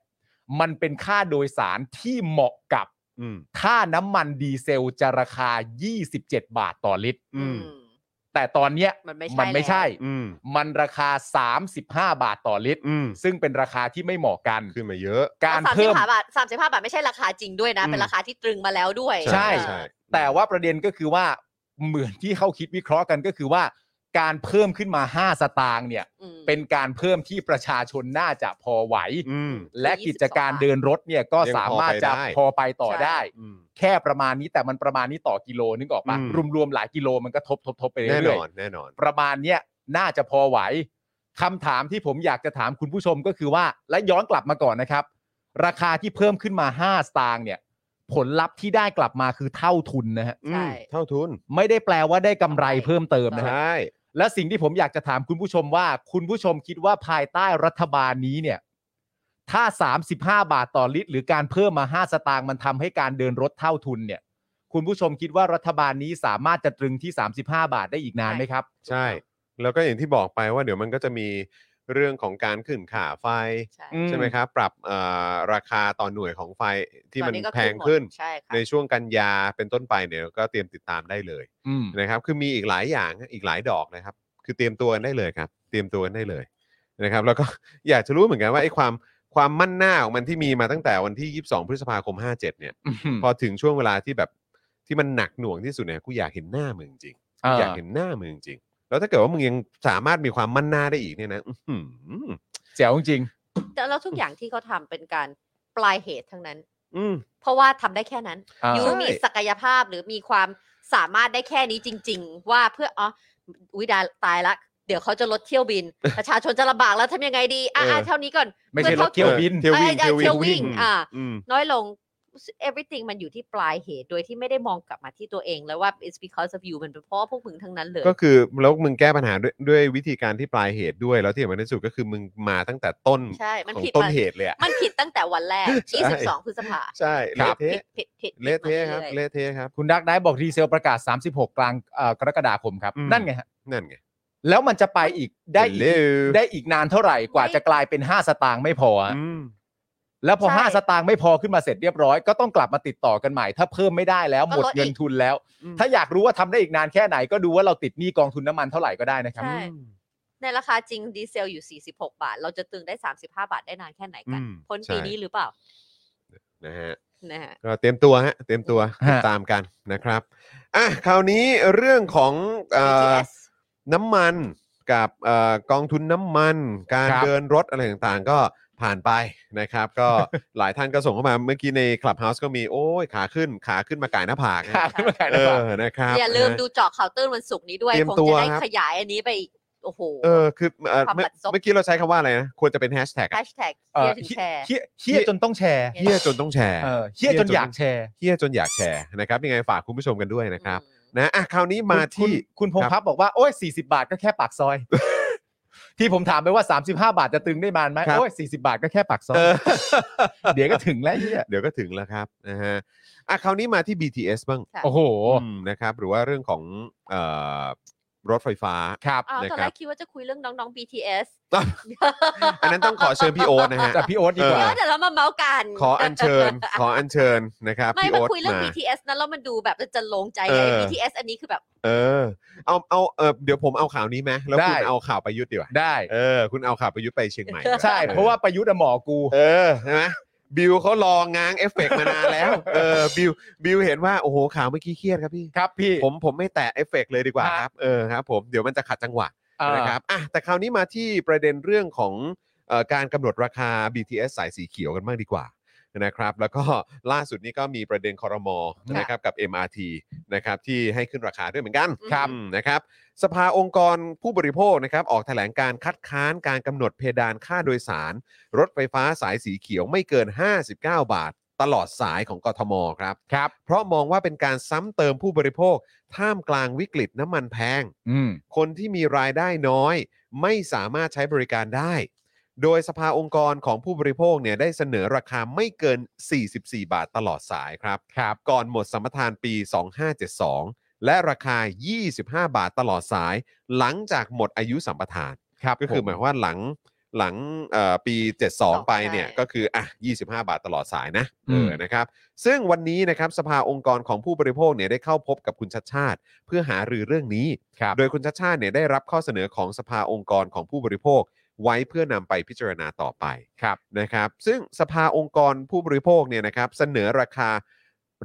มันเป็นค่าโดยสารที่เหมาะกับ อืม ค่าน้ำมันดีเซลจะราคา 27 บาทต่อลิตร อืม แต่ตอนเนี้ย มันไม่ใช่ มันไม่ใช่ แล้ว อืม มันราคา 35 บาทต่อลิตร อืม ซึ่งเป็นราคาที่ไม่เหมาะกัน ขึ้นมาเยอะ การ สามสิบ เพิ่ม ห้าบาทสามสิบห้าบาทไม่ใช่ราคาจริงด้วยนะ อืม เป็นราคาที่ตรึงมาแล้วด้วย ใช่ เออ แต่ว่าประเด็นก็คือว่าเหมือนที่เขาคิดวิเคราะห์กันก็คือว่า การเพิ่มขึ้นมา 5 สตางค์เนี่ย อืม เป็นการเพิ่มที่ประชาชนน่าจะพอไหว อืม และกิจการเดินรถเนี่ยก็ ยังพอ สามารถจะ ไปได้ พอไปต่อได้ อืม แค่ประมาณนี้แต่มันประมาณนี้ต่อกิโลนึกออกปะ อืม รวมๆหลายกิโลมันก็ทบทบทบไป แน่ เรื่ น อย อนแน่นอน ๆประมาณเนี้ยน่าจะพอไหวคำถามที่ผมอยากจะถามคุณผู้ชมก็คือว่า และย้อนกลับมาก่อนนะครับ ราคาที่เพิ่มขึ้นมา 5 สตางค์เนี่ย ผลลัพธ์ที่ได้กลับมาคือเท่าทุนนะฮะ ใช่ อืมเท่าทุน ไม่ได้แปลว่าได้กำไรเพิ่มเติมนะฮะใช่ และสิ่งที่ผมอยากจะถามคุณผู้ชมว่า คุณผู้ชมคิดว่าภายใต้รัฐบาลนี้เนี่ย ถ้า 35 บาทต่อลิตร หรือการเพิ่มมา 5 สตางค์มันทำให้การเดินรถเท่าทุนเนี่ย คุณผู้ชมคิดว่ารัฐบาลนี้สามารถจะตรึงที่ 35 บาทได้อีกนานไหมครับ ใช่ แล้วก็อย่างที่บอกไปว่าเดี๋ยวมันก็จะมีเรื่องของการขึ้นข่าไฟ ใช่ อื ม ใช่ไหมครับ ปรับเอ่อราคาต่อหน่วยของไฟที่ ตอ มัน ก็ แพงขึ้น หมดใช่ค่ะ ในช่วงกันยาเป็นต้นไปเนี่ยก็เตรียมติดตามได้เลย อืม นะครับ คือมีอีกหลายอย่างอีกหลายดอกนะครับ คือเตรียมตัวกันได้เลยครับ เตรียมตัวกันได้เลยนะครับ แล้วก็ *laughs* อยากจะรู้เหมือนกันว่าไอ้ความความมั่นหน้าของมันที่มีมาตั้งแต่วันที่ 22 พฤษภาคม 57 เนี่ย พอถึงช่วงเวลาที่แบบที่มันหนักหน่วงที่สุดเนี่ยกูอยากเห็นหน้ามึงจริง อยากเห็นหน้ามึงจริง แล้วถ้าเกิดว่ามึงยังสามารถมีความมั่นหน้าได้อีกเนี่ยนะอื้อหือ เจ๋วจริง แต่แล้วทุกอย่างที่เขาทำเป็นการปลายเหตุทั้งนั้น อืม เพราะว่าทำได้แค่นั้น อ่า ยูมีศักยภาพหรือมีความสามารถได้แค่นี้จริง ๆ ว่าเพื่ออ๋ออุ้ยดาตายละ เดี๋ยวเขาจะลดเที่ยวบิน ประชาชนจะลำบากแล้วทำยังไงดีอ่ะ เออ อ่ะเท่านี้ก่อน ๆ ไม่ใช่รถเที่ยวบิน เที่ยววิ่ง เอ้ยเที่ยววิ่งอ่า อืม น้อยลง everything มันอยู่ที่ปลายเหตุ โดยที่ไม่ได้มองกลับมาที่ตัวเองแล้วว่า it's because of you มันเป็นเพราะพวกมึงทั้งนั้นเลย ก็คือแล้วมึงแก้ปัญหาด้วยด้วยวิธีการที่ปลายเหตุด้วย แล้วที่สำคัญที่สุดก็คือมึงมาตั้งแต่ต้น ใช่มัน ของ ผิด ต้น มา เหตุเลยอะ มันผิดตั้งแต่วันแรก ใช่ 22 พฤษภา ใช่ ครั เละ บ เทะ ผิดผิดผิด เละเทะครับ ผิดมาอยๆ เละเทะครับ คุณดักได้บอกดีเซลประกาศ 36 กลางเอ่อกรกฎาคมครับ อืม นั่นไงฮะ นั่นไง แล้วมันจะไปอีกได้อีก เร็ว ได้อีกนานเท่าไหร่กว่า ไม่ จะกลายเป็น 5 สตางค์ไม่พออะ อืม แล้วพอ ใช่ 5 สตางค์ไม่พอขึ้นมาเสร็จเรียบร้อยก็ต้องกลับมาติดต่อกันใหม่ ถ้าเพิ่มไม่ได้แล้ว ก็ หมด ลดอีก เงินทุนแล้ว ถ้าอยากรู้ว่าทำได้อีกนานแค่ไหนก็ดูว่าเราติดหนี้กองทุนน้ำมันเท่าไหร่ก็ได้นะครับ ใช่ ในราคาจริงดีเซลอยู่ 46 บาท เราจะตึงได้ 35 บาทได้นานแค่ไหนกัน พ้นปีนี้หรือเปล่า นะฮะ นะฮะ ก็เตรียมตัวฮะเตรียมตัว ฮะ ติดตามกันนะครับอ่ะคราวนี้เรื่องของเอ่อ BTS น้ำมันกับเอ่อกองทุนน้ำมัน การ ครับ เดินรถอะไรต่างๆ ก็ผ่านไปนะครับ ก็ หลายท่านก็ส่งเข้ามาเมื่อกี้ใน Clubhouse ก็มีโอ้ยขาขึ้นขาขึ้นมาก่ายหน้าผากนะ ขาขึ้นมา *laughs* ก่ายห เอ น้าผาก อนะครับ อย่าลืม นะ ดูเจาะข่าวตื้นวันศุกร์นี้ด้วย เตรียม คง ตัว จะได้ ครับ ขยายอันนี้ไปอีก โอ้โห เออคือเอ่อ ความ เมื่อ บัดซบ เมื่อกี้เราใช้คำว่าอะไรนะ ควรจะเป็นแฮชแท็ก แฮชแท็ก เอ่ เที่ อ ยวถึงแชร์ เหี้ยเฮียจนต้เฮี้ยจนเหี้องแชร์ต้องแชร์ เออเฮียจนอยากแชร์ เฮี้ยจนอยากแชร์นะครับยังไงฝากคุณผู้ชมกันด้วยนะครับนะอ่ะคราวนี้มา คุณ ที่ คุณพงพับบอกว่าโอ้ย40 บาทก็แค่ปากซอย *laughs* ที่ผมถามไปว่า 35 บาทจะตึงได้มานไหม ครับ โอ้ย40 บาทก็แค่ปากซอย เออ เดี๋ยวก็ถึงแล้วเฮีย เดี๋ยวก็ถึงแล้วครับนะฮะอ่ะคราวนี้มาที่ BTS บ้าง ค่ะ โอ้โห อืมนะครับ หรือว่าเรื่องของเอ่อรถไฟฟ้า ครับ อ้าว นะ ตอน ครั แร บ กคิดว่าจะคุยเรื่องน้องๆ BTS อันนั้นต้องขอเชิญพี่โอ๊ตนะฮะ จากพี่โอ๊ตดีกว่า เดี๋ยวเดี๋ยวเรามาเมาส์กัน ขออัญเชิญ *laughs* ขออัญเชิญนะครับ ไม่ พี่ มา โอ๊ต คุยเรื่อง มา BTS นะแล้วมันดูแบบจะโลงใจ เอ ไง อ BTS อันนี้คือแบบ เออ เอาเอาเออเดี๋ยวผมเอาข่าวนี้ไหมแล้วคุณ ได้ เอาข่าวประยุทธ์ดีกว่า ได้ เออ *laughs* คุณเอาข่าวประยุทธ์ไปเชียงใหม่ดีกว่ ใช่ เพราะว่าประยุทธ์อะหมอกู เออใช่ไหม บิวเขารองง้างเอฟเฟกต์มานานแล้ว เออบิวบิวเห็นว่าโอ้โหข่าวเมื่อกี้เครียดครับพี่ ครับพี่ ผมผมไม่แตะเอฟเฟกต์เลยดีกว่าครับเออครับผมเดี๋ยวมันจะขัดจังหวะ เอ่อ นะครับอ่ะแต่คราวนี้มาที่ประเด็นเรื่องของเออการกำหนดราคา BTS สายสีเขียวกันบ้างดีกว่านะครับ แล้วก็ล่าสุดนี้ก็มีประเด็นคอรมอ ค่ะ นะครับกับ MRT นะครับที่ให้ขึ้นราคาด้วยเหมือนกัน ครับ อืมนะครับ สภาองค์กรผู้บริโภคนะครับออกแถลงการคัดค้านการกำหนดเพดานค่าโดยสาร รถไฟฟ้าสายสีเขียวไม่เกิน 59 บาท ตลอดสายของกทมครับ ครับ เพราะมองว่าเป็นการซ้ำเติมผู้บริโภค ท่ามกลางวิกฤตน้ำมันแพง อืม คนที่มีรายได้น้อย ไม่สามารถใช้บริการได้ โดยสภาองค์กรของผู้บริโภคเนี่ยได้เสนอราคาไม่เกิน 44 บาทตลอดสายครับ ครับ ก่อนหมดสัมปทานปี 2572 และราคา 25 บาทตลอดสาย หลังจากหมดอายุสัมปทาน ครับ ก็คือหมายความว่าหลังหลังเอ่อปี 72 ไปเนี่ย ใช่ ก็คืออ่ะ25 บาทตลอดสายนะเออ ม นะครับ ซึ่งวันนี้นะครับสภาองค์กรของผู้บริโภคเนี่ยได้เข้าพบกับคุณชัดชาติ เพื่อหารือเรื่องนี้ ครับ โดยคุณชัดชาติเนี่ยได้รับข้อเสนอของสภาองค์กรของผู้บริโภค ไว้เพื่อนำไปพิจารณาต่อไป ครับ นะครับ ซึ่งสภาองค์กรผู้บริโภคเนี่ยนะครับเสนอราคา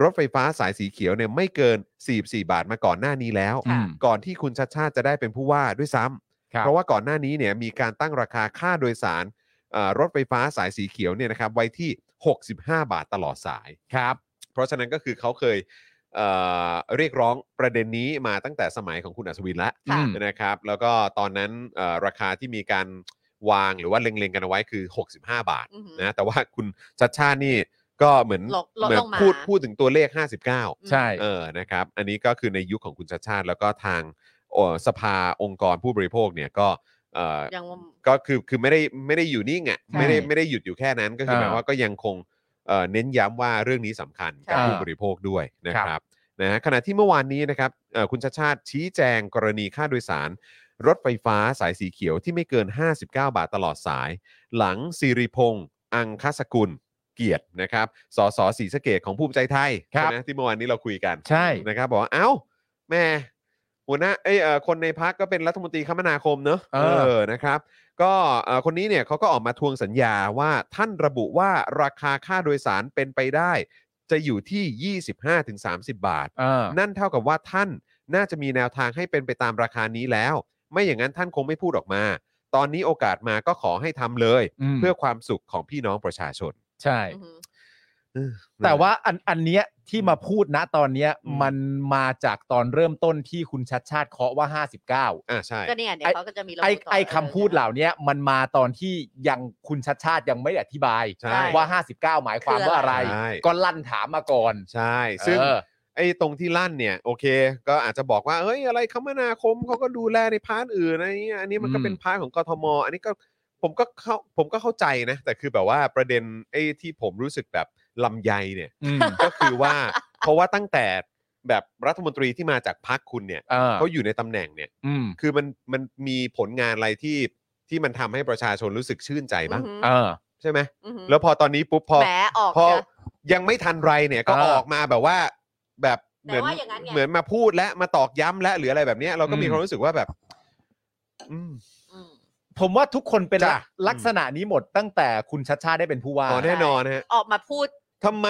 รถไฟฟ้าสายสีเขียวเนี่ยไม่เกิน 44 บาทมาก่อนหน้านี้แล้ว อืม ก่อนที่คุณชัดชาติจะได้เป็นผู้ว่าด้วยซ้ำ ครับ เพราะว่าก่อนหน้านี้เนี่ยมีการตั้งราคาค่าโดยสารเอ่อรถไฟฟ้าสายสีเขียวเนี่ยนะครับไว้ที่ 65 บาทตลอดสาย ครับ เพราะฉะนั้นก็คือเขาเคยเอ่อเรียกร้องประเด็นนี้มาตั้งแต่สมัยของคุณอัศวินแล้ว ค่ะ นะครับ แล้วก็ตอนนั้นเอ่อราคาที่มีการวางหรือว่าเล็งๆกันเอาไว้คือ 65 บาท อือหือ นะแต่ว่าคุณชัดชาตินี่ก็เหมือน ลดลด เหมืน ลงมา พูดพูดถึงตัวเลข 59 ใช่ เออ นะครับ อันนี้ก็คือในยุคของคุณชาชาติ แล้วก็ทางเอ่อสภาองค์กรผู้บริโภคเนี่ยก็เออ ยังว่า ก็คือคือไม่ได้ไม่ได้อยู่นิ่งอ่ะ ใช่ ไม่ได้ไม่ได้หยุดอยู่แค่นั้นก็คือ เออ หมายว่าก็ยังคงเอ่อเน้นย้ำว่าเรื่องนี้สำคัญกับ ใช่ ผู้บริโภคด้วยนะครับนะฮะขณะที่เมื่อวานนี้นะครับเอ่อคุณชาชาติชี้แจงกรณีค่าโดยสาร รถไฟฟ้าสายสีเขียวที่ไม่เกิน 59 บาทตลอดสาย หลังสิริพงษ์อังคสกุลเกียรตินะครับสสศรีสะเกดของภูมิใจไทย ครับ ใช่ไหมที่เมื่อวานนี้เราคุยกัน ใช่ นะครับบอกว่าเอ้าแหม่หัวหน้าเอยเออคนในพักก็เป็นรัฐมนตรีคมนาคมเนอะ เออ นะครับ ก็เอ่อคนนี้เนี่ยเขาก็ออกมาทวงสัญญาว่าท่านระบุว่าราคาค่าโดยสารเป็นไปได้ จะอยู่ที่ 25-30 บาท เออ นั่นเท่ากับว่าท่านน่าจะมีแนวทางให้เป็นไปตามราคานี้แล้ว ไม่อย่างนั้นท่านคงไม่พูดออกมา ตอนนี้โอกาสมาก็ขอให้ทำเลย อืม เพื่อความสุขของพี่น้องประชาชน ใช่ อือหือ แต่ว่าอันอันเนี้ยที่มาพูดนะตอนเนี้ย อืม มันมาจากตอนเริ่มต้นที่คุณชัดชาติเคาะว่า 59 อ่าใช่ ก็เนี่ยเดี๋ยวเขาก็จะมีระบุ ไอ้ ต่ ไอ้คำพูดเหล่าเนี้ยมันมาตอนที่ยังคุณชัดชาติยังไม่ได้อธิบาย ใช่ ว่า 59 หมายความว่าอะไร ใช่ ก็ลั่นถามมาก่อน ใช่ ซึ่ง เออ ไอ้ตรงที่ลั่นเนี่ยโอเค ก็อาจจะบอกว่าเอ้ยอะไรคมนาคมเขาก็ดูแลในพาร์ทอื่นอะไรเงี้ยอันนี้มันก็ อืม เป็นพาร์ทของกทม อันนี้ก็ผมก็เข้าผมก็เข้าใจนะ แต่คือแบบว่าประเด็นไอ้ที่ผมรู้สึกแบบลำไยเนี่ย อื *laughs* ม ก็คือว่า เพราะว่าตั้งแต่แบบรัฐมนตรีที่มาจากพรรคคุณเนี่ย เออ เขาอยู่ในตำแหน่งเนี่ย อืม คือมันมันมีผลงานอะไรที่ที่มันทำให้ประชาชนรู้สึกชื่นใจบ้าง อือหือ เออ ใช่ไหม อือหือ แล้วพอตอนนี้ปุ๊บพอ แหมออก พอ จะ ยังไม่ทันไรเนี่ยก็ เออ ออกมาแบบว่าแบบเหมือน แต่ว่าอย่างนั้นไง เหมือนมาพูดและมาตอกย้ำและหรืออะไรแบบเนี้ยเราก็มี อืม ความรู้สึกว่าแบบ อืม อืม ผมว่าทุกคนเป็น จ้ะ ลักษณะนี้หมดตั้งแต่คุณชัดชาติได้เป็นผู้ว่า อ๋อแน่นอนนะฮะ ออกมาพูด ทำไม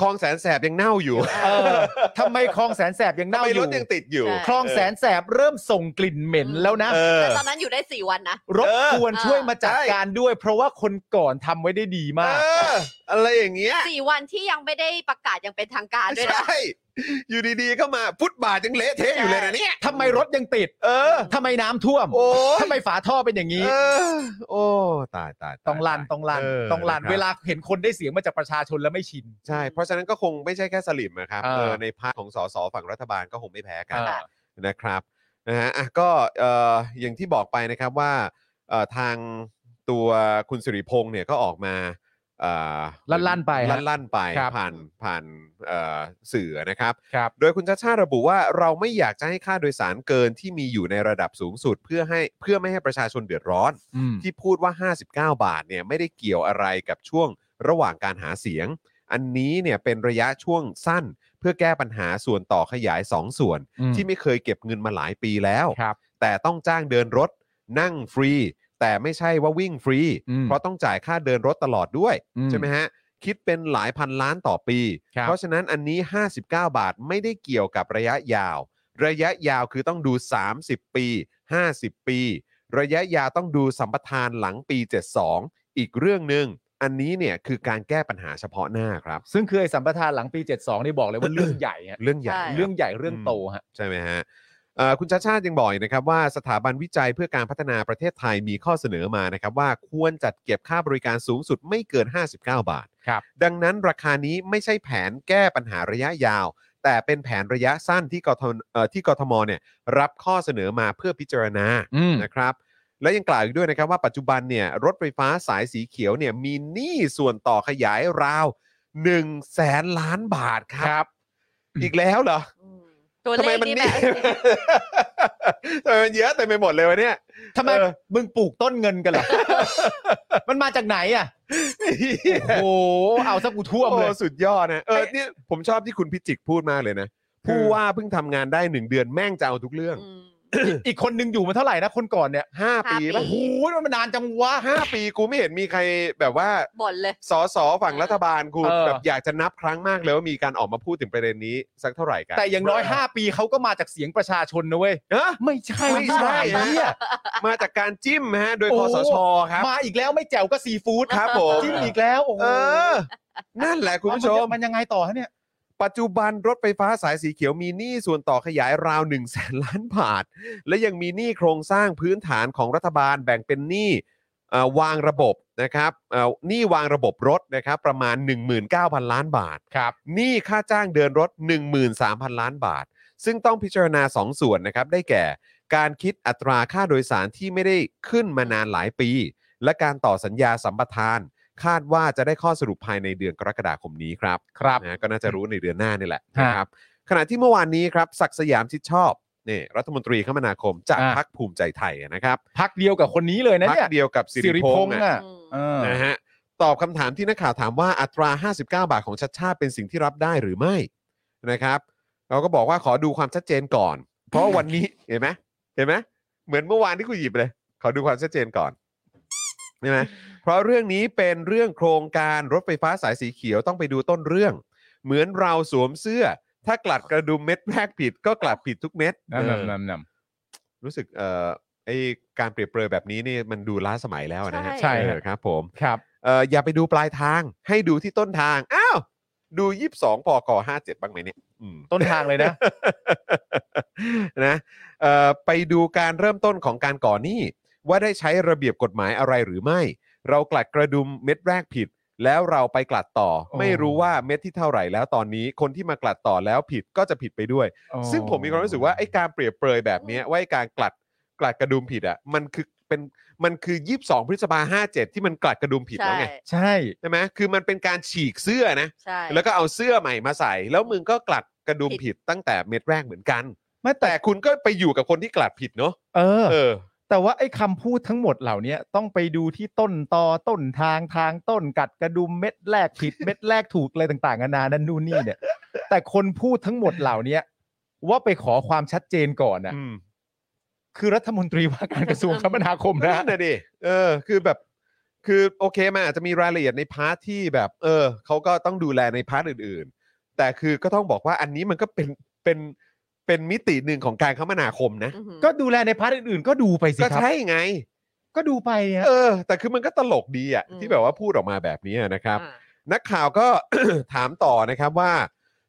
คลองแสนแสบยังเน่า *laughs* อยู่ เอ *laughs* อทำไมคลองแสนแสบยัง ทำ เน่า ไม อ ร ยู่ ถยังติดอยู่ ใช่ คลองแสนแสบเริ่มส่งกลิ่นเหม็นแล้วนะ เออ แต่ตอนนั้นอยู่ได้สี่วันนะ รบกวน เออ ช่วยมาจัด ใช่ การด้วย เพราะว่าคนก่อนทำไว้ได้ดีมาก เออ อะไรอย่างเงี้ย สี่วันที่ยังไม่ได้ประกาศอยังเป็นทางการด้วย ใช นะ ่ อยู่ดีๆก็มาฟุตบาทยังเละเทะอยู่เลยนะเนี่ย ทำไมรถยังติด เออ ทำไมน้ำท่วม โอ้ย ทำไมฝาท่อเป็นอย่างนี้ เออโอ้ตายตายาย ต้องลัน าย ต้องลัน เ ต้องลัน ะครับ เวลาเห็นคนได้เสียงมาจากประชาชนแล้วไม่ชิน ใช่ เพราะฉะนั้นก็คงไม่ใช่แค่สลิมนะครับ อ่า เออในพาร์ทของสสฝั่งรัฐบาลก็คงไม่แพ้กัน อ่า นะครับนะฮะอ่ะก็เอ่ออย่างที่บอกไปนะครับว่าเอ่อทางตัวคุณสิริพงษ์เนี่ยก็ออกมาเอ่อ ลั่นๆไปฮะ ลั่นลั่นๆไป ครับ ผ่านผ่านเอ่อสื่อนะครับ ครับ โดยคุณชาติชาติระบุว่าเราไม่อยากจะให้ค่าโดยสารเกินที่มีอยู่ในระดับสูงสุด เพื่อให้เพื่อไม่ให้ประชาชนเดือดร้อน อืม ที่พูดว่า 59 บาทเนี่ยไม่ได้เกี่ยวอะไรกับช่วงระหว่างการหาเสียง อันนี้เนี่ยเป็นระยะช่วงสั้น เพื่อแก้ปัญหาส่วนต่อขยาย 2 ส่วน อืม ที่ไม่เคยเก็บเงินมาหลายปีแล้ว ครับ แต่ต้องจ้างเดินรถ นั่งฟรี แต่ไม่ใช่ว่าวิ่งฟรี อืม เพราะต้องจ่ายค่าเดินรถตลอดด้วย อืม ใช่ไหมฮะ คิดเป็นหลายพันล้านต่อปี ครับ เพราะฉะนั้นอันนี้ 59 บาทไม่ได้เกี่ยวกับระยะยาว ระยะยาวคือต้องดู 30 ปี 50 ปี ระยะยาวต้องดูสัมปทานหลังปี 72 อีกเรื่องหนึ่งอันนี้เนี่ยคือการแก้ปัญหาเฉพาะหน้าครับ ซึ่งเคยสัมปทานหลังปี 72 นี่บอกเลยว่าเรื่องใหญ่ฮะ เรื่องใหญ่ ใช่ คบ เรื่องใหญ่เรื่องโตฮะ ใช่ไหมฮะเอ่อคุณชาติชาติยังบอกอีกนะครับว่าสถาบันวิจัยเพื่อการพัฒนาประเทศไทยมีข้อเสนอมานะครับว่าควรจัดเก็บค่าบริการสูงสุดไม่เกิน 59 บาท ครับ ดังนั้นราคานี้ไม่ใช่แผนแก้ปัญหาระยะยาว แต่เป็นแผนระยะสั้นที่กทเอ่อที่กทมเนี่ยรับข้อเสนอมาเพื่อพิจารณา อืม นะครับและยังกล่าวอีกด้วยนะครับว่าปัจจุบันเนี่ยรถไฟฟ้าสายสีเขียวเนี่ยมีหนี้ส่วนต่อขยายราว1นึ่งแสนล้านบาทครับ อีกแล้วเหรอ อืมตัว ทำ เล ไม ข มัน นี่แบ นี่ บ *laughs* ทำไมมันเยอะเต็มไปหมดเลยวะเนี่ย ทำไม เออ มึงปลูกต้นเงินกันเหรอ *laughs* มันมาจากไหนอ่ะ โอ้โห เอาสักกู *laughs* ท่วมเลย โอ้สุดยอดนะเออเนี่ยผมชอบที่คุณพิจิกพูดมากเลยนะ คือ ผู้ว่าเพิ่งทำงานได้หนึ่งเดือนแม่งจะเอาทุกเรื่อง อีกคนนึงอยู่มาเท่าไหร่นะคนก่อนเนี่ย ห้าปี ห้าปี ป่ะ โอ้โหมันนานจังวะ ห้าปีกูไม่เห็นมีใครแบบว่า บ่นเลย สอสอฝั่งรัฐบาลกู เออ แบบอยากจะนับครั้งมากเลยว่ามีการออกมาพูดถึงประเด็นนี้สักเท่าไหร่กัน แต่อย่างน้อย 5 ปีเขาก็มาจากเสียงประชาชนนะเว้ย ฮะ ไม่ใช่ ไม่ใช่ บ้าเหี้ย มาจากการจิ้มฮะ โดย โอ้ คอสชครับ มาอีกแล้วไม่แจ่วก็ซีฟู้ด ครับผม จิ้มอีกแล้วโอ้โห เออ นั่นแหละคุณผู้ชม มันยังไงต่อฮะเนี่ย ปัจจุบันรถไฟฟ้าสายสีเขียวมีหนี้ส่วนต่อขยายราว1นึ่งแสนล้านบาท และยังมีหนี้โครงสร้างพื้นฐานของรัฐบาลแบ่งเป็นหนี้เอ่อวางระบบนะครับเอ่อหนี้วางระบบรถนะครับประมาณ 19,000 ล้านบาท ครับ หนี้ค่าจ้างเดินรถ 13,000 ล้านบาท ซึ่งต้องพิจารณา 2 ส่วนนะครับได้แก่ การคิดอัตราค่าโดยสารที่ไม่ได้ขึ้นมานานหลายปี และการต่อสัญญาสัมปทาน คาดว่าจะได้ข้อสรุปภายในเดือนกรกฎาคมนี้ครับ ครับ นะก็น่าจะรู้ในเดือนหน้านี่แหละ ฮะ นะครับขณะที่เมื่อวานนี้ครับศักดิ์สยามชิดชอบนี่รัฐมนตรีคมนาคมจาก อ่ะ พักภูมิใจไทยนะครับ พักเดียวกับคนนี้เลยนะ พั เนี่ย เดียวกับสิริพงษ์อะ อ่ะ อืม เออ นะฮะตอบคำถามที่นักข่าวถามว่าอัตรา 59 บาทของชัดชาติเป็นสิ่งที่รับได้หรือไม่นะครับเราก็บอกว่าขอดูความชัดเจนก่อน เพราะวันนี้ เห็นไหมเห็นไหมเหมือนเมื่อวานที่กูหยิบเลย ขอดูความชัดเจนก่อนใช่ไหมเพราะเรื่องนี้เป็นเรื่องโครงการรถไฟฟ้าสายสีเขียวต้องไปดูต้นเรื่อง เหมือนเราสวมเสื้อ ถ้ากลัดกระดุมเม็ดแรกผิดก็กลัดผิดทุกเม็ด นั่น เอ นั่น อ นั่นนั่น รู้สึกเอ่อไอการเปรียบเปรยแบบนี้นี่มันดูล้าสมัยแล้วนะฮะ ใช่ เออ ใช่ฮะ ครับผม ครับ เอ่ออย่าไปดูปลายทางให้ดูที่ต้นทาง อ้าว ดู 22ปก57 บ้างไหมเนี่ยอืม *laughs* ต้นทางเลยนะ นะเอ่อไปดูการเริ่มต้นของการก่อนหนี้ ว่าได้ใช้ระเบียบกฎหมายอะไรหรือไม่ เรากลัดกระดุมเม็ดแรกผิด แล้วเราไปกลัดต่อ โอ้ ไม่รู้ว่าเม็ดที่เท่าไหร่แล้วตอนนี้คนที่มากลัดต่อแล้วผิดก็จะผิดไปด้วย โอ้ ซึ่งผมมีความรู้สึกว่าไอ้การเปรียบเปรยแบบเนี้ยว่าไอ้การกลัดกลัดกระดุมผิดอ่ะมันคือเป็นมันคือยี่สิบสองพฤษภาห้าเจ็ดที่มันกลัดกระดุมผิดแล้วไง ใช่ ใช่ไหมคือมันเป็นการฉีกเสื้อนะ ใช่ แล้วก็เอาเสื้อใหม่มาใส่ แล้วมึงก็กลัดกระดุม ผิด ผิดตั้งแต่เม็ดแรกเหมือนกัน ไม่แต่ แต่คุณก็ไปอยู่กับคนที่กลัดผิดเนาะ เออ เออ แต่ว่าไอ้คำพูดทั้งหมดเหล่านี้ต้องไปดูที่ต้นตอต้นทางทางต้นกัดกระดุมเม็ดแรกผิด เม็ดแรกถูกอะไรต่างๆนานานั่นนู่นนี่เนี่ย *laughs* แต่คนพูดทั้งหมดเหล่านี้ว่าไปขอความชัดเจนก่อนนะ อืม คือรัฐมนตรีว่าการกระทรวงคมนาคมนะ นั่นนะดิเออ คือแบบ คือโอเคมันอาจจะมีรายละเอียดในพาร์ทที่แบบ เออเขาก็ต้องดูแลในพาร์ทอื่น ๆ แต่คือก็ต้องบอกว่าอันนี้มันก็เป็นเป็นเป็นมิติหนึ่งของการคมนาคมนะ อือหือ ก็ดูแลในพาร์ทอื่นๆ ก็ดูไปสิ ก็ ครับ ใช่ไง ก็ดูไปฮะ เออ แต่คือมันก็ตลกดีอ่ะ อืม ที่แบบว่าพูดออกมาแบบนี้นะครับ อ่า นักข่าวก็ *coughs* ถามต่อนะครับว่า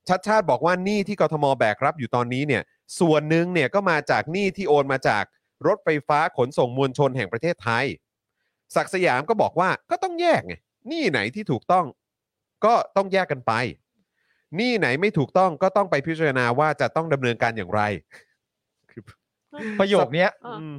ชัดชาติบอกว่าหนี้ที่กทมแบกรับอยู่ตอนนี้เนี่ย ส่วนหนึ่งเนี่ยก็มาจากหนี้ที่โอนมาจากรถไฟฟ้าขนส่งมวลชนแห่งประเทศไทย ศักดิ์สยามก็บอกว่าก็ต้องแยกไงหนี้ไหนที่ถูกต้อง ก็ต้องแยกกันไปหนี้ไหนไม่ถูกต้องก็ต้องไปพิจารณาว่าจะต้องดำเนินการอย่างไร ประโยคเนี้ย อ่า อืม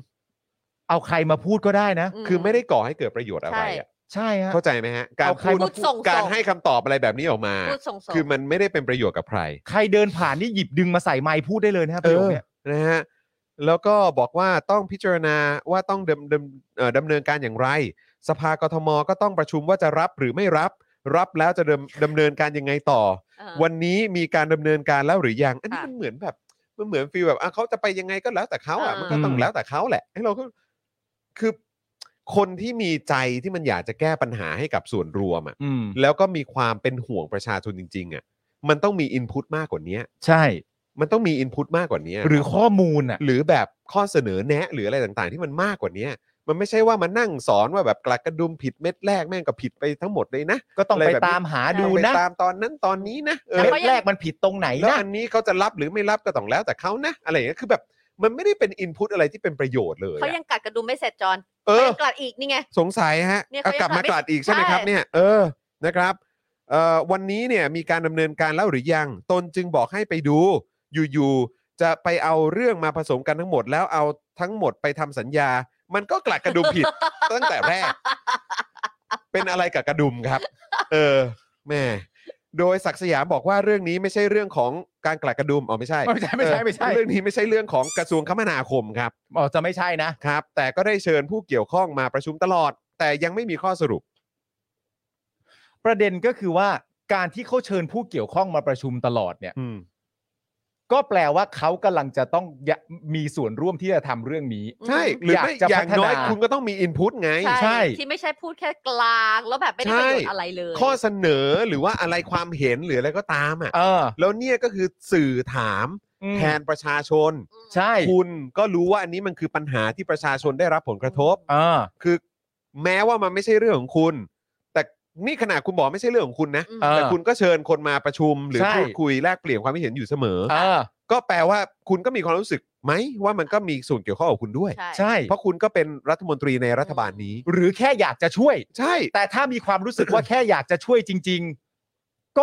เอาใครมาพูดก็ได้นะ ม คือไม่ได้ก่อให้เกิดประโยชน์อะไรอะ ใช่ฮะ เข้าใจไหมฮะการ เอาใคร พูด มา พูดส่งๆ การให้คำตอบอะไรแบบนี้ออกมา พูดส่งๆ คือมันไม่ได้เป็นประโยชน์กับใคร ใครเดินผ่านนี่หยิบดึงมาใส่ไม้พูดได้เลยนะครับประโยคเนี้ย เออนะฮะแล้วก็บอกว่าต้องพิจารณาว่าต้องดำดำเอ่อดำเนินการอย่างไร สภากทมก็ต้องประชุมว่าจะรับหรือไม่รับ รับแล้วจะดำดำเนินการยังไงต่อ เออ วันนี้มีการดำเนินการแล้วหรือยังอันนี้ ค่ะ มันเหมือนแบบมันเหมือนฟีลแบบอ่ะเขาจะไปยังไงก็แล้วแต่เขาอ่ะ อ่ามั มันก็ต้อง อืม แล้วแต่เขาแหละให้เราก็คือ คนที่มีใจที่มันอยากจะแก้ปัญหาให้กับส่วนรวมอะ อืม แล้วก็มีความเป็นห่วงประชาชนจริง ๆอะมันต้องมีอินพุตมากกว่านี้ ใช่ มันต้องมีอินพุตมากกว่านี้ หรือข้อมูลอ่ะ หรือแบบข้อเสนอแนะหรืออะไรต่างๆ ที่มันมากกว่าเนี้ยมันไม่ใช่ว่ามานั่งสอนว่าแบบกลักกระดุมผิดเม็ดแรกแม่งก็ผิดไปทั้งหมดเลยนะ ก็ต้องไปตามหาดู ไป นะ ตามตอนนั้นตอนนี้นะเออ เม็ดแรกมันผิดตรงไหน แล้ว นะ อันนี้เขาจะรับหรือไม่รับก็ต้องแล้วแต่เขานะ อะไรอย่างเงี้ยคือแบบมันไม่ได้เป็นอินพุตอะไรที่เป็นประโยชน์เลย เขายั อะ งกัดกระดุมไม่เสร็จจอน เออ ยังกัดอีกนี่ไง สงสัยฮะ เนี่ย เอา เขายัง กลับมาก กลั ลัด ดไม่ อีกใช่ไหมครับ ใช่ เนี่ยเออนะครับเอ่อวันนี้เนี่ยมีการดำเนินการแล้วหรือยังตนจึงบอกให้ไปดู อยู่ๆจะไปเอาเรื่องมาผสมกันทั้งหมด แล้วเอาทั้งหมดไปทำสัญญา มันก็กลัดกระดุม *laughs* ผิด ตั้งแต่แรก เป็นอะไรกับกระดุมครับ เออแหม่โดยศักดิ์สยามบอกว่าเรื่องนี้ไม่ใช่เรื่องของการกลัดกระดุมอ๋อไม่ใช่ ไม่ใช่ไม่ใช่ไม่เอใช่อเรื่องนี้ไม่ใช่เรื่องของกระทรวงคมนาคมครับ อ๋อจะไม่ใช่นะ ครับแต่ก็ได้เชิญผู้เกี่ยวข้องมาประชุมตลอด แต่ยังไม่มีข้อสรุป ประเด็นก็คือว่าการที่เขาเชิญผู้เกี่ยวข้องมาประชุมตลอดเนี่ย อืม ก็แปลว่าเขากำลังจะต้องยะมีส่วนร่วมที่จะทำเรื่องนี้ ใช่ หรือไม่ อยากจะ อย่างน้อย พัฒนา คุณก็ต้องมีอินพุตไง ใช่ ที่ไม่ใช่พูดแค่กลางแล้วแบบไม่ได้ประโยชน์อะไรเลย ข้อเสนอหรือว่าอะไรความเห็นหรืออะไรก็ตามอ่ะ เออ แล้วเนี่ยก็คือสื่อถาม อืม แทนประชาชน ใช่ คุณก็รู้ว่าอันนี้มันคือปัญหาที่ประชาชนได้รับผลกระทบ เออ คือแม้ว่ามันไม่ใช่เรื่องของคุณ แต่นี่ขนาดคุณบอกไม่ใช่เรื่องของคุณนะ อืม เออ แต่คุณก็เชิญคนมาประชุม หรือ ใช่ พูดคุยแลกเปลี่ยนความคิดเห็นอยู่เสมอ เออ ก็แปลว่าคุณก็มีความรู้สึกไหมว่ามันก็มีส่วนเกี่ยวข้องกับคุณด้วย ใช่ ใช่ เพราะคุณก็เป็นรัฐมนตรีในรัฐบาลนี้ หรือแค่อยากจะช่วย ใช่ แต่ถ้ามีความรู้สึกว่า แค่อยากจะช่วยจริง ๆ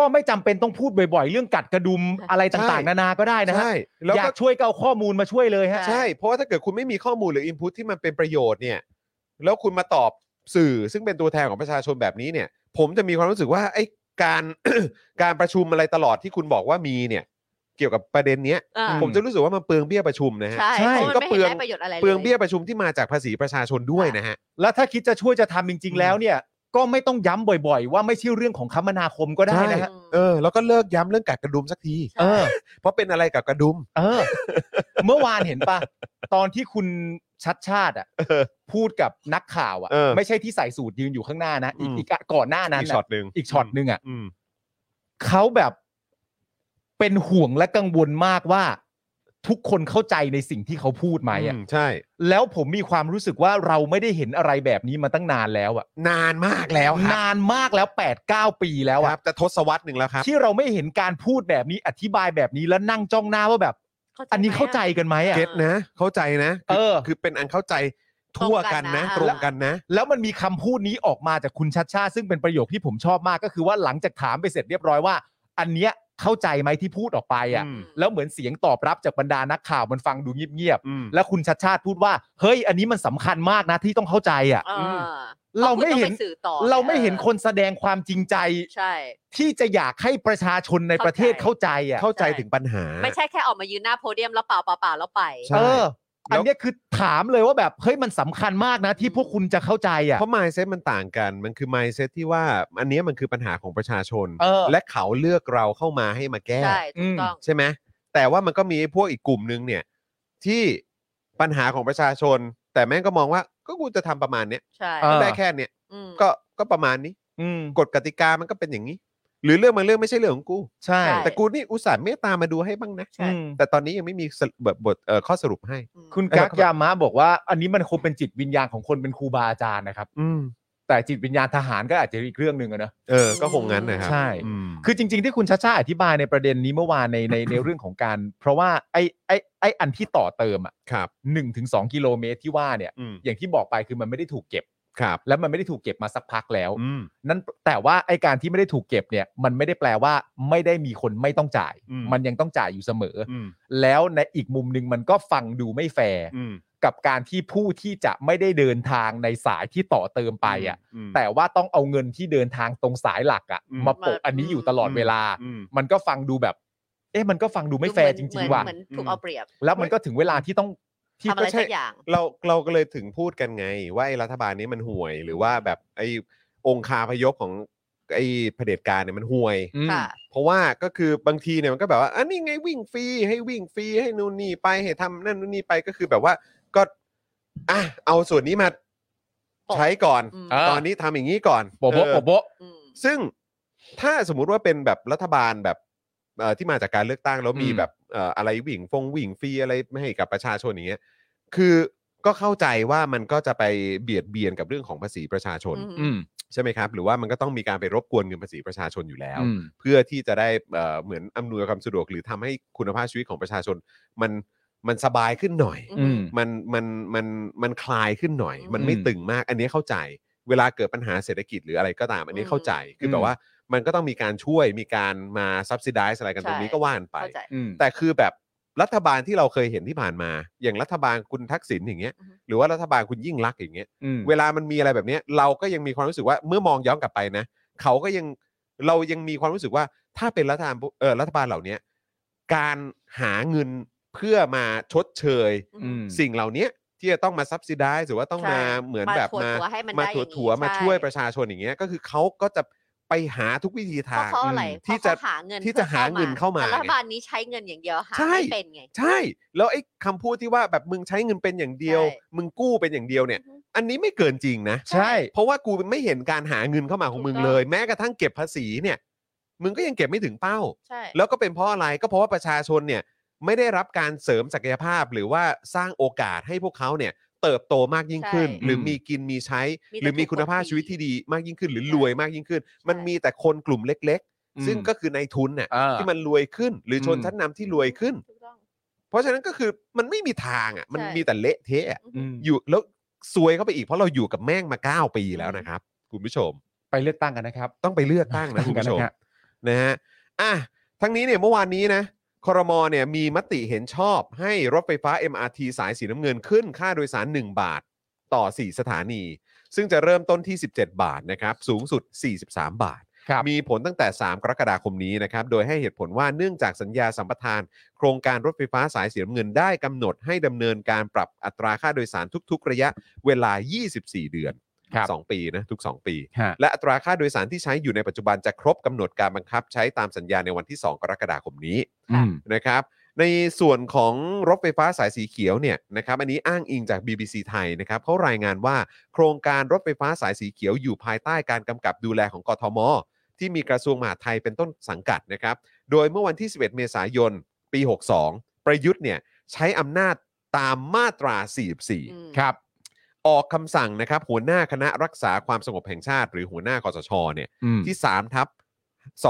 ก็ไม่จำเป็นต้องพูดบ่อย ๆ เรื่องกัดกระดุม ใช่ อะไรต่างๆ นานาก็ได้นะฮะ ใช่ แล้ว อยา ก็ กช่วยก็เอาข้อมูลมาช่วยเลยฮะ ใช่ เพราะว่าถ้าเกิดคุณไม่มีข้อมูลหรืออินพุตที่มันเป็นประโยชน์เนี่ย แล้วคุณมาตอบสื่อซึ่งเป็นตัวแทนของประชาชนแบบนี้เนี่ย ผมจะมีความรู้สึกว่าไอ้การ *coughs* การประชุมอะไรตลอดที่คุณบอกว่ามีเนี่ย เกี่ยวกับประเด็นเนี้ย อ่า ผมจะรู้สึกว่ามันเปลืองเบี้ยประชุมนะฮะ ใช่ ใช่ เพราะมัน ก็ ไม่ เปลื เห็องนได้ประโยชน์อะไร เปลือง ย เบี้ยประชุมที่มาจากภาษีประชาชนด้วยนะฮะ แล้วถ้าคิดจะช่วยจะทำจริง ๆ แล้วเนี่ย ก็ไม่ต้องย้ำบ่อย ๆ ว่าไม่ใช่เรื่องของคมนาคมก็ได้นะฮะ เออ แล้วก็เลิกย้ำเรื่องกัดกระดุมสักที ใช่ เออ เพราะเป็นอะไรกับกระดุม เออ เมื่อวานเห็นปะตอนที่คุณชัดชาติอ่ะ เออ พูดกับนักข่าวอ่ะ เออ ไม่ใช่ที่ใส่สูตรยืนอยู่ข้างหน้านะ อีก อืม อีกอ่ะก่อนหน้านั้น อีก น่ะ ช็อตหนึ่ง อีกช็อตหนึ่งอ่ะ อืม เขาแบบเป็นห่วงและกังวลมากว่า ทุกคนเข้าใจในสิ่งที่เขาพูดไหมอ่ะ อืใช่ แล้วผมมีความรู้สึกว่าเราไม่ได้เห็นอะไรแบบนี้มาตั้งนานแล้วอ่ะ นานมากแล้วครับ นานมากแล้ว8ปดเปีแล้ว ค อ่ะ รับจะทศวรรษหนึ่งแล้วครับ ที่เราไม่เห็นการพูดแบบนี้อธิบายแบบนี้แล้วนั่งจ้องหน้าว่าแบบ อันนี้เข้าใจกันไหมอ่ะ เก็ตนะ เข้าใจนะ เอ คือ อ คือเป็นอันเข้าใจทั่วกันนะ ต ต ร รง งกั กัน น นะ นะ แล้วมันมีคำพูดนี้ออกมาจากคุณชัดชาติซึ่งเป็นประโยคที่ผมชอบมากก็คือว่าหลังจากถามไปเสร็จเรียบร้อยว่า อันเนี้ยเข้าใจไหมที่พูดออกไปอ่ะ อืม แล้วเหมือนเสียงตอบรับจากบรรดานักข่าวมันฟังดูเงียบ อืม ๆแล้วคุณชัดชาติพูดว่าเฮ้ย อันนี้มันสำคัญมากนะที่ต้องเข้าใจอ่ะ เออ เราไม่เห็น ต้องปสื่อต่อ เราไม่เห็นคนแสดงความจริงใจ ใช่ ที่จะอยากให้ประชาชนในประเทศเข้าใจอ่ะ เข้าใจ ใช่ ถึงปัญหา ไม่ใช่แค่ออกมายืนหน้าโพเดียมแล้วเปล่าเปล่าเปล่าแล้วไป ใช่ เออ อันเนี้ยคือถามเลยว่าแบบเฮ้ยมันสำคัญมากนะที่พวกคุณจะเข้าใจอ่ะ เพราะ mindset มันต่างกัน มันคือ mindset ที่ว่า อันเนี้ยมันคือปัญหาของประชาชน เออ และเขาเลือกเราเข้ามาให้มาแก้ ใช่ถูกต้อง ใช่ไหมแต่ว่ามันก็มีไอ้พวกอีกกลุ่มนึงเนี่ย ที่ปัญหาของประชาชน แต่แม่งก็มองว่าก็กูจะทำประมาณเนี้ย ใช่ เออ ได้แค่เนี้ย ม ก็ก็ประมาณนี้ อืม กฎกติกามันก็เป็นอย่างนี้ หรือเรื่องมันเรื่องไม่ใช่เรื่องของกู ใช่ ใช่ แต่กูนี่อุตส่าห์เมตตามาดูให้บ้างนะ อืม แต่ตอนนี้ยังไม่มีสรุปแบบบทเอ่อข้อสรุปให้ อืม คุณ เออ กัก ก็แบบ ยามะบอกว่า อันนี้มันคงเป็นจิตวิญญาณของคนเป็นครูบาอาจารย์นะครับ อืม แต่จิตวิญญาณทหารก็อาจจะอีกเรื่องหนึ่งอะเนอะ เออ ก็คงงั้นนะครับ ใช่ อืม คือจริง ๆ ที่คุณชาชาอธิบายในประเด็นนี้เมื่อวานในในในเรื่องของการ เพราะว่าไอ้ไอ้ไอ้อันที่ต่อเติมอ่ะ ครับ หนึ่งถึงสองกิโลเมตรที่ว่าเนี่ย อืม อย่างที่บอกไปคือมันไม่ได้ถูกเก็บ ครับ แล้วมันไม่ได้ถูกเก็บมาสักพักแล้ว อืม นั่นแต่ว่าไอ้การที่ไม่ได้ถูกเก็บเนี่ยมันไม่ได้แปลว่าไม่ได้มีคนไม่ต้องจ่าย อืม มันยังต้องจ่ายอยู่เสมออ อืม แล้วในอีกมุมหนึ่งมันก็ฟังดูไม่แฟร์ อืม กับการที่ผู้ที่จะไม่ได้เดินทางในสายที่ต่อเติมไปอ่ะ ม แต่ว่าต้องเอาเงินที่เดินทางตรงสายหลักอ่ะ อืม มาโปะอันนี้อยู่ตลอดเวลา อืม มันก็ฟังดูแบบ เอ๊ะมันก็ฟังดูไม่แฟร์จริง ๆ ว่ะ เหมือนถูกเอาเปรียบ แล้วมันก็ถึงเวลาที่ต้องที่ ทำอะไรสักอย่าง เราเราก็เลยถึงพูดกันไง ว่าไอ้รัฐบาลนี้มันห่วย หรือว่าแบบไอ้องคาพยพของไอ้เผด็จการเนี่ยมันห่วย อืม ค่ะ เพราะว่าก็คือบางทีเนี่ยมันก็แบบว่าอันนี้ไงวิ่งฟรีให้วิ่งฟรีให้นู่นนี่ไปให้ทำนั่นนู่นนี่ไปก็คือแบบว่าก็อ่ะเอาส่วนนี้มา ปะ ใช้ก่อน อืม อ่ะ ตอนนี้ทำอย่างนี้ก่อน โปะโปะ เออ โปะโปะ อืม ซึ่งถ้าสมมุติว่าเป็นแบบรัฐบาลแบบเอ่อที่มาจากการเลือกตั้งแล้วมี อืม แบบเอ่ออะไรวิ่งฟงวิ่งฟรีอะไรไม่ให้กับประชาชนอย่างเงี้ยคือก็เข้าใจว่ามันก็จะไปเบียดเบียนกับเรื่องของภาษีประชาชน อืม ใช่ไหมครับ หรือว่ามันก็ต้องมีการไปรบกวนเงินภาษีประชาชนอยู่แล้ว อืม เพื่อที่จะได้เอ่อเหมือนอำนวยความสะดวกหรือทำให้คุณภาพชีวิตของประชาชน มันมันสบายขึ้นหน่อย อื อืม มันมันมันมันคลายขึ้นหน่อย อืม มันไม่ตึงมาก อันนี้เข้าใจ เวลาเกิดปัญหาเศรษฐกิจหรืออะไรก็ตาม อันนี้ อืม เข้าใจ คือแบบว่ามันก็ต้องมีการช่วยมีการมา subsidize อะไรกันตรงนี้ ใช่ ก็ว่านไป เข้าใจ อืม แต่คือแบบรัฐบาลที่เราเคยเห็นที่ผ่านมา อย่างรัฐบาลคุณทักษิณอย่างเงี้ย อือฮึ หรือว่ารัฐบาลคุณยิ่งรักษณ์อย่างเงี้ย อืม เวลามันมีอะไรแบบเนี้ยเราก็ยังมีความรู้สึกว่าเมื่อมองย้อนกลับไปนะ เขาก็ยังเรายังมีความรู้สึกว่าถ้าเป็นรัฐบาลเออรัฐบาลเหล่าเนี้ยการหาเงินเพื่อมาชดเชย อืม สิ่งเหล่านี้ที่จะต้องมาซับซิได้หรือว่าต้อง ใช่ มาเหมือนแบบ มา มา ถั่วๆให้มัน มา ได้อย่างนี้ ถั่วๆมา ใช่ ช่วยประชาชนอย่างเงี้ยก็คือเขาก็จะไปหาทุกวิธี เพราะ ทาง เขาอะไร ที่จะ เพราเขาหาเงิน ที่จะหาเงินเข้ามา แต่รัฐ ไง บาลนี้ใช้เงินอย่างเดียวหา ใช่ ไม่เป็นไง ใช่ แล้วไอ้คำพูดที่ว่าแบบมึงใช้เงินเป็นอย่างเดียว ใช่ มึงกู้เป็นอย่างเดียวเนี่ย อือฮึ อันนี้ไม่เกินจริงนะ ใช่ เพราะว่ากูไม่เห็นการหาเงินเข้ามาของมึง ถูกต้อง เลย แม้กระทั่งเก็บภาษีเนี่ย มึงก็ยังเก็บไม่ถึงเป้า ใช่ แล้วก็เป็นเพราะอะไรก็เพราะว่าประชาชนเนี่ยไม่ได้รับการเสริมศักยภาพ หรือว่าสร้างโอกาสให้พวกเขาเนี่ยเติบโตมากยิ่งขึ้น หรือมีกินมีใช้ หรือมีคุณภาพชีวิตที่ดีมากยิ่งขึ้น หรือรวยมากยิ่งขึ้น มันมีแต่คนกลุ่มเล็ก อืม ๆ ซึ่งก็คือในายทุนน่ะ อ่า ที่มันรวยขึ้น หรือชน อืม ชั้นนำที่รวยขึ้น ถูกต้อง เพราะฉะนั้นก็คือมันไม่มีทางอ่ะมัน ใช่ มีแต่เละเทะอะ อืม อยู่แล้วซวยเข้าไปอีกเพราะเราอยู่กับแม่งมาเก้าปีแล้วนะครับคุณผู้ชม ไปเลือกตั้งกันนะครับ ต้องไปเลือกตั้ง *laughs* นะคุณผู้ชม กันนะฮะ นะฮะอ่ะทั้งนี้เนี่ยเมื่อวานนี้นะคอรมอเนี่ยมีมติเห็นชอบให้รถไฟฟ้า MRT สายสีน้ำเงินขึ้นค่าโดยสาร 1 บาทต่อ 4 สถานี ซึ่งจะเริ่มต้นที่ 17 บาทนะครับ สูงสุด 43 บาท ครับ มีผลตั้งแต่ 3 กรกฎาคมนี้นะครับ โดยให้เหตุผลว่าเนื่องจากสัญญาสัมปทาน โครงการรถไฟฟ้าสายสีน้ำเงินได้กำหนดให้ดำเนินการปรับอัตราค่าโดยสารทุก ๆ ระยะเวลา 24 เดือน ครับ 2 ปีนะทุก 2 ปี ฮะ และอัตราค่าโดยสารที่ใช้อยู่ในปัจจุบันจะครบกำหนดการบังคับใช้ตามสัญญาในวันที่ 2 กรกฎาคมนี้ อืม นะครับ ในส่วนของรถไฟฟ้าสายสีเขียวเนี่ยนะครับอันนี้อ้างอิงจาก BBC ไทยนะครับเขารายงานว่าโครงการรถไฟฟ้าสายสีเขียวอยู่ภายใต้การกำกับดูแลของกทม ที่มีกระทรวงมหาดไทยเป็นต้นสังกัดนะครับ โดยเมื่อวันที่ 11 เมษายน ปี 62 ประยุทธ์เนี่ยใช้อำนาจตามมาตรา 44 อืม ครับ ออกคำสั่งนะครับหัวหน้าคณะรักษาความสงบแห่งชาติหรือหัวหน้าคอสชเนี่ย อืม ที่3ทับ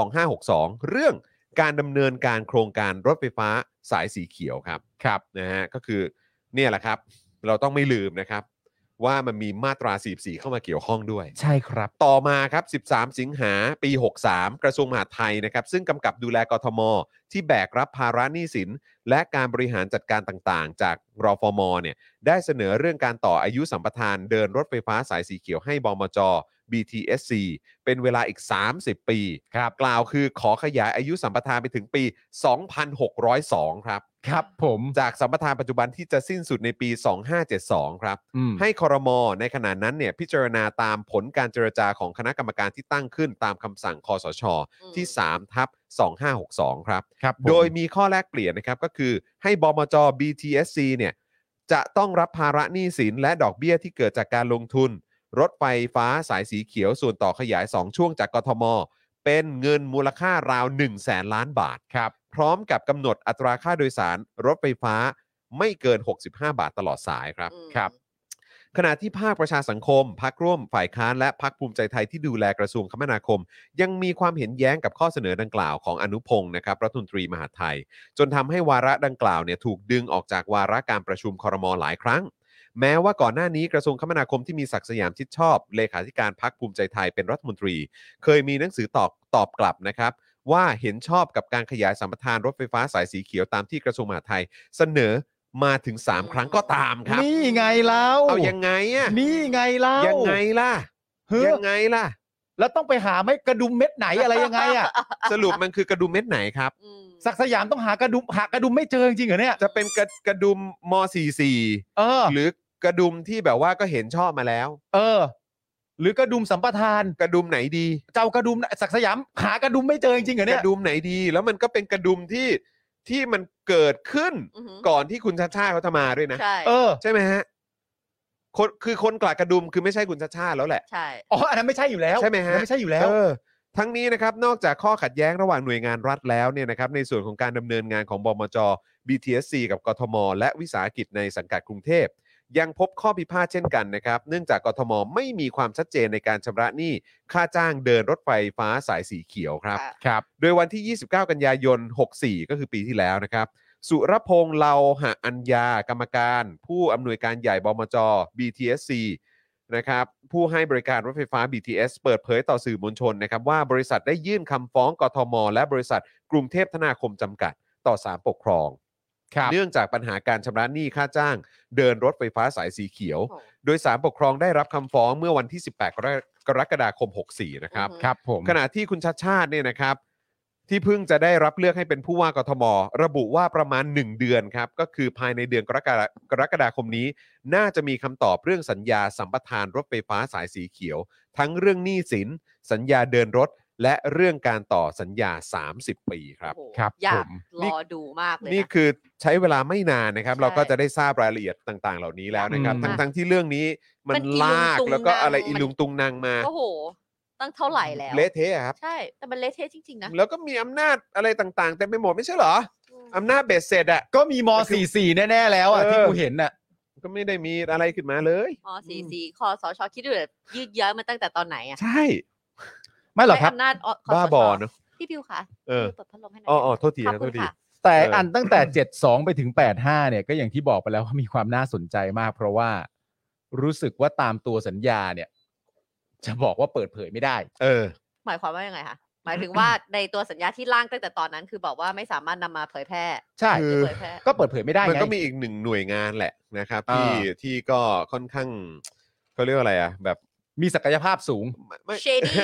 2562 เรื่องการดำเนินการโครงการรถไฟฟ้าสายสีเขียวครับ ครับ นะฮะก็คือเนี่ยแหละครับ เราต้องไม่ลืมนะครับ ว่ามันมีมาตรา 44 เข้ามาเกี่ยวข้องด้วย ใช่ครับ ต่อมาครับ 13 สิงหาปี 63 กระทรวงมหาดไทยนะครับ ซึ่งกำกับดูแลกทม ที่แบกรับภาระหนี้สิน และการบริหารจัดการต่างๆ จากรอฟมเนี่ย ได้เสนอเรื่องการต่ออายุสัมปทานเดินรถไฟฟ้าสายสีเขียวให้บมจ BTSC เป็นเวลาอีก 30 ปี ครับ กล่าวคือขอขยายอายุสัมปทานไปถึงปี 2602 ครับ ครับผม จากสัมปทานปัจจุบันที่จะสิ้นสุดในปี 2572 ครับ อืม ให้คอรมอในขณะนั้นเนี่ยพิจารณาตามผลการเจรจาของคณะกรรมการที่ตั้งขึ้นตามคำสั่งคอสช อืม ที่3ทับ2562 ครับ ครับผม โดยมีข้อแลกเปลี่ยนนะครับก็คือให้บมจ BTSC เนี่ยจะต้องรับภาระหนี้สินและดอกเบี้ยที่เกิดจากการลงทุน รถไฟฟ้าสายสีเขียวส่วนต่อขยาย 2 ช่วงจากกทม เป็นเงินมูลค่าราว 1 0 0 0 0แสนล้านบาท ครับ พร้อมกับกำหนดอัตราค่าโดยสารรถไฟฟ้าไม่เกิน 65 บาทตลอดสายครับ อืม ครับ ขณะที่ภาคประชาสังคม พักร่วมฝ่ายค้านและพักภูมิใจไทยที่ดูแลกระทรวงคมนาคม ยังมีความเห็นแย้งกับข้อเสนอดังกล่าวของอนุพงศ์นะครับรัฐมนตรีมหาดไทย จนทำให้วาระดังกล่าวเนี่ยถูกดึงออกจากวาระการประชุมครมหลายครั้ง แม้ว่าก่อนหน้านี้กระทรวงคมนาคมที่มีศักดิ์สยามชิดชอบ เลขาธิการพักภูมิใจไทยเป็นรัฐมนตรี เคยมีหนังสือตอบตอบกลับนะครับ ว่าเห็นชอบกับการขยายสัมปทานรถไฟฟ้าสายสีเขียวตามที่กระทรวงมหาดไทย เสนอมาถึงสามครั้งก็ตามครับ นี่ไงแล้ว เอายังไงอ่ะ นี่ไงแล้ว ยังไงล่ะ เฮ้อ ยังไงล่ะ แล้วต้องไปหาไหม่กระดุมเม็ดไหนอะไรยังไงอ่ะ สรุปมันคือกระดุมเม็ดไหนครับ อืม ศักดิ์สยามต้องหากระดุมหากระดุมไม่เจอจริงๆเหรอเนี่ย จะเป็นกระกระดุมม .44 เออ หรือกระดุมที่แบบว่าก็เห็นชอบมาแล้ว เออ หรือกระดุมสัมปทาน กระดุมไหนดี เจ้ากระดุมศักดิ์สยามหากระดุมไม่เจอจริงๆเหรอก เนี่ย ระดุมไหนดี แล้วมันก็เป็นกระดุมที่ที่มันเกิดขึ้น อือหือ ก่อนที่คุณชาชาติเขาจะมาด้วยนะ ใช่ เออ ใช่ไหมฮะ คนคือคนกลากระดุมคือไม่ใช่คุณชาชาติแล้วแหละ ใช่ อ๋ออันนั้นไม่ใช่อยู่แล้ว ใช่ไหมฮะ อันนั้นไม่ใช่อยู่แล้ว เออทั้งนี้นะครับนอกจากข้อขัดแย้งระหว่างหน่วยงานรัฐแล้วเนี่ยนะครับในส่วนของการดำเนินงานของบมจ BTSC กับกทม และวิสาหกิจในสังกัดกรุงเทพ ยังพบข้อพิพาทเช่นกันนะครับเนื่องจากกทมไม่มีความชัดเจนในการชำระหนี้ค่าจ้างเดินรถไฟฟ้าสายสีเขียวครับ ค่ะ ครับ โดยวันที่ 29 กันยายน 64 ก็คือปีที่แล้วนะครับ สุรพงษ์เลาหะอัญญากรรมการ ผู้อำนวยการใหญ่บมจ BTSC นะครับผู้ให้บริการรถไฟฟ้า BTS เปิดเผยต่อสื่อมวลชนนะครับว่าบริษัทได้ยื่นคำฟ้องกทม และบริษัทกรุงเทพธนาคมจำกัดต่อศาลปกครอง ครับ เนื่องจากปัญหาการชำระหนี้ค่าจ้าง เดินรถไฟฟ้าสายสีเขียว โอ้โห โดยสารปกครองได้รับคำฟ้องเมื่อวันที่ 18 กรกรกฎาคม 64 นะครับ ครับผม ขณะที่คุณชัดชาติเนี่ยนะครับ ที่เพิ่งจะได้รับเลือกให้เป็นผู้ว่ากทม ระบุว่าประมาณ 1 เดือนครับ ก็คือภายในเดือนกรกฎากรกฎาคมนี้ น่าจะมีคำตอบเรื่องสัญญาสัมปทานรถไฟฟ้าสายสีเขียว ทั้งเรื่องหนี้สิน สัญญาเดินรถ และเรื่องการต่อสัญญา 30 ปีครับ โอ้โห ครับ อยา ผ ก ม รอดูมากเลย นี่ นะ คือใช้เวลาไม่นานนะครับ ใช่ เราก็จะได้ทราบรายละเอียดต่าง ๆ เหล่านี้แล้วนะครับ อืม ทั้งๆที่เรื่องนี้มัน มันอีลุง ลาก ตุง แล้วก็ นาง อะไรอีลุงตุงนางมา โอ้โห ตั้งเท่าไหร่แล้ว เละเทะครับ ใช่ แต่มันเละเทะจริง ๆ นะ แล้วก็มีอำนาจอะไรต่างๆเต็มไปหมดไม่ใช่เหรอ อำนาจเบ็ดเสร็จอะ ก็มีม .44 แน่ๆแล้วอ่ะ เออ ที่กูเห็นอ่ะ ก็ไม่ได้มีอะไรขึ้นมาเลย มสี่สี่คอสชคิดดูเลยยืดเยื้อมาตั้งแต่ตอนไหนอ่ะ ใช่ ไม่หรอกครับ ให้อำนาจอคสช บ้าบอเนอะ พี่บิวค่ะ เออ พี่บิวเปิดพัดลมให้หน่อย อ๋ออ๋อโทษที ขอบ นะโทคุณ ษที ค่ะ แต่ เอออั อันตั้งแต่ 72 ไปถึง 85 เนี่ยก็อย่างที่บอกไปแล้วว่ามีความน่าสนใจมาก เพราะว่ารู้สึกว่าตามตัวสัญญาเนี่ย จะบอกว่าเปิดเผยไม่ได้ เออ หมายความว่ายังไงคะหมายถึงว่า ในตัวสัญญาที่ร่างตั้งแต่ตอนนั้น คือบอกว่าไม่สามารถนำมาเผยแพร่ ใช่ คือ หรือเผยแพร่ ก็เปิดเผยไม่ได้ มัน ไง ก็มีอีกหนึ่งหน่วยงานแหละนะครับ อ่า ที่ที่ก็ค่อนข้างเขาเรียกว่าอะไรอะแบบ มีศักยภาพสูง ไม่ไม่ Shady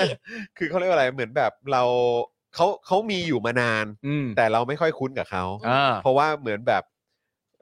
คือเขาเรียกว่าอะไรเหมือนแบบเราเขาเขามีอยู่มานาน อืม แต่เราไม่ค่อยคุ้นกับเขา อ่า เพราะว่าเหมือนแบบ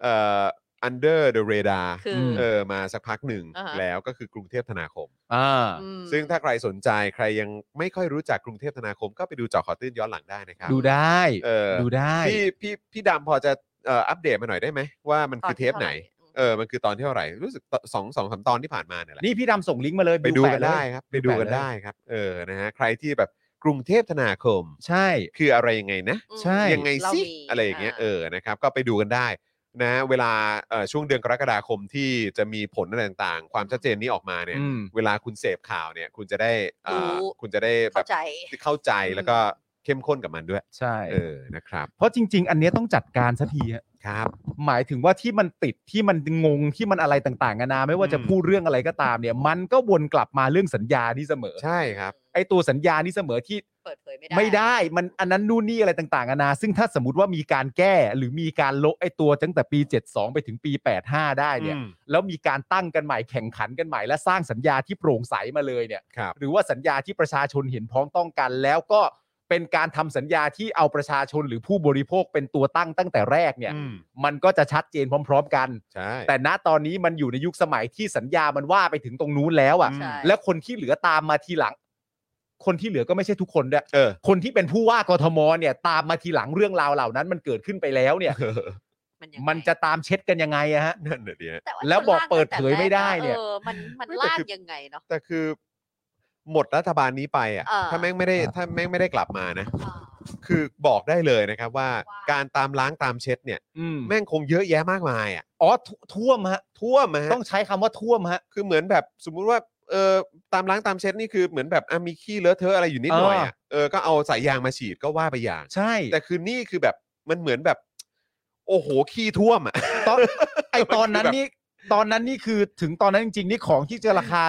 เอ่อ under the radar คือ ม อ เออมาสักพักหนึ่ง อ่าฮะ แล้วก็คือกรุงเทพธนาคม อ่า ม ซึ่งถ้าใครสนใจใครยังไม่ค่อยรู้จักกรุงเทพธนาคม ก็ไปดูเจอขอตื้นย้อนหลังได้นะครับ ดูได้ เออ ดูได้ พี่พี่พี่ดำพอจะเอ่ออัปเดตมาหน่อยได้ไหมว่ามัน ต คือเทปไหน เออมันคือตอนที่เท่าไหร่รู้สึกตสองสองสามตอนที่ผ่านมาเนี่ยแหละ นี่พี่ดำส่งลิงก์มาเลย ไปดู แปะ กัน เลย ได้ครับ ไปดูกัน แปะเลย ได้ครับ เออนะฮะใครที่แบบกรุงเทพธนาคม ใช่ คืออะไรยังไงนะ อืม ใช่ ยังไง เรา สิ มี อะไรอย่างเงี้ย อ่า เออนะครับ ก็ไปดูกันได้นะฮะเวลาเอ่อช่วงเดือนกรกฎาคมที่จะมีผลอะไรต่างๆ ความชัดเจนนี้ออกมาเนี่ย อืม เวลาคุณเสพข่าวเนี่ย คุณจะได้เอ่อ รู้ คุณจะได้แบ เข้า บ ใจ เข้าใจ อืม แล้วก็เข้มข้นกับมันด้วย ใช่ เออนะครับ เพราะจริง ๆ อันเนี้ยต้องจัดการสักทีฮะ ครับ หมายถึงว่าที่มันติดที่มันงงที่มันอะไรต่างๆกันานาไม่ว่าจะ อืม พูดเรื่องอะไรก็ตามเนี่ย มันก็วนกลับมาเรื่องสัญญานี่เสมอ ใช่ครับ ไอตัวสัญญานี่เสมอที่ เปิดเผยไม่ได้ ไม่ได้มันอันนั้นนู่นนี่อะไรต่างๆนานาซึ่งถ้าสมมติว่ามีการแก้หรือมีการลบไอตัวตั้งแต่ปี 72 ไปถึงปี 85 ได้เนี่ย อืม แล้วมีการตั้งกันใหม่แข่งขันกันใหม่ และสร้างสัญญาที่โปร่งใสมาเลยเนี่ย ครับ หรือว่าสัญญาที่ประชาชนเห็นพ้องต้องกัน แล้วก็เป็นการทำสัญญาที่เอาประชาชนหรือผู้บริโภคเป็นตัวตั้งตั้งแต่แรกเนี่ย อืม มันก็จะชัดเจนพร้อม ๆ กัน ใช่ แต่ณตอนนี้มันอยู่ในยุคสมัยที่สัญญามันว่าไปถึงตรงนู้นแล้วอะ่ะ ใช่ และคนที่เหลือตามมาทีหลัง คนที่เหลือก็ไม่ใช่ทุกคนด้วย เออ คนที่เป็นผู้ว่ากทมเนี่ยตามมาทีหลังเรื่องราวเหล่านั้น มันเกิดขึ้นไปแล้ว *laughs* เนี่ย มันยังไง มันจะตามเช็ดกันยังไงอะฮะ นั่นน่ะดิฮะ ต่า แล้วบอก ถ้าาง เปิดเผยไม่ได้เนี่ย ออมันมันลากยังไงเนาะ แต่คือ หมดรัฐบาลนี้ไปอ่ะ เออ ถ้าแม่งไม่ได้ถ้าแม่งไม่ได้กลับมานะ อ่า คือบอกได้เลยนะครับว่า ว่า การตามล้างตามเช็ดเนี่ย อืม แม่งคงเยอะแยะมากมายอ่ะ อ๋อท่วท่วมฮะ ท่วมอะฮะ ต้องใช้คำว่าท่วมฮะ คือเหมือนแบบสมมุติว่าเออตามล้างตามเช็ดนี่คือเหมือนแบบอ่ะมีขี้เลอะเทอะอะไรอยู่นิดหน่อยอ่ะเออก็เอาสายยางมาฉีดก็ว่าไปอย่าง ใช่ แต่คือนี่คือแบบมันเหมือนแบบ โอ้โหขี้ท่วมอ่ะ *laughs* ตอนไอตอนนั้น มันคือแบบ นี่ตอนนั้นนี่คือถึงตอนนั้นจริงๆนี่ของที่จะราคา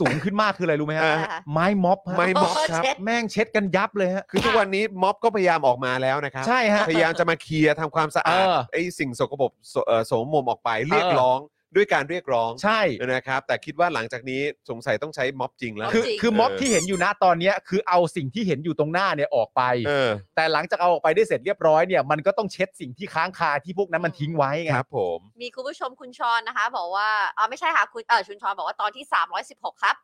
สูงขึ้นมากคืออะไรรู้ไหมฮะ อะไรคะ ไม้ม็อบฮะ ไม่ม็อบครับ เช็ด แม่งเช็ดกันยับเลยฮะ คือทุกวันนี้ม็อบก็พยายามออกมาแล้วนะครับ ใช่ฮะ พยายามจะมาเคลียร์ทำความสะอาด เออ ไอ้สิ่งสกปรกโสเอ่อโสมมมออกไปเรียก เออ ร้องด้วยการเรียกร้อง ใช่ นะครับ แต่คิดว่าหลังจากนี้สงสัยต้องใช้ม็อบจริงแล้ว คือ จริง คือม็อบ เออ ที่เห็นอยู่นะตอนเนี้ยคือเอาสิ่งที่เห็นอยู่ตรงหน้าเนี่ยออกไป เออ แต่หลังจากเอาออกไปได้เสร็จเรียบร้อยเนี่ยมันก็ต้องเช็ดสิ่งที่ค้างคาที่พวกนั้นมันทิ้งไว้ไง ครับผม มีคุณผู้ชมคุณชอนนะคะ บอกว่าอ๋อไม่ใช่ค่ะคุณเออชุนชอนบอกว่าตอนที่ 316 ครับ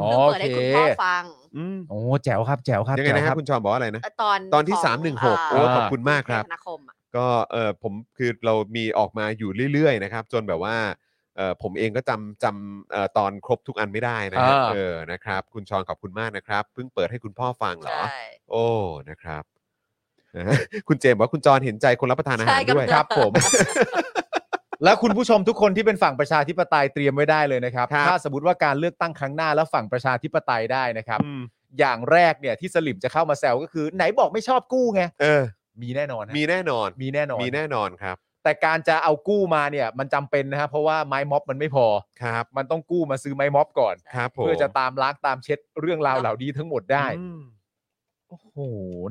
อ๋อ เพิ่ง โอ เปิดให้ เค คุณพ่อฟัง อืม โอ้แจ๋วครับแจ๋วครับ ยังไง แจ๋ว นะ ค ฮะ รับ คุณชอนบอกว่าอะไรนะ เอ่อตอน ตอนที่ ขง 316โอ้ เ ขอบคุณมากครับ เดือนมีนาคมอะ ก็เออผมคือเรามีออกมาอยู่เรื่อยๆนะครับ จนแบบว่าเ เอ่อผมเองก็จำจำเอ่อตอนครบทุกอันไม่ได้นะฮะ อ่า เออนะครับคุณชอนขอบคุณมากนะครับเพิ่งเปิดให้คุณพ่อฟังเหรอ ใช่ โอ้นะครับนะ *laughs* ฮะคุณเจมส์บอกว่าคุณจอนเห็นใจคนรับประทานอาหาร ใช่กำลัง ด้วย ครับผม และคุณผู้ชมทุกคนที่เป็นฝั่งประชาธิปไตยเตรียมไว้ได้เลยนะครับ ถ้าสมมติว่าการเลือกตั้งครั้งหน้าแล้วฝั่งประชาธิปไตยได้นะครับ อืม อย่างแรกเนี่ยที่สลิมจะเข้ามาแซวก็คือ ไหนบอกไม่ชอบกู้ไง *laughs* เออ มีแน่นอนฮะ มีแน่นอน มีแน่นอน มีแน่นอนครับ แต่การจะเอากู้มาเนี่ยมันจำเป็นนะฮะเพราะว่าไม้ม็อบมันไม่พอ ครับ มันต้องกู้มาซื้อไม้ม็อบก่อน ครับผม เพื่อจะตามล้างตามเช็ดเรื่องราวเหล่านี้ทั้งหมดได้ อืม โอ้โห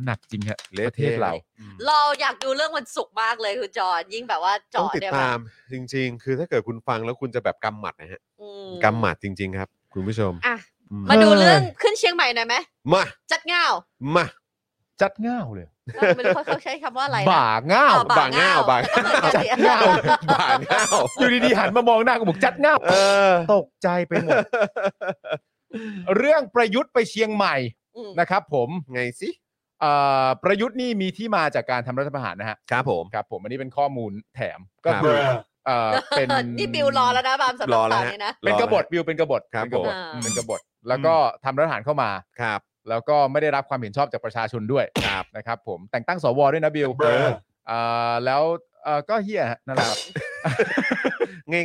หนักจริงฮะ เละ ประเทศเรา อืม เราอยากดูเรื่องวันศุกร์มากเลยคุณจอนยิ่งแบบว่า ต้อ เจาะ งติด เนี่ย ตามจริง ๆ คือถ้าเกิดคุณฟังแล้วคุณจะแบบกำหมัดนะฮะ อืม กำหมัดจริง ๆ ครับ คุณผู้ชม อ่ะ อืม มาดูเรื่องขึ้นเชียงใหม่หน่อยไหม มา จัดเงาว มา จัดง่าวเลย ไม่รู้เขาเขาใช้คำว่าอะไรนะ บ่าง่าว อ๋อบ า เงา ง้าว ว บา ก็เหมือนกัน ง้าว สิ *laughs* ง้าวบาง้าว อยู่ดีๆหันมามองหน้ากูบอกจัดง่าว เออ ตกใจไปหมด เรื่องประยุทธ์ไปเชียงใหม่ อืม นะครับ ผม ไงสิ เอ่อประยุทธ์นี่มีที่มาจากการทำรัฐประหารนะฮะ ครับผม ครับ ผมอันนี้เป็นข้อมูลแถมก็คือ ครับ เอ่อเป็น *laughs* นี่บิวรอแล้วนะบามสำรหรับ อแล้ว ข่าว ฮะ นี้นะ เป็น รอแล้ว กบฏ ฮะ บิวเป็นกบฏ ครับ เป็นกบผฏม อืมเป็นกบฏแล้วก็ทำรัฐประหารเข้ามา ครับ แล้วก็ไม่ได้รับความเห็นชอบจากประชาชนด้วย ครับ นะครับ ผมแต่งตั้งสวด้วยนะบิว เออ เอ่อแล้วเอ่อก็เฮียฮะนั่นแหละครับ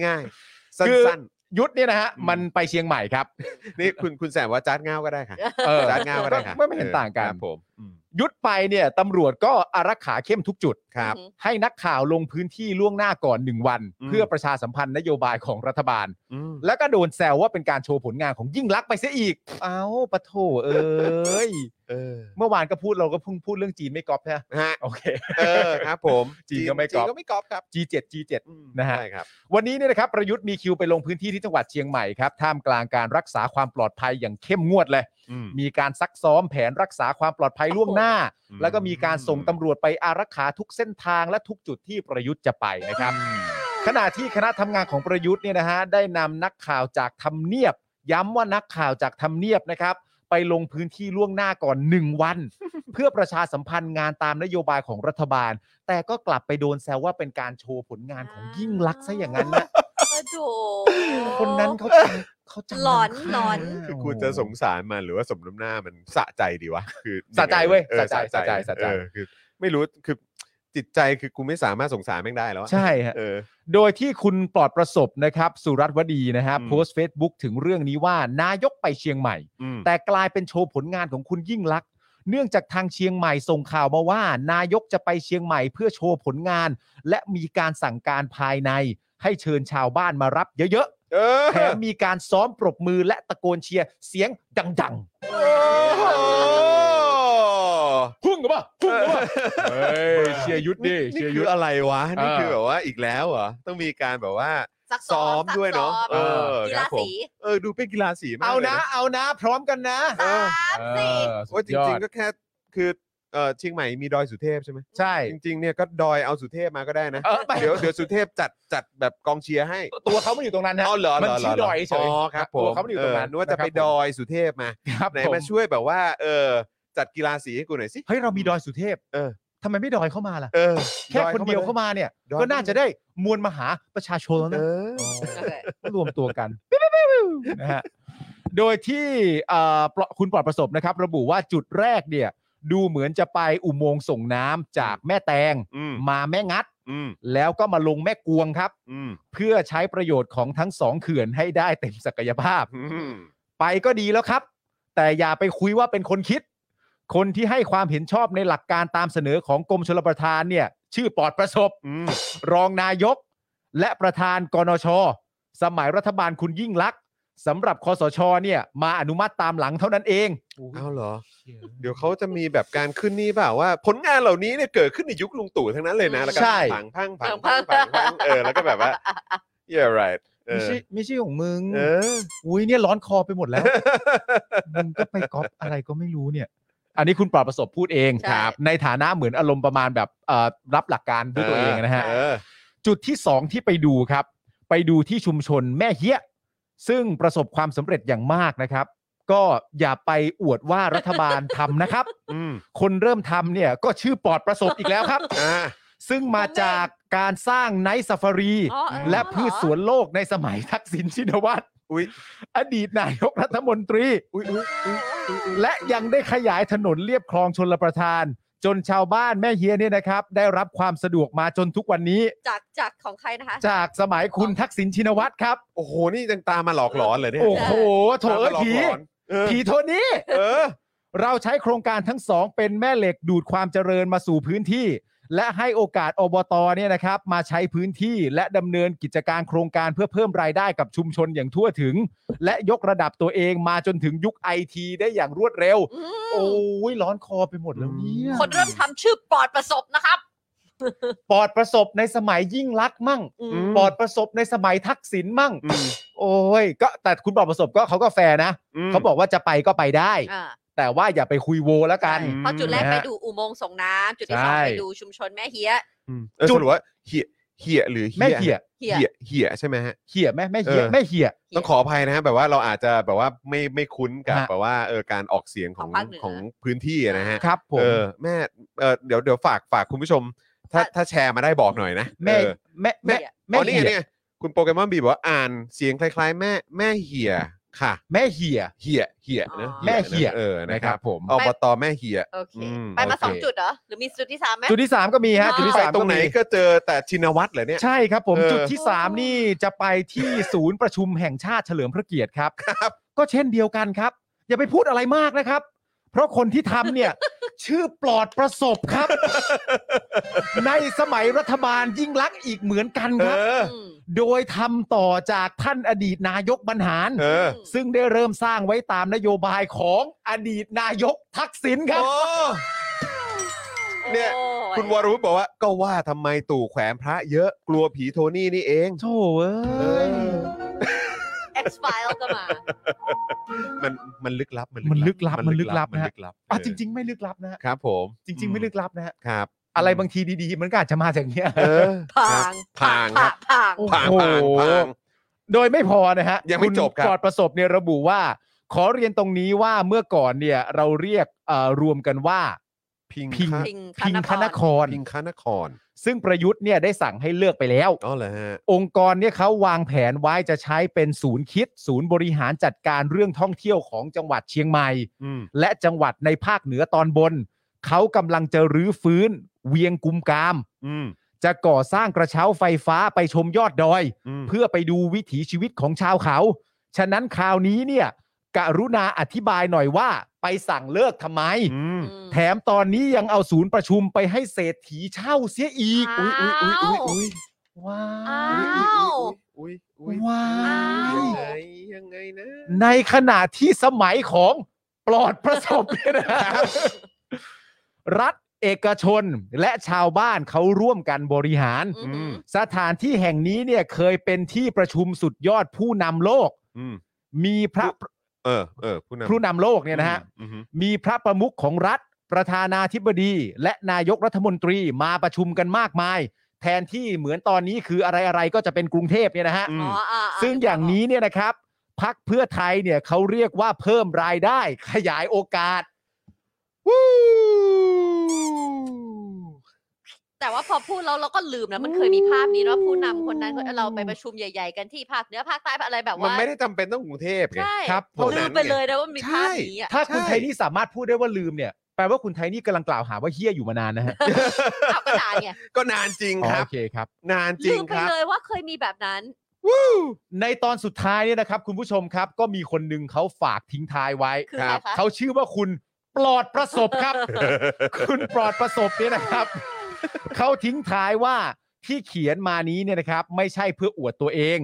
ง่ายๆ คือ สั้น ยุทธเนี่ยนะฮะ อืม มันไปเชียงใหม่ครับ ๆ นี่คุณคุณแสบว่าจัดง้าวก็ได้ค่ะ เออ จัดง้าวก็ได้ค่ะ ไม่ไม่เห็นต่างกัน ครับผมอืม ยุทธไปเนี่ยตำรวจก็อารักขาเข้มทุกจุด ครับ อือหือ ให้นักข่าวลงพื้นที่ล่วงหน้าก่อนหนึ่งวัน อืม เพื่อประชาสัมพันธ์นโยบายของรัฐบาล อืม แล้วก็โดนแซวว่าเป็นการโชว์ผลงานของยิ่งลักษณ์ไปเสียอีก เอ้าปะโถเอ้ย เออ เมื่อวานก็พูดเราก็เพิ่งพูดเรื่องจีนไม่ก๊อปใช่ไหม ฮะ โอเค เออครับ ผม จีนก็ไม่กรอบ จีนก็ไม่กรอบครับ G7 G7 อืม นะฮะ ใช่ครับ วันนี้เนี่ยนะครับประยุทธ์มีคิวไปลงพื้นที่ที่จังหวัดเชียงใหม่ครับท่ามกลางการรักษาความปลอดภัยอย่างเข้มงวดเลย อืม มีการซักซ้อมแผนรักษาความปลอดภัยล่วงหน้า โอ้โห แล้วก็มีการส่งตำรวจไปอารักขาทุกเส้นทางและทุกจุดที่ประยุทธ์จะไปนะครับ ขณะที่คณะทำงานของประยุทธ์เนี่ยนะฮะได้นำนักข่าวจากทำเนียบ ย้ำว่านักข่าวจากทำเนียบนะครับ ไปลงพื้นที่ล่วงหน้าก่อน 1 วัน เพื่อประชาสัมพันธ์งานตามนโยบายของรัฐบาล แต่ก็กลับไปโดนแซวว่าเป็นการโชว์ผลงานของยิ่งลักษณ์ซะอย่างนั้นนะ โอ้โห คนนั้นเขาจ *laughs* ำเขาจำ หลอน ำค่า หลอน คือคุณจะสงสารมันหรือว่าสมน้ำหน้ามันสะใจดีวะ คือ สะใจเว้ย ออ สะใจสะใจสะใจ เออคือ ไม่รู้คือจิตใจคือกูไม่สามารถสงสารแม่งได้แล้วอะ ใช่ฮะ เออ โดยที่คุณปลอดประสบนะครับ สุรัตน์วดีนะฮะ อืม โพสต์ Facebook ถึงเรื่องนี้ว่านายกไปเชียงใหม่ อืม แต่กลายเป็นโชว์ผลงานของคุณยิ่งลักษณ์เนื่องจากทางเชียงใหม่ส่งข่าวมาว่า นายกจะไปเชียงใหม่เพื่อโชว์ผลงาน และมีการสั่งการภายใน ให้เชิญชาวบ้านมารับเยอะ เออ ๆแถมมีการซ้อมปรบมือและตะโกนเชียร์เสียงดัง โอ้โห ๆพุ่งกับป่ะพุ่งกับป่ะเฮ้ยเชียร์ยุทธดิ นี่ เชียร์ คื ยุท อ ธ อะไรวะ นี่ เออ คือแบบว่าอีกแล้วเหรอ ต้องมีการแบบว่า ซัก ซ้อม ซัก ด้วยเนาะ ซ้อม เออ กี ครั ฬา บผม สี เออ ดูเป็นกีฬาสีมาก เอา ลย นะ เอานะ พร้อมกันนะ สามสี่ เออ โอ้ยจ สุดยอ ริง ด ๆก็แค่คือเออเชียงใหม่มีดอยสุเทพใช่ไหม ใช่ จริงๆเนี่ยก็ดอยเอาสุเทพมาก็ได้นะ เออไป เดี๋ยวเดี๋ยวสุเทพจัดจัดแบบกองเชียร์ให้ ตัวเขาไม่อยู่ตรงนั้นนะ เอาเหรอ มัน เหร ชื่อ เหร ดอยเฉย อ๋อครับผม ตัวเขาไม่อยู่ตรงนั้น เนึกว่าจะไป นะครับผม ดอยสุเทพมา ครับ ไหน ผม มาช่วยแบบว่า เออจัดกีฬาสีให้กูหน่อยสิ เฮ้ย เรามีดอยสุเทพ เออ ทำไมไม่ดอยเข้ามาล่ะ เออ แค่ อ คนเดียวเข้ามาเนี่ย ดอย ก็น่าจะได้มวลมหาประชาชนแล้ว เอ นะ อ ก็รวมตัวกันปิ๊วปิ๊วปิ๊วนะฮะโดยที่เอ่อปลคุณปลอดประสบนะครับ ระบุว่าจุดแรกเนี่ย ดูเหมือนจะไปอุโมงค์ส่งน้ำจากแม่แตง อืม มาแม่งัด อืม แล้วก็มาลงแม่กวงครับ อืม เพื่อใช้ประโยชน์ของทั้งสองเขื่อนให้ได้เต็มศักยภาพ อืม ไปก็ดีแล้วครับ แต่อย่าไปคุยว่าเป็นคนคิด คนที่ให้ความเห็นชอบในหลักการตามเสนอของกรมชลประทานเนี่ย ชื่อปลอดประสบ อืม รองนายก และประธานกนช สมัยรัฐบาลคุณยิ่งลักษณ์สำหรับคอสชเนี่ย มาอนุมัติตามหลังเท่านั้นเอง เอาเหรอ เดี๋ยวเขาจะมีแบบการขึ้นนี่เปล่าว่า ผลงานเหล่านี้เนี่ยเกิดขึ้นในยุคลุงตู่ทั้งนั้นเลยนะ แล้วก็ ใช่ ผังพังผังพังผังพังเออแล้วก็แบบว่า yeah right เอ ไม่ อ ใช่ไม่ใช่ของมึง เออ อุ้ยเนี่ยร้อนคอไปหมดแล้ว มึงก็ไปก๊อปอะไรก็ไม่รู้เนี่ย อันนี้คุณปราบประสบพูดเอง ครับ ในฐานะเหมือนอารมณ์ประมาณแบบเอ่อรับหลักการด้วยตัวเองนะฮะ เออ จุดที่สองที่ไปดูครับ ไปดูที่ชุมชนแม่เฮียซึ่งประสบความสำเร็จอย่างมากนะครับ ก็อย่าไปอวดว่ารัฐบาล ทำนะครับ อืม คนเริ่มทำเนี่ยก็ชื่อปลอดประสบอีกแล้วครับ อ่า ซึ่งมาจาก การสร้างไนท์ซาฟารี อ๋อเออ และ เหรอ พืชสวนโลกในสมัยทักษิณชินวัตร อุ๊ย อดีตนายกรัฐมนตรี และยังได้ขยายถนนเลียบคลองชนประทาน จนชาวบ้านแม่เฮียเนี่ยนะครับ ได้รับความสะดวกมาจนทุกวันนี้ จากจากของใครนะคะ *laughs* จากสมัยคุณทักษิณชินวัตรครับ โอ้โห นี่ยังตามมาหลอกหลอนเลยเนี่ย โอ้โหโถ ตาม เอ้ มาย หลอก ผี หลอนเออ ผีโทนี่ เออ เราใช้โครงการทั้งสองเป็นแม่เหล็กดูดความเจริญมาสู่พื้นที่ และให้โอกาสอบตเนี่ยนะครับ มาใช้พื้นที่และดำเนินกิจการโครงการเพื่อเพิ่มรายได้กับชุมชนอย่างทั่วถึง และยกระดับตัวเองมาจนถึงยุคไอทีได้อย่างรวดเร็ว อืม โอ้ยร้อนคอไปหมดแล้วเนี่ย คนเริ่มทำชื่อปลอดประสบนะครับ ปลอดประสบในสมัยยิ่งลักษณ์มั่ง อืม ปลอดประสบในสมัยทักษิณมั่ง อืม โอ้ยก็แต่คุณปลอดประสบก็เขาก็แฟร์นะ ม เขาบอกว่าจะไปก็ไปได้ อ่า แต่ว่าอย่าไปคุยโวแล้วกัน ใช่เพราะจุดแรก นะฮะ ไปดูอุโมงค์ส่งน้ำจุดที่สอง ใช่ ไปดูชุมชนแม่เฮีย เออ จุ ส ด รุปว่าเหียเหียหรือ แม่เหี่ย เฮี เหี ย ยเหียใช่ไหมฮะ เขี่ยแม่แม่เขี่ย เออ แม่เขี่ย ต้องขออภัยนะฮะแบบว่าเราอาจจะแบบว่าไม่ไม่คุ้นกับ ฮะ แบบว่าเออการออกเสียงของ ของภาคเหนือ ของพื้นที่นะฮะ ครับผม เออแม่เออเดี๋ยวเดี๋ยวฝากฝากคุณผู้ชม ถ้าถ้าแชร์มาได้บอกหน่อยนะ แม่ เออ แม่แม่แม่ อ๋อนี่ไง เขี่ นี่ ย ไงคุณโปเกมอนบีบอกว่าอ่านเสียงคล้ายๆ แม่แม่เหียค่ะ แม่เขี่ย เหียเหียนะ อ๋อ นะ แม่เหี่ย เออนะ นะ ค ค รั รั บบ ผม อบตแม่เหีย โอเค อืม ไปมา โเค สองจุดเหรอ หรือมีจุดที่สามไหม จุดที่สามก็มีฮะ อ๋อ จุดที่ ไป สาม ตร ก็ งไหน มี ก็เจอแต่ชินวัตรเหรอเนี่ย ใช่ครับผม เออ จุดที่สามนี่จะไปที่ศูนย์ประชุมแห่งชาติเฉลิมพระเกียรติครับ ครับ ก็เช่นเดียวกันครับ อย่าไปพูดอะไรมากนะครับ เพราะคนที่ทำ *laughs* เนี่ย ชื่อปลอดประสบครับ ในสมัยรัฐบาลยิ่งลักษณ์อีกเหมือนกัน เอ ครับ อ ม โดยทำต่อจากท่านอดีตนายกบรรหาร เออ ซึ่งได้เริ่มสร้างไว้ตามนโยบายของอดีตนายกทักษิณครับ โอ้ เนี่ย โอ้ คุณวรวุฒิบอกว่าก็ว่าทำไมตู่แขวนพระเยอะกลัวผีโทนี่นี่เอง โธ่เอ้ย เอ็กซ์ไฟล์ก็มา มันมันลึกลับมัน มันลึกลับมันลึกลับ มัน นะฮะ ลึกลับ อ่ะจริง ๆ ไม่ลึกลับนะฮะ ๆครับ ผม จริง ๆ ไม่ลึกลับนะฮะ ครับ อะไรบางทีดีๆ มันก็อาจจะมาจากเนี้ย เออ พาง พางครับ พาง โอ้ พางพางพาง โดยไม่พอนะฮะ ยังไม่จบครับ ณปลอดประสบเนี่ยระบุว่า ขอเรียนตรงนี้ว่าเมื่อก่อนเนี่ยเราเรียกเอ่อรวมกันว่า พิง พิง คะ พิง พิง ค คณ ณะคคร ร พิงคะนคร ซึ่งประยุทธ์เนี่ยได้สั่งให้เลิกไปแล้ว อ๋อเหรอฮะ องค์กรเนี่ยเขาวางแผนไว้จะใช้เป็นศูนย์คิด ศูนย์บริหารจัดการเรื่องท่องเที่ยวของจังหวัดเชียงใหม่ อืม และจังหวัดในภาคเหนือตอนบน เขากำลังจะรื้อฟื้น เวียงกุมกาม อืม จะก่อสร้างกระเช้าไฟฟ้าไปชมยอดดอย อืม เพื่อไปดูวิถีชีวิตของชาวเขา ฉะนั้นคราวนี้เนี่ยกรุณาอธิบายหน่อยว่า ไปสั่งเลิกทำไม อืม อืม แถมตอนนี้ยังเอาศูนย์ประชุมไปให้เศรษฐีเช่าเสียอีก อุ๊ยอุ๊ยอุ๊ยอุ๊ยอุ๊ย ว้า อ้าว ว อุ้ยอุ้ย ว้าย ยังไงยังไงนะ ในขณะที่สมัยของปลอดประสบเนี่ยนะครับ รัฐเอกชนและชาวบ้านเขาร่วมกันบริหาร อือหือ สถานที่แห่งนี้เนี่ยเคยเป็นที่ประชุมสุดยอดผู้นำโลก อืม มีพระ เออเออผู้นำ ผู้นำโลกเนี่ยนะฮะ อืมอืม มีพระประมุขของรัฐ ประธานาธิบดี และนายกรัฐมนตรีมาประชุมกันมากมาย แทนที่เหมือนตอนนี้คืออะไรอะไรๆก็จะเป็นกรุงเทพเนี่ยนะฮะ อื อ๋ ม ออ่าอ่ ซึ่งอย่างนี้เนี่ยนะครับ พักเพื่อไทยเนี่ยเขาเรียกว่าเพิ่มรายได้ ขยายโอกาส แต่ว่าพอพูดแล้วเราก็ลืมนะ มันเคยมีภาพนี้เนาะผู้นำคนนั้นก็เราไปประชุมใหญ่ ๆ กันที่ภาคเหนือภาคใต้อะไรแบบ มัน ว่า ไม่ได้จำเป็นต้องกรุงเทพไง ใช่ ครับผม ลืมไปเลยนะว่ามีภาพนี้อ่ะ ถ้าคุณ ใช่ ไทยนี่สามารถพูดได้ว่าลืมเนี่ยแปลว่าคุณไทยนี่กำลังกล่าวหาว่าเฮี้ยอยู่มานาน *laughs* นะฮะ เอาก็นานไง ก็นานจริง อ๋อ ครับ โอเคครับ นานจริ ลื ง มไป ครับ เลยว่าเคยมีแบบนั้น ในตอนสุดท้ายเนี่ยนะครับ คุณผู้ชมครับ ก็มีคนหนึ่งเขาฝากทิ้งท้ายไว้ คือใครคะ เขาชื่อว่าคุณปลอดประสบครับ *laughs* คุณปลอดประสบเนี่ยนะครับ เขาทิ้งท้ายว่าที่เขียนมานี้เนี่ยนะครับ ไม่ใช่เพื่ออวดตัวเอง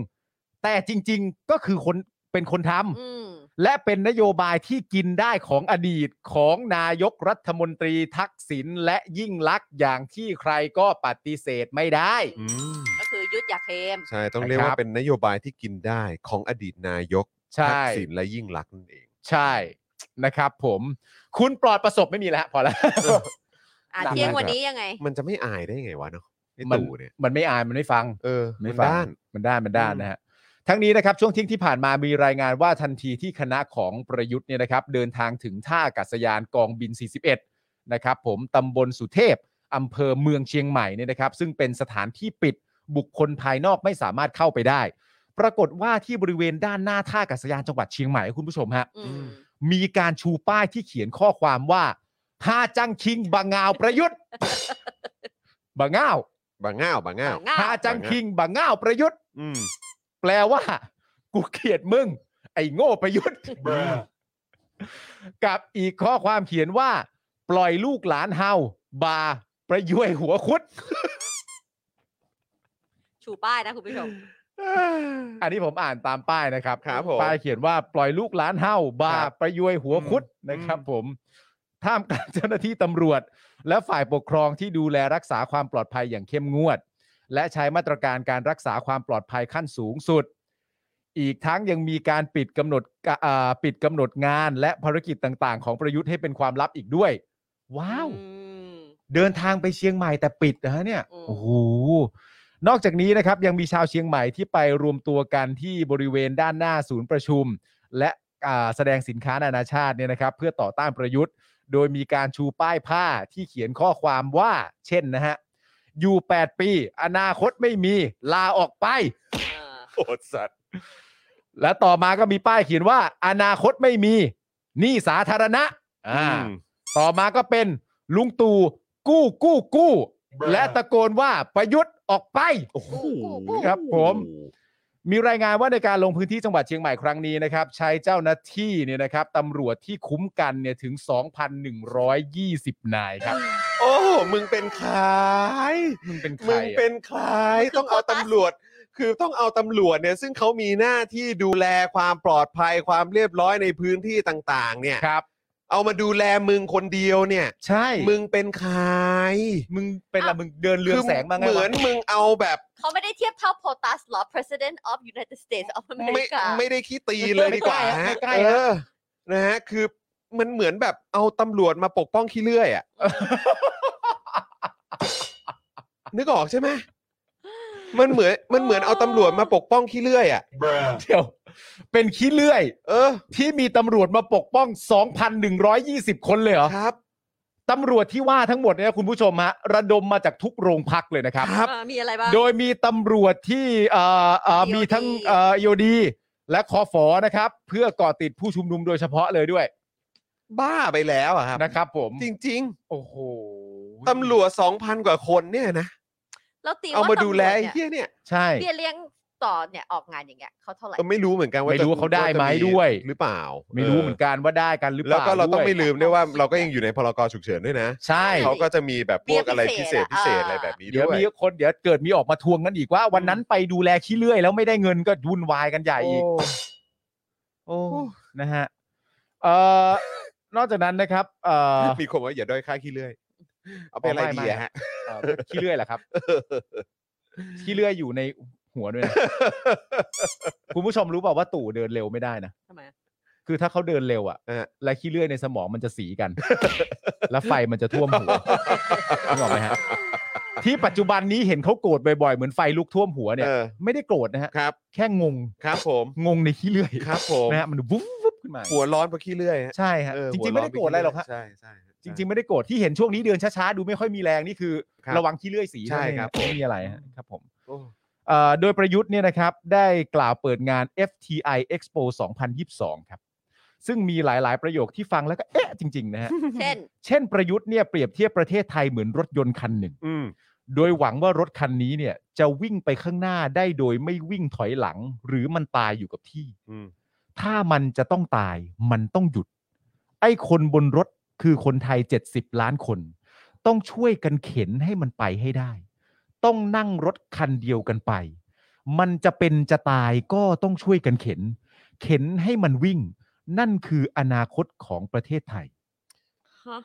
แต่จริงๆก็คือคนเป็นคนทำ อืม และเป็นนโยบายที่กินได้ของอดีตของนายกรัฐมนตรีทักษิณและยิ่งลักษณ์อย่างที่ใครก็ปฏิเสธไม่ได้ อืม ก็คือยุดอย่าเคม ใช่ ต้องเรียก นะครับ ว่าเป็นนโยบายที่กินได้ของอดีตนายก ใช่ ทัษิณและยิ่งลักษณ์นั่นเอง ใช่นะครับผมคุณปลอดประสบไม่มีแล้วฮะพอแล้ว *laughs* อ่ะ หลัง เที่ยงวันนี้ยังไง มันจะไม่อายได้ไงวะเนาะไอ้ มัน ตู่เนี่ย มันไม่อายมันไม่ฟัง เออ ไม่ น ฟัง ด้าน มันด้านมันด้าน อืม นะฮะทั้งนี้นะครับช่วงเที่ยงที่ผ่านมามีรายงานว่าทันทีที่คณะของประยุทธ์เนี่ยนะครับ เดินทางถึงท่าอากาศยานกองบิน 41 นะครับผมตำบลสุเทพ อำเภอเมืองเชียงใหม่เนี่ยนะครับ ซึ่งเป็นสถานที่ปิดบุคคลภายนอกไม่สามารถเข้าไปได้ ปรากฏว่าที่บริเวณด้านหน้าท่าอากาศยานจังหวัดเชียงใหม่คุณผู้ชมฮะ อืม มีการชูป้ายที่เขียนข้อความว่าฮาจังคิงบางงาวประยุ *laughs* ทธ์ บางงาว บางง่าวบางง่าว บางง่ว ฮาจังคิงบางงาวประยุทธ์ อืม แปลว่า กูเกลียดมึง ไอ้โง่ประยุทธ์ กับอีกข้อความเขียนว่า ปล่อยลูกหลานเฮาบา ประยุยหัวคุด ชูป้ายนะคุณผู้ชม อันนี้ผมอ่านตามป้ายนะครับ ครับผม ป้ายเขียนว่าปล่อยลูกหลานเฮาบา ครับ ประยุยหัวคุด อืม นะครับ อืม ผมท่ามกลางเจ้าหน้าที่ตำรวจ และฝ่ายปกครองที่ดูแลรักษาความปลอดภัยอย่างเข้มงวด และใช้มาตรการการรักษาความปลอดภัยขั้นสูงสุด อีกทั้งยังมีการปิดกำหนดกะอ่าปิดกำหนดงานและภารกิจต่างๆ ของประยุทธ์ให้เป็นความลับอีกด้วย ว้าว อืม เดินทางไปเชียงใหม่แต่ปิดนะฮะเนี่ย อืม โอ้โหนอกจากนี้นะครับยังมีชาวเชียงใหม่ที่ไปรวมตัวกันที่บริเวณด้านหน้าศูนย์ประชุม และอ่าแสดงสินค้านานาชาติเนี่ยนะครับ เพื่อต่อต้านประยุทธ์ โดยมีการชูป้ายผ้าที่เขียนข้อความว่า เช่นนะฮะอยู่ 8 ปี อนาคตไม่มีลาออกไป เออ โอดสัตว์ และต่อมาก็มีป้ายเขียนว่า อนาคตไม่มีหนี่สาธารณะอ่า ต่อมาก็เป็นลุงตู่กู้กู้กู้ และตะโกนว่าประยุทธ์ออกไป ครับผม มีรายงานว่าในการลงพื้นที่จังหวัดเชียงใหม่ครั้งนี้นะครับ ใช้เจ้าหน้าที่เนี่ยนะครับตำรวจที่คุ้มกันเนี่ยถึง 2,120 นาย *gasps* ครับ โอ้โหมึงเป็นใคร มึงเป็นใคร มึง อะ เป็นใครต้องเอาตำรวจ คือต้องเอาตำรวจเนี่ย ซึ่งเขามีหน้าที่ดูแลความปลอดภัยความเรียบร้อยในพื้นที่ต่างๆ เนี่ย ครับ เอามาดูแลมึงคนเดียวเนี่ย ใช่ มึงเป็นใคร มึงเป็นละมึงเดินเรืองแสงมาไง เหมือ วะ นมึงเอาแบบ เขาไม่ได้เทียบเท่าโพตัสหรอ President of United States of ไม่ America ไม่ได้ขี้ตีนเลยดีกว่าฮะเออนะฮะคือมันเหมือนแบบเอาตำรวจมาปกป้องขี้เลื่อย *laughs* อ่ะ นึกออกใช่ไหมมันเหมือนมันเหมือนเอาตำรวจมาปกป้องขี้เลื่อยอ่ะ เดี๋ยวเป็นขี้เลื่อย เออ ที่มีตำรวจมาปกป้อง 2,120 คนเลยเหรอ ครับ ตำรวจที่ว่าทั้งหมดเนี่ยคุณผู้ชมฮะระดมมาจากทุกโรงพักเลยนะครับ ครับ เออมีอะไรบ้าง โดยมีตำรวจที่เอ่อเอ่อ EOD มีทั้งโยดีและคอฟอนะครับ เพื่อก่อติดผู้ชุมนุมโดยเฉพาะเลยด้วย บ้าไปแล้วอ่ะครับ นะครับผม จริง โอ้โห ๆตำรวจสองพันกว่าคนเนี่ยนะ แล้วตี เอา ว่า มาดูแล ตำรวจ ไอ้ เนี่ย เหี้ยเนี่ย ใช่ เบี้ยเลี้ยงต่อเนี่ยออกงานอย่างเงี้ยเขาเท่าไหร่ เออไม่รู้เหมือนกันว่า ไม่รู้ จะ ว่าเขาได้ไหม จะ ด้วย หรือเปล่า ไม่รู้เหมือนกันว่าได้กันหรือเป แล้ว ล่า ก็เราต้อง ด้วย ไม่ลืมด้วยว่า เราก็ยังอยู่ในพรกฉุกเฉินด้วยนะ ใช่ เขาก็จะมีแบบพวกอะไรพิเศษพิเศษ เบี้ยพิเศษอะ อะไรแบบนี้ เดี๋ยว ด้วย มีคนเดี๋ยวเกิดมีออกมาทวงกันอีกว่า วันนั้นไปดูแลขี้เลื่อย แล้วไม่ได้เงินก็วุ่นวายกันใหญ่อีก โอ้นะฮะเอ่อนอกจากนั้นนะครับเอ่อ มีคนว่าอย่าด้อยค่าขี้เลื่อย เอาเป็นอะไร ไม่ ดี ไม่ อะฮะ เอ่อขี้เลื่อยเหรอครับ ขี้เลื่อยอยู่ในหัวด้วย *laughs* นะ คุณผู้ชมรู้เปล่าว่าตู่เดินเร็วไม่ได้นะ ทำไมอะ คือถ้าเขาเดินเร็วอะ เออ และขี้เลื่อยในสมองมันจะสี *laughs* กัน แล้วไฟมันจะท่วมหัวนึกออกไหมฮะ ที่ปัจจุบันนี้เห็นเขาโกรธบ่อยๆ เหมือนไฟลุกท่วมหัวเนี่ย เออ ไม่ได้โกรธนะฮะ ครับ แค่งง ครับผม งงในขี้เลื่อย ครับผม นะฮะ มันวุ้บวุบขึ้นมา หัวร้อนเพราะขี้เลื่อยฮะ ใช่ฮะ เออ จ หั ริ ว งๆไม่ได้โกรธอะไรหรอกฮะ ใช่ใช่ใช่ จริงๆไม่ได้โกรธที่เห็นช่วงนี้เดินช้าๆ ดูไม่ค่อยมีแรงนี่คือ ครับ ระวังขี้เลื่อยสี ใช่ครับ เท่าผมนั้นเองไม่มีอะไรฮะครับผม โอ้ เอ่อโดยประยุทธ์เนี่ยนะครับได้กล่าวเปิดงาน FTI Expo 2022 ครับ ซึ่งมีหลาย ๆ ประโยคที่ฟังแล้วก็เอ๊ะจริง ๆ *laughs* นะฮะ เช่น เช่นประยุทธ์เนี่ยเปรียบเทียบประเทศไทยเหมือนรถยนต์คันหนึ่ง อืม โดยหวังว่ารถคันนี้เนี่ยจะวิ่งไปข้างหน้าได้โดยไม่วิ่งถอยหลัง หรือมันตายอยู่กับที่ อืม ถ้ามันจะต้องตายมันต้องหยุด ไอ้คนบนรถคือคนไทย 70 ล้านคน ต้องช่วยกันเข็นให้มันไปให้ได้ ต้องนั่งรถคันเดียวกันไป มันจะเป็นจะตายก็ต้องช่วยกันเข็น เข็นให้มันวิ่ง นั่นคืออนาคตของประเทศไทย ฮะ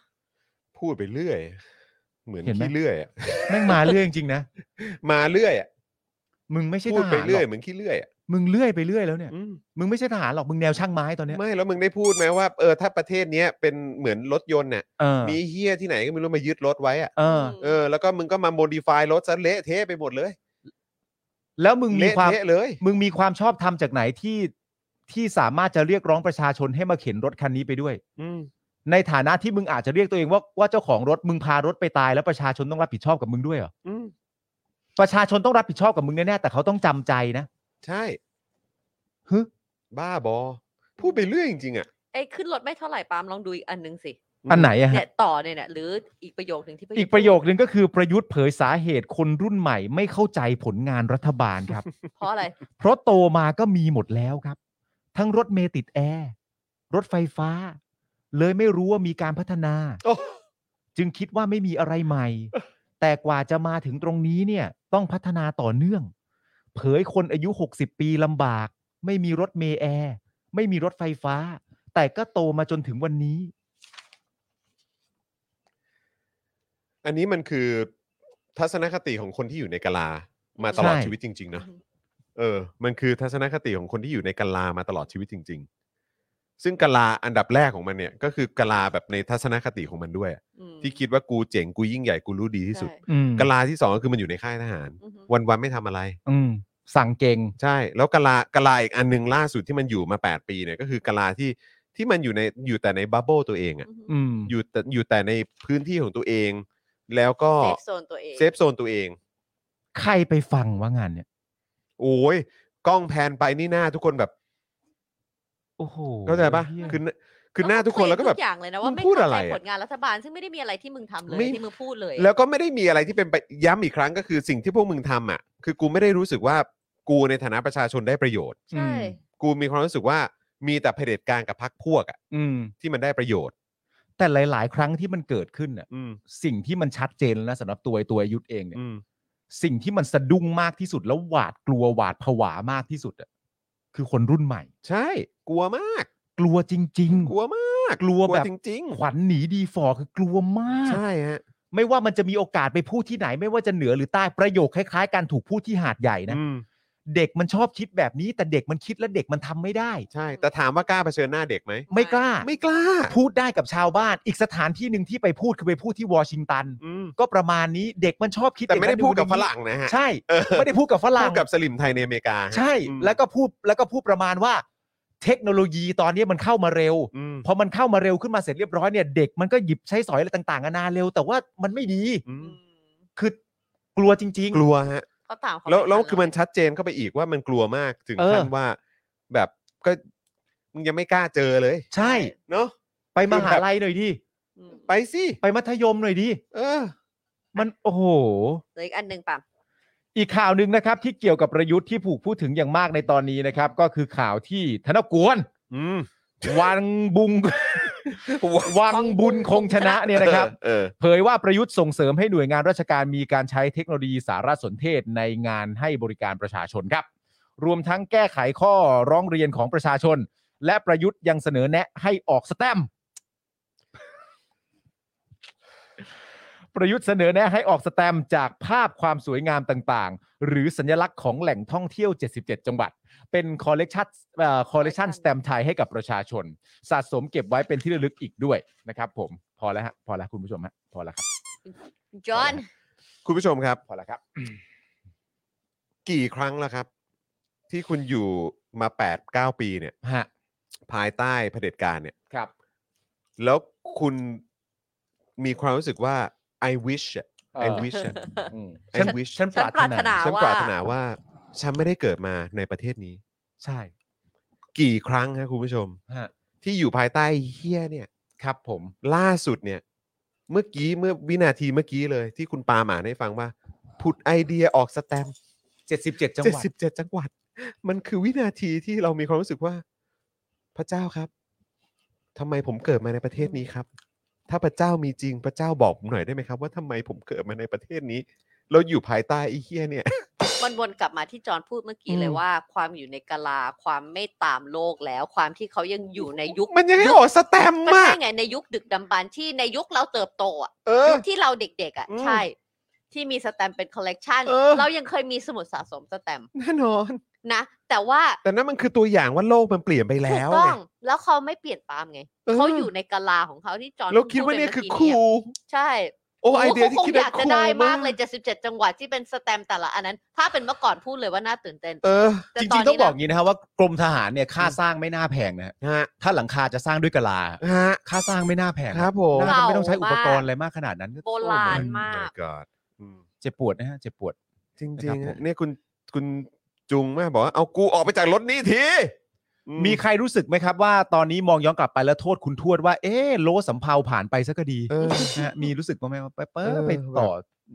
พูดไปเรื่อย เหมือน เห็นไหม ขี้เลื่อยอะ แม่งมาเรื่อยจริงๆนะ มาเรื่อยอะ มึงไม่ใช่ พู ท ด หาร ไป หร เรื่อย อก เหมือนขี้เลื่อยอะ มึงเลื่อยไปเรื่อยแล้วเนี่ย อืม มึงไม่ใช่ทหารหรอกมึงแนวช่างไม้ตอนเนี้ย ไม่แล้วมึงได้พูดไหมว่าเออถ้าประเทศเนี้ยเป็นเหมือนรถยนต์เนี่ย เออ มีเฮี้ยที่ไหนก็ไม่รู้มายึดรถไว้อะ เออ เออแล้วก็มึงก็มาโมดิฟายรถซะเละเทะไปหมดเลย แล้วมึงมี เละ ความ เทะเลย มึงมีความชอบธรรมจากไหนที่ที่สามารถจะเรียกร้องประชาชนให้มาเข็นรถคันนี้ไปด้วย ในฐานะที่มึงอาจจะเรียกตัวเองว่าว่าเจ้าของรถมึงพารถไปตายแล้วประชาชนต้องรับผิดชอบกับมึงด้วยเหรอ อืม ประชาชนต้องรับผิดชอบกับมึงแน่ๆแต่เขาต้องจำใจนะ ใช่ ฮึ บ้าบอ พูดไปเรื่อยจริงๆอ่ะ ไอ้ยขึ้นรถไม่เท่าไหร่ปาล์มลองดูอีกอันหนึงสิ อันไหนอะฮะ เนี่ยต่อเนี่ยเนี่ยหรืออีกประโยคหนึ่งที่ อีกประโยคนึงก็คือประยุทธ์เผยสาเหตุคนรุ่นใหม่ไม่เข้าใจผลงานรัฐบาลครับ *laughs* เพราะอะไร เพราะโตมาก็มีหมดแล้วครับ ทั้งรถเมล์ติดแอร์ รถไฟฟ้า เลยไม่รู้ว่ามีการพัฒนา โอ้ จึงคิดว่าไม่มีอะไรใหม่ *laughs* แต่กว่าจะมาถึงตรงนี้เนี่ยต้องพัฒนาต่อเนื่อง เผยคนอายุ 60 ปีลำบาก ไม่มีรถเมล์แอร์ ไม่มีรถไฟฟ้า แต่ก็โตมาจนถึงวันนี้ อันนี้มันคือทัศนคติของคนที่อยู่ในกะลามาตลอด ใช่ ชีวิตจริง ๆ เนอะเออ มันคือทัศนคติของคนที่อยู่ในกะลามาตลอดชีวิตจริง ๆ ซึ่งกะลาอันดับแรกของมันเนี่ย ก็คือกะลาแบบในทัศนคติของมันด้วยอะ อืม ที่คิดว่ากูเจ๋งกูยิ่งใหญ่กูรู้ดีที่สุด ใช่ อืม กะลาที่สองก็คือมันอยู่ในค่ายทหาร อือฮึ วันๆไม่ทำอะไร อืมสั่งเก่ง ใช่ แล้วกะลากะลาอีกอันหนึ่งล่าสุดที่มันอยู่มา 8 ปีเนี่ยก็คือกะลาที่ที่มันอยู่ในอยู่แต่ในบับเบิลตัวเองอะ อือฮึ อืม อยู่แต่อยู่แต่ในพื้นที่ของตัวเอง แล้วก็ เซฟโซนตัวเอง เซฟโซนตัวเอง ใครไปฟังว่างานเนี่ย โอ้ยกล้องแพนไปนี่หน้าทุกคนแบบ โอ้โห เข้าใจปะ เหี้ย คือคือหน้าทุกคนแล้วก็แบบ ทุกอย่างเลยนะว่าไม่ พูดอะ เข้า ไร ใจ อะ ผลงานรัฐบาล ซึ่งไม่ได้มีอะไรที่มึงทำเลย ไม่ ที่มึงพูดเลย แล้วก็ไม่ได้มีอะไรที่เป็นไปย้ำอีกครั้งก็คือสิ่งที่พวกมึงทำอ่ะ คือกูไม่ได้รู้สึกว่ากูในฐานะประชาชนได้ประโยชน์ ใช่ กูมีความรู้สึกว่ามีแต่เผด็จการกับพรรคพวกอ่ะ อืม ที่มันได้ประโยชน์ แต่หลาย ๆ ครั้งที่มันเกิดขึ้นน่ะ อืม สิ่งที่มันชัดเจนแล้วนะสำหรับตัวไอ้ตัวไอ้ยุทธเองเนี่ย อืม สิ่งที่มันสะดุ้งมากที่สุดแล้วหวาดกลัวหวาดผวามากที่สุดอ่ะคือคนรุ่นใหม่ ใช่ กลัวมาก กลัวจริง กลัวมาก กลัวแบบ จริง ๆ ขวัญหนีดีฟอร์คือกลัวมาก ๆ ใช่ฮะ ไม่ว่ามันจะมีโอกาสไปพูดที่ไหน ไม่ว่าจะเหนือหรือใต้ประโยคคล้าย ๆ การถูกพูดที่หาดใหญ่นะ อืม เด็กมันชอบคิดแบบนี้ แต่เด็กมันคิดแล้วเด็กมันทำไม่ได้ ใช่ แต่ถามว่ากล้าเผชิญหน้าเด็กไหม ไม่กล้า ไม่กล้า พูดได้กับชาวบ้าน อีกสถานที่หนึ่งที่ไปพูดคือไปพูดที่วอชิงตัน อืม ก็ประมาณนี้เด็กมันชอบคิด แต่ไม่ได้ อย่างนั้น พูดกับ อ ฝ ย่า รั่งนะฮะ ใช่ เออ ไม่ได้พูดกับฝรั่ พู ง ดกับสลิมไทยในอเมริกาฮะ ใช่ อืม แล้วก็พูดแล้วก็พูดประมาณว่า เทคโนโลยีตอนนี้มันเข้ามาเร็ว อืม พอมันเข้ามาเร็วขึ้นมาเสร็จเรียบร้อยเนี่ยเด็กมันก็หยิบใช้สอยอะไรต่างๆนานาเร็ว แต่ว่ามันไม่ดี อืม คือกลัวจริง กลัวฮะ เขาถามเขา แล้ว ไม่ แล้ว ทั คือมันชัดเจนเข้าไปอีกว่ามันกลัวมากถึง เออ ขั้นว่า แบบก็มึงยังไม่กล้าเจอเลย ๆ ใช่ เนาะ ไปมหา คือแบบ ลัยหน่อยดิ อืม ไปสิ ไปมัธยมหน่อยดิ เออ มันโอ้โห เหลยอีกอันหนึ่งป่ะ อีกข่าวหนึ่งนะครับ ที่เกี่ยวกับประยุทธ์ที่ผูกพูดถึงอย่างมากในตอนนี้นะครับ ก็คือข่าวที่ธนกร อืม วัง *laughs* บุง วังบุญคงชนะเนี่ยนะครับ เออ เผยว่าประยุทธ์ส่งเสริมให้หน่วยงานราชการมีการใช้เทคโนโลยีสารสนเทศในงานให้บริการประชาชนครับ รวมทั้งแก้ไขข้อร้องเรียนของประชาชน และประยุทธ์ยังเสนอแนะให้ออกสแตมป์ประยุทธ์เสนอแนะให้ออกสแตมป์จากภาพความสวยงามต่างๆ หรือสัญลักษณ์ของแหล่งท่องเที่ยว 77 จังหวัด เป็นคอลเลกชันคอลเลกชันสแตมป์ไทยให้กับประชาชน สะสมเก็บไว้เป็นที่ระลึกอีกด้วยนะครับผมพอแล้วฮะพอแล้วคุณผู้ชมฮะพอแล้วครับ จอห์น คุณผู้ชมครับ พอแล้วครับ กี่ครั้งแล้วครับ ที่คุณอยู่มาแปดเก้าปีเนี่ย ฮะ ภายใต้เผด็จการเนี่ย ครับ แล้วคุณมีความรู้สึกว่า I wish อะ เออ I wish อะ อืม I ฉัน wish ฉันป ฉัน ราร ปราร ถ ถ นา นา ฉัน ว่า ปรารถนาว่า ฉันไม่ได้เกิดมาในประเทศนี้ ใช่ กี่ครั้งฮะคุณผู้ชม ฮะ ที่อยู่ภายใต้เฮี้ยเนี่ย ครับผม ล่าสุดเนี่ย เมื่อกี้เมื่อวินาทีเมื่อกี้เลย ที่คุณปาหมาให้ฟังว่าผุดไอเดียออกสแตมป์ 77 จังหวัด 77 จังหวัด มันคือวินาทีที่เรามีความรู้สึกว่า พระเจ้าครับทำไมผมเกิดมาในประเทศนี้ครับ ถ้าพระเจ้ามีจริงพระเจ้าบอกผมหน่อยได้ไหมครับว่าทำไมผมเกิดมาในประเทศนี้ เราอยู่ภายใต้ไอ้เฮี้ยเนี่ย มัน *laughs* วนกลับมาที่จอห์นพูดเมื่อกี้ อืม เลยว่า ความอยู่ในกาลาความไม่ตามโลกแล้ว ความที่เขายังอยู่ในยุค มันยังให้ออกสแตมป์ ก็ มา ใช่ ก ไงในยุคดึกดำบรรพ์ที่ในยุคเราเติบโตอะ เออ ยุคที่เราเด็กๆอ่ะ อืม ใช่ ที่มีสแตมป์เป็นคอลเลกชัน เออ เรายังเคยมีสมุดสะสมสแตมป์ แน่นอน นะ แต่ว่า แต่นั่นมันคือตัวอย่างว่าโลกมันเปลี่ยนไป ถู แล้ ก ว ต้ ไง อง แล้วเขาไม่เปลี่ยนตามไง เออ เขาอยู่ในกาลาของเขาที่จอห์น เราคิดว่าเนี่ยคือคพูดไปมื่ รู กี้เนี่ยใช่ โอ้ไอเดียที่ ขาค คิด งอยากจะได้ คูล มากเลย 77 จังหวัดที่เป็นสแตมป์แต่ละอันนั้น ถ้าเป็นเมื่อก่อนพูดเลยว่าน่าตื่นเต้น เออ แต่ จ ตอ ริ น งๆ ต้อง นี้ บอก นะ อย่างนี้นะครับว่ากรมทหารเนี่ยค่าสร้างไม่น่าแพงนะฮะ ฮะ ถ้าหลังคาจะสร้างด้วยกะลา ฮะ ค่าสร้างไม่น่าแพง ครับผม น่าจะไม่ต้องใช้อุปกรณ์อะไรมากขนาดนั้นก็ โบราณมาก โอ้ my god อืม เจ็บปวดนะฮะเจ็บปวด จริง นะครับ ๆ ผ ฮะ ม เนี่ยคุณคุณจุงแม่บอกว่า เอากูออกไปจากรถนี้ทีอื มีใครรู้สึกไหมครับว่าตอนนี้มองย้อนกลับไปแล้วโทษคุณทวดว่าเอ๊ะโลสำเภาผ่านไปซะก็ดี เออ นะฮะมีรู้สึกบ้างไหมว่าไปเปิ้ล เออ ไปต่อ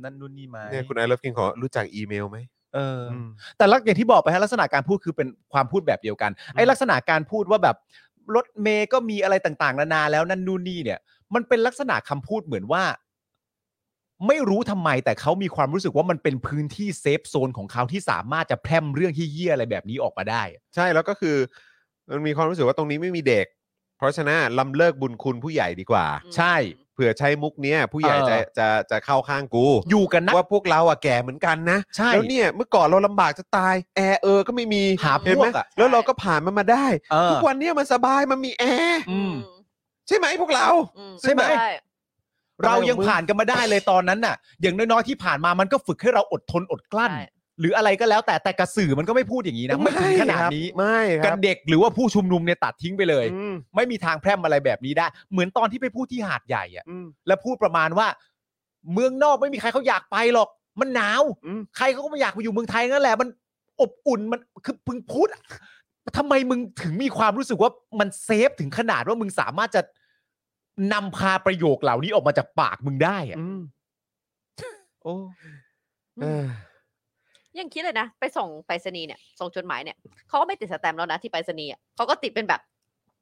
นั่นนู่นนี่มา เนี่ยคุณไอ o ล e ฟกินขอรู้จักอีเมลไหม เอออ อืม แต่ลักอย่างที่บอกไปฮะลักษณะการพูดคือเป็นความพูดแบบเดียวกัน ไอ้ลักษณะการพูดว่าแบบรถเมย์ก็มีอะไรต่างๆนานาแล้วนั่นนู่นนี่เนี่ย มันเป็นลักษณะคำพูดเหมือนว่า ไม่รู้ทำไมแต่เขามีความรู้สึกว่ามันเป็นพื้นที่เซฟโซนของเขาที่สามารถจะแพร่มเรื่องที่เยี่ยอะไรแบบนี้ออกมาได้ ใช่แล้วก็คือ มันมีความรู้สึกว่าตรงนี้ไม่มีเด็ก เพราะฉะนั้นลำเลิกบุญคุณผู้ใหญ่ดีกว่า ใช่ เผื่อใช้มุกเนี้ยผู้ใหญ่ เออ จะจะจะเข้าข้างกู อยู่กันนะ ว่าพวกเราอะแก่เหมือนกันนะ ใช่ แล้วเนี่ยเมื่อก่อนเราลำบากจะตายแอร์เออก็ไม่มี หาพ เห็น ว ไหม กอ่ะ แล้วเราก็ผ่านมันมาได้ เออ ทุกวันเนี้ยมันสบายมันมีแอร์ อืม ใช่ไหมพวกเรา อื ใช่ไหม ใช่ เรายังผ่านกันมาได้เลยตอนนั้นน่ะ อย่างน้อยๆที่ผ่านมามันก็ฝึกให้เราอดทนอดกลั้น ใช่ หรืออะไรก็แล้วแต่แต่กระสื่อมันก็ไม่พูดอย่างนี้นะไม่ถึงขนาดนี้ ไม่ กันเด็กหรือว่าผู้ชุมนุมเนี่ยตัดทิ้งไปเลย อืม ไม่มีทางแพร่มอะไรแบบนี้ได้ เหมือนตอนที่ไปพูดที่หาดใหญ่อะ อืม แล้วพูดประมาณว่า เมืองนอกไม่มีใครเขาอยากไปหรอก มันหนาว อืม ใครเขาก็ไม่อยากไปอยู่เมืองไทยนั่นแหละ มันอบอุ่นมันคือพึงพูดทำไมมึงถึงมีความรู้สึกว่ามันเซฟถึงขนาดว่ามึงสามารถจะนำพาประโยคเหล่านี้ออกมาจากปากมึงได้อะ อืมโอ้เออ ยังคิดเลยนะ ไปส่งไปรษณีย์เนี่ย ส่งจดหมายเนี่ยเขาก็ไม่ติดสแตมป์แล้วนะที่ไปรษณีย์อะเขาก็ติดเป็นแบบ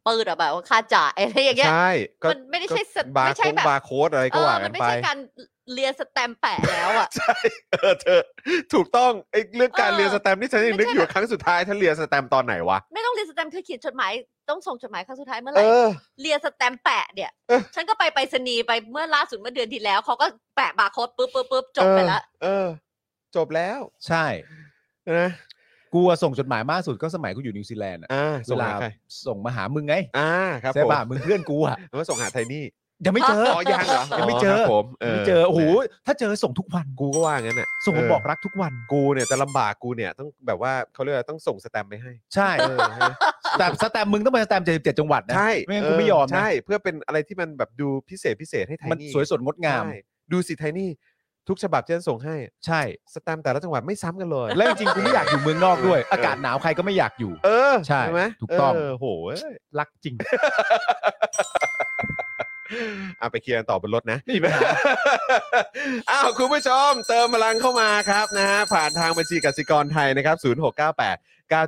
ปืนอะแบบว่าค่าจ่าย *laughs* อะไรอย่างเงี้ย ใช่ก็ มันไม่ได้ใช่สแตมป์ บา ไม่ ร์ ใช่ โค้ด แบบ บาร์โค้ดอะไร เอ ก็ อ ว่า มั กัน น ไม่ ไป ใช่การเรียนสแตมป์แปะแล้วอะ ใช่เออเธอ ถูกต้องไอ้เรื่องการ เออ เรียนสแตมป์นี่ฉันยัง ไม่ นึก ใช่ อยู่ แบบ ครั้งสุดท้ายฉันเรียนสแตมป์ตอนไหนวะ ไม่ต้องเรียนสแตมป์เธอเขียนจดหมายต้องส่งจดหมายครั้งสุดท้ายเมื่อไห เอ ร่ อ เรียนสแตมป์แปะเนี่ย เออ ฉันก็ไปไปรษณีย์ไปเมื่อล่าสุดเมื่อเดือนที่แล้ว เขาก็แปะบาร์โค้ดปุ๊บปุ๊บปุ๊บจบไปละ เออ จบแล้ว ใช่ นะ กูอะส่งจดหมายมากสุดก็สมัยกูอยู่นิวซีแลนด์อะ อ่า เว ส่ง ลา หาใคร ส่งมาหามึงไง อ่าครับ ใช่ ผม ป่ะมึงเพื่อนกูอะ หรือว่าส่งหาไทนี่ ยังไม่เจอ อ๋อยังเหรอ ยังไม่เจอ ครับผม ไม่เจอโอ้โหถ้าเจอส่งทุกวัน กูก็ว่างั้นน่ะ ส่งมา เ บอกรักทุกวัน กูเนี่ยจะลำบากกูเนี่ยต้องแบบว่าเขาเรียกว่าต้องส่งสแตมป์ไปให้ ใช่ เออให้ แต่สแตมป์มึงต้องเป็นสแตมป์เจ็ดสิบเจ็ดจังหวัดนะ ใช่ ไม่งั้น เ กูไม่ยอมนะ ใช่ เพื่อเป็นอะไรที่มันแบบดูพิเศษพิเศษให้ไท มัน นี่ สวยสดงดงาม ใช่ดูสิไทนี่ทุกฉบับที่ฉันส่งให้ ใช่ สแตมป์แต่ละจังหวัดไม่ซ้ำกันเลย แล้วจริงๆกูไม่อยากอยู่เมืองนอกด้วย อากาศหนาวใครก็ไม่อยากอยู่ เออ ใช่ ไหม ถูกต้อง เโหเอ้ย รักจริง *laughs* อ่ะไปเคลียร์กันต่อบนรถนะ *laughs* นี่ปัญหา อ้าวคุณผู้ชมเติมพลังเข้ามาครับนะฮะผ่านทางบัญชีกสิกรไทยนะครับ 0698 975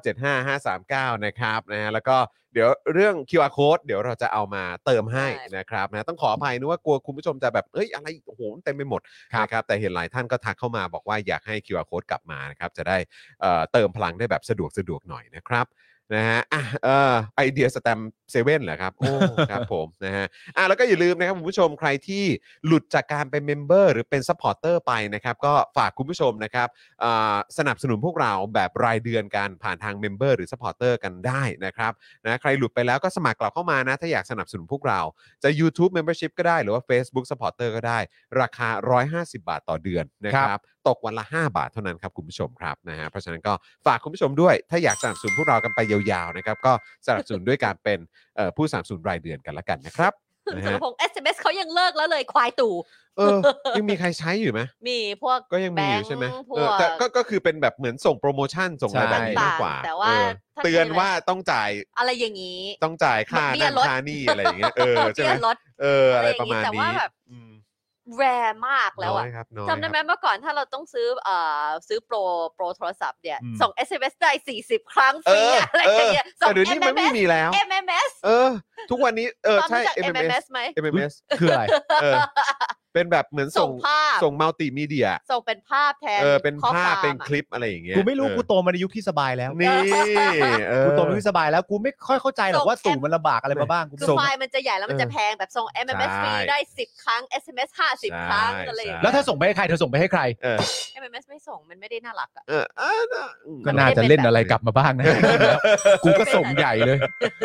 539 นะครับนะฮะแล้วก็เดี๋ยวเรื่อง QR code เดี๋ยวเราจะเอามาเติมให้ ใช่ นะครับนะต้องขออภัยนะว่ากลัวคุณผู้ชมจะแบบเอ้ยอะไรโอ้โหเต็มไปหมด ครับ นะครับแต่เห็นหลายท่านก็ทักเข้ามาบอกว่าอยากให้ QR code กลับมานะครับจะได้เอ่อเติมพลังได้แบบสะดวกสะดวกหน่อยนะครับนะฮะอ่ะเอ่อไอเดียสแตมเซเว่นเหรอครับโอ้ครับผมนะฮะ อ่ะแล้วก็อย่าลืมนะครับคุณผู้ชมใครที่หลุดจากการเป็นเมมเบอร์หรือเป็นซัพพอร์เตอร์ไปนะครับ ก็ฝากคุณผู้ชมนะครับอ่าสนับสนุนพวกเราแบบรายเดือนกันผ่านทางเมมเบอร์หรือซัพพอร์เตอร์กันได้นะครับนะใครหลุดไปแล้วก็สมัครกลับเข้ามานะ ถ้าอยากสนับสนุนพวกเราจะ YouTube Membership ก็ได้หรือว่า Facebook Supporter ก็ได้ ราคา 150 บาทต่อเดือนนะค ครั รับบ ตกวันละ 5 บาทเท่านั้นครับคุณผู้ชมครับนะฮะเพราะฉะนั้นก็ฝากคุณผู้ชมด้วย ถ้าอยากสนับสนุนพวกเรากันไปยาวๆนะครับก็สนับสนุนด้วยการเป็นเอ่อผู้สนับสนุนรายเดือนกันละกัน *laughs* นะครับ คุณ นะ สร ฮะ พงษ์ SMS เขายังเลิกแล้วเลยควายตู่ เออ ยังมีใครใช้อยู่ไหม มีพวก ก็ยังมีอยู่ แบงค์ ใช่ไหม พวก เออแต่ก็ก็คือเป็นแบบเหมือนส่งโปรโมชั่นส่งอะไรแบใช่บนี้มากกว่า ต่างๆแต่ว่า เออ ถ้า เตือน เป็นอะไร ว่าต้องจ่าย อะไรอย่างนี้ ต้องจ่ายค่า ดอกเบี้ย นั่น ลด ค่านี่อะไรอย่างเงี้ยเออใช่ไหม เบี้ยลด เอออะไรประมาณ อะไรอย่างงี้นี้แต่ว่าแบบ อืม แรมากแล้ว น้ อะ อยครับน้อย จำได้ไหม ครับ เมื่อก่อนถ้าเราต้องซื้อเอ่อซื้อโปรโปรโทรศัพท์เนี่ย อืม ส่ง SMS ได้ 40 ครั้งฟรี เอออ อะไรอย่างเงี้ยส่ แต่ ง เดี๋ยวนี้มันไม่ MMS มีแล้ว MMS เออ ทุกวันนี้เออ ตอน ใช่ รู้จัก MMS MMS ไหม MMS คืออะไร เอ *laughs* อ เป็นแบบเหมือน ส่ ส่ ง ง ภาพ ส่งมัลติมีเดีย ส่งเป็นภาพแทน เออเป็น ข้อ ภาพ วม เป็น อะ คลิปอะไรอย่างเงี้ย กูไม่รู้ เออ กูโตมาในยุคที่สบายแล้ว นี่เออ กูโตมาในยุคที่สบายแล้วกูไม่ค่อยเข้าใจหรอกว่า ส่ง ตู่ แอป มันลำบากอะไรมาบ้างกู คือ ส่ง ไฟล์มันจะใหญ่แล้วมันจะแพงแบบส่ง MMS ฟรี ใช่ ได้ 10 ครั้ง SMS 50 ครั้งอะไรอย่าใช่งเงี้ย แล้วถ้าส่งไปให้ใครเธอส่งไปให้ใคร เออ แมสไม่ส่งมันไม่ได้น่ารักอะ เอออ่ะนะอืม ก็น่าจะเล่นอะไรกลับมาบ้าง *laughs* นะ กูก็ส่งใหญ่เลย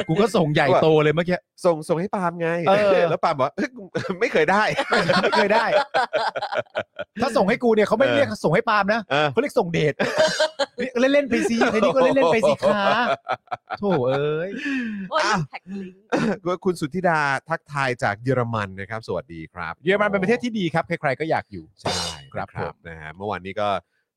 กูก็ส่งใหญ่โตเลยเมื่อกี้ ส่งส่งให้ปาล์มไง เออ *laughs* แล้วปาล์มบอกว่าเอ้ยกู ไม่เคยได้ *laughs* ไม่เคยได้ ถ้าส่งให้กูเนี่ยเขาไม่เรียกส่งให้ปาล์มนะ เออ เขาเรียกส่งเดทเล่นเล่นๆไปซีทีนี้ก็เล่นเล่นๆไปซีคาโถเอ้ย โอ้ย อ้าว แท็กลิงก์ *laughs* คุณสุทธิดาทักทายจากเยอรมันนะครับ สวัสดีครับ เยอรมันเป็นประเทศที่ดีครับ ใครๆก็อยากอยู่ ใช่ครับ ครับผม นะฮะเมื่อวานนี้ก็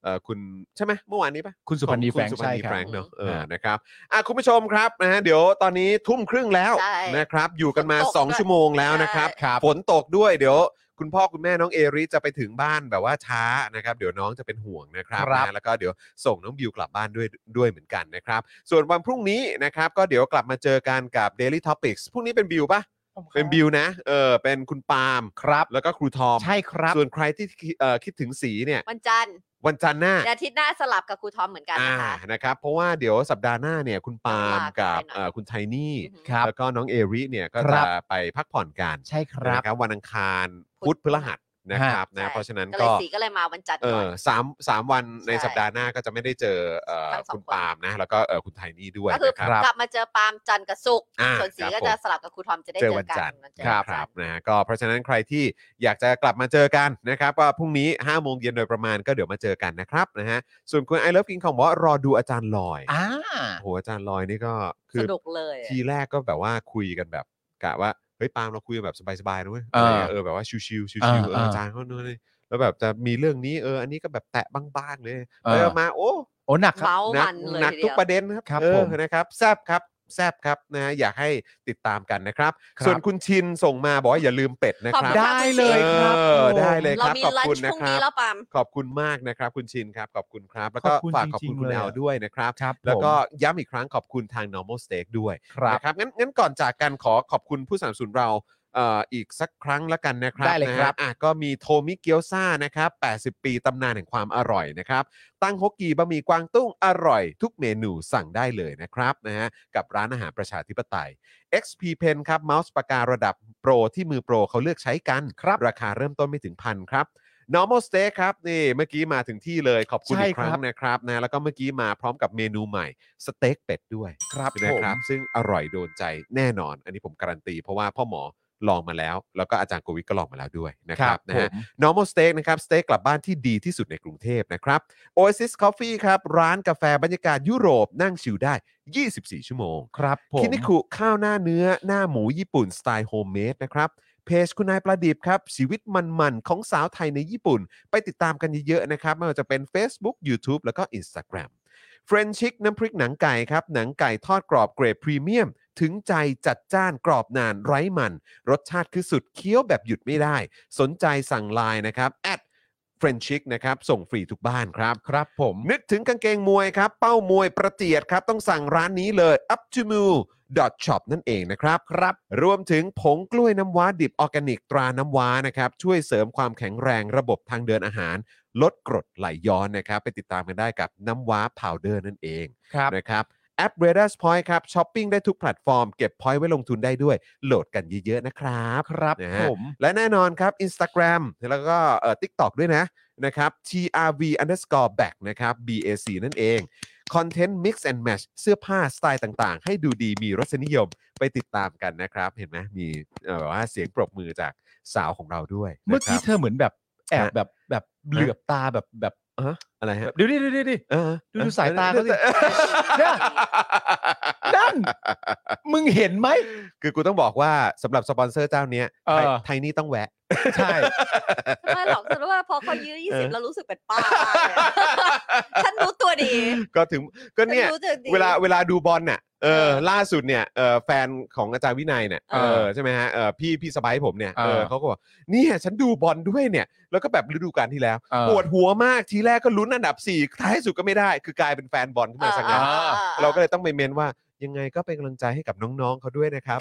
เอ่อคุณใช่ไหมเมื่อวานนี้ปะ คุณสุพรรณี ของณ แฟรงค์ สุพรรณี ใช่ครับ แฟรงค์เนอะเออ ฮะ นะครับอ่ะคุณผู้ชมครับนะฮะเดี๋ยวตอนนี้ทุ่มครึ่งแล้ว ใช่ นะครับ อยู่กันมา ฝนตกด้ว2ยชั่วโมงแล้วนะครับ ใช่ ฝนตกด้วยเดี๋ยว คุณพ่อคุณแม่น้องเอริจะไปถึงบ้านแบบว่าช้านะครับ เดี๋ยวน้องจะเป็นห่วงนะครับ ครับ นะแล้วก็เดี๋ยวส่งน้องบิวกลับบ้านด้วยด้วยเหมือนกันนะครับ ส่วนวันพรุ่งนี้นะครับ ก็เดี๋ยวกลับมาเจอกันกับ Daily Topics พรุ่งนี้เป็นบิวปะ ผมครับ เป็นบิวนะเออเป็นคุณปาล์ม ครับ แล้วก็ครูทอม ใช่ครับ ส่วนใครที่เอ่อคิดถึงสีเนี่ย วันจันทร์ วันจันทร์หน้า และอาทิตย์หน้าสลับกับครูทอมเหมือนกัน อ่า นะคะ นะครับ เพราะว่าเดี๋ยวสัปดาห์หน้าเนี่ยคุณปาล์ม ลาไป กับ หน่อย เอ่อคุณไทนี่ อือหือ ครับ แล้วก็น้องเอริเนี่ยก็ ครั จะ บ ไปพักผ่อนกัน ใช่ครับ นะครับวันอังคารพุธพฤหัสนะครับ ใช่ นะเพราะฉะนั้น ก็เล ก็ ยสีก็เลยมาวันจันทร์ เอ ก่อ อน สามสามวันใน ใช่ สัปดาห์หน้าก็จะไม่ได้เจอเอ่อ ทั้งสอง คุณ คน ปาล์มนะแล้วก็เอ่อคุณไทนี่ด้วย ก็คือ นะครับ กลับมาเจอปาล์มจันทร์กับศุกร์ อ่า ส่วนสี ครับ ก็จะ ผม สลับกับครูทอมจะได้ เจ เจ อ อ วัน กัน จันทร์ วันจันคทรับ วันจันท นะฮะก็เพราะฉะนั้นใครที่อยากจะกลับมาเจอกันนะครับว่าพรุ่งนี้5โมงเย็นโดยประมาณก็เดี๋ยวมาเจอกันนะครับนะฮะส่วนคุณไอเลิฟกินของบอกว่ารอดูอาจารย์ลอย อ่า โอ้โหอาจารย์ลอยนี่ก็คื ส อ นุกเลยอะ ทีแรกก็แบบว่าคุยกันแบบกะว่าเฮ้ยปาล์มเราคุยกันแบบสบายๆนะเว้ย เออ ไรเงี้ยเออแบบว่าชิวๆชิว เอๆอเออ เออ อาจารย์เขาเนื้อะแล้วแบบจะมีเรื่องนี้เอออันนี้ก็แบบแตะบ้างๆเลย เอ ไป อ เอามาโอ้ โอ้หนักครั เมา บ ส์ หนั มันเลย หนักทุทีเดี ก ยว ประเด็นนะครับ ครับ เออ ผม นะครับแซบครับแซบครับนะฮะอยากให้ติดตามกันนะครับ ครับ ส่วนคุณชินส่งมาบอกว่าอย่าลืมเป็ดนะค ข รั อ บบ คุณครับ ได้เลยครับ เออได้เลย เรา ครับ มี ขอบ ลัน คุณ ช์ นะ พรุ่ง ครั นี้ บ แล้วปาล์ม ขอบคุณมากนะครับคุณชินครับขอบคุณครับ แล้วก็ ขอบคุณ ฝากขอบ จริ คุณ งๆ คุณ เลย แอล อะ ด้วยนะครับ ครับ แล้วก็ ผม ย้ำอีกครั้งขอบคุณทาง normal steak ด้วย ครับ นะครับงั้นงั้นก่อนจากกันขอขอบคุณผู้สนับสนุนเราเอ่ออีกสักครั้งละกันนะครับ ได้เลยครับ นะฮะอ่ะก็มีโทมิเกียวซ่านะครับ 80 ปีตำนานแห่งความอร่อยนะครับ ตั้งฮกกีบะหมี่กวางตุ้งอร่อย ทุกเมนูสั่งได้เลยนะครับนะฮะกับร้านอาหารประชาธิปไตย XP Pen ครับเมาส์ปากการะดับโปรที่มือโปรเขาเลือกใช้กัน ครับ ราคาเริ่มต้นไม่ถึงพันครับ Normal Steak ครับนี่เมื่อกี้มาถึงที่เลยขอบคุณ ใช่ อีกค ครับ รั้งนะครับนะแล้วก็เมื่อกี้มาพร้อมกับเมนูใหม่สเต็กเป็ดด้วย ครับ นะ ผ ครับ ม ซึ่งอร่อยโดนใจแน่นอน อันนี้ผมการันตี เพราะว่าพ่อหมอลองมาแล้ว แล้วก็อาจารย์โกวิทก็ลองมาแล้วด้วยนะครับนะฮะ ผม normal steak นะครับสเต็กกลับบ้านที่ดีที่สุดในกรุงเทพนะครับ Oasis Coffee ครับ ร้านกาแฟบรรยากาศยุโรปนั่งชิลได้ 24 ชั่วโมง ครับผม คินิคุข้าวหน้าเนื้อหน้าหมูญี่ปุ่น สไตล์โฮมเมดนะครับเพจคุณนายประดิบครับ ชีวิตมันๆ ของสาวไทยในญี่ปุ่น ไปติดตามกันเยอะๆนะครับ ไม่ว่าจะเป็น Facebook YouTube แล้วก็ Instagram เฟรนชิกน้ำพริกหนังไก่ครับ หนังไก่ทอดกรอบเกรดพรีเมียม ถึงใจจัดจ้านกรอบนานไร้มัน รสชาติคือสุดเคี้ยวแบบหยุดไม่ได้ สนใจสั่งไลน์นะครับแอดเฟรนชิกนะครับส่งฟรีทุกบ้านครับ ครับผม นึกถึงกางเกงมวยครับ เป้ามวยประเจียดครับ ต้องสั่งร้านนี้เลย up to m u shop นั่นเองนะครับ ครับ รวมถึงผงกล้วยน้ำว้าดิบออร์แกนิกตราน้ำว้านะครับ ช่วยเสริมความแข็งแรงระบบทางเดินอาหาร ลดกรดไหลย้อนนะครับ ไปติดตามกันได้กับน้ำว้าพาวเดอร์นั่นเอง ครับ นะครับแอป r a d a r Point ครับช้อปปิ้งได้ทุกแพลตฟอร์ม เก็บ point ไว้ลงทุนได้ด้วย โหลดกันเยอะๆนะครับ ครับ นะฮะ ผม และแน่นอนครับ Instagram แล้วก็เอ่อ TikTok ด้วยนะนะครับ trv underscore back นะครับ bac นั่นเองคอนเทนต์ mix and match เสื้อผ้าสไตล์ต่างๆ ให้ดูดีมีรสนิยมไปติดตามกันนะครับ เห็นไหมมีเอ่อแบบว่าเสียงปรบมือจากสาวของเราด้วย เมื่อ นะค กี้ รับ เธอเหมือนแบบแอบ ฮะ แบบแบบเหลือบตาแบบแบบ อะไร แบ ฮะ บดูดิดูดิดิ เออ ดูดูสายตาเขาสิ เนี่ยนั่น มึงเห็นไหม คือกูต้องบอกว่าสำหรับสปอนเซอร์เจ้าเนี้ยไทย เออ ไทยนี่ต้องแวะ *laughs* ใช่ ไม่หรอกฉันว่าพอเขายื้อยี่ เอ สิบ อ เรารู้สึกเป็นป้าเลยอะ *laughs* ฉันรู้ตัวดี ก็ถึงก็ ฉั เนี่ย รู้ตัวดี เวลาเวลาดูบอลน่ะเอ เอ อ อ ล่าสุดเนี่ยเออแฟนของอาจารย์วินัยเนี่ยเอ เออ อใช่ไหมฮะเออพี่พี่สไปซ์ผมเนี่ย เอ เอ อ อเขาก็บอกเนี่ยฉันดูบอลด้วยเนี่ย แล้วก็แบบฤดูกาลที่แล้ว เออ ปวดหัวมากทีแรกก็ลุ้นอันดับ4ท้ายสุดก็ไม่ได้ คือกลายเป็นแฟนบอลขึ้นมาสักงั้น เออออออ เราก็เลยต้องไปเมนว่ายังไงก็เป็นกำลังใจให้กับน้องๆเขาด้วยนะครับ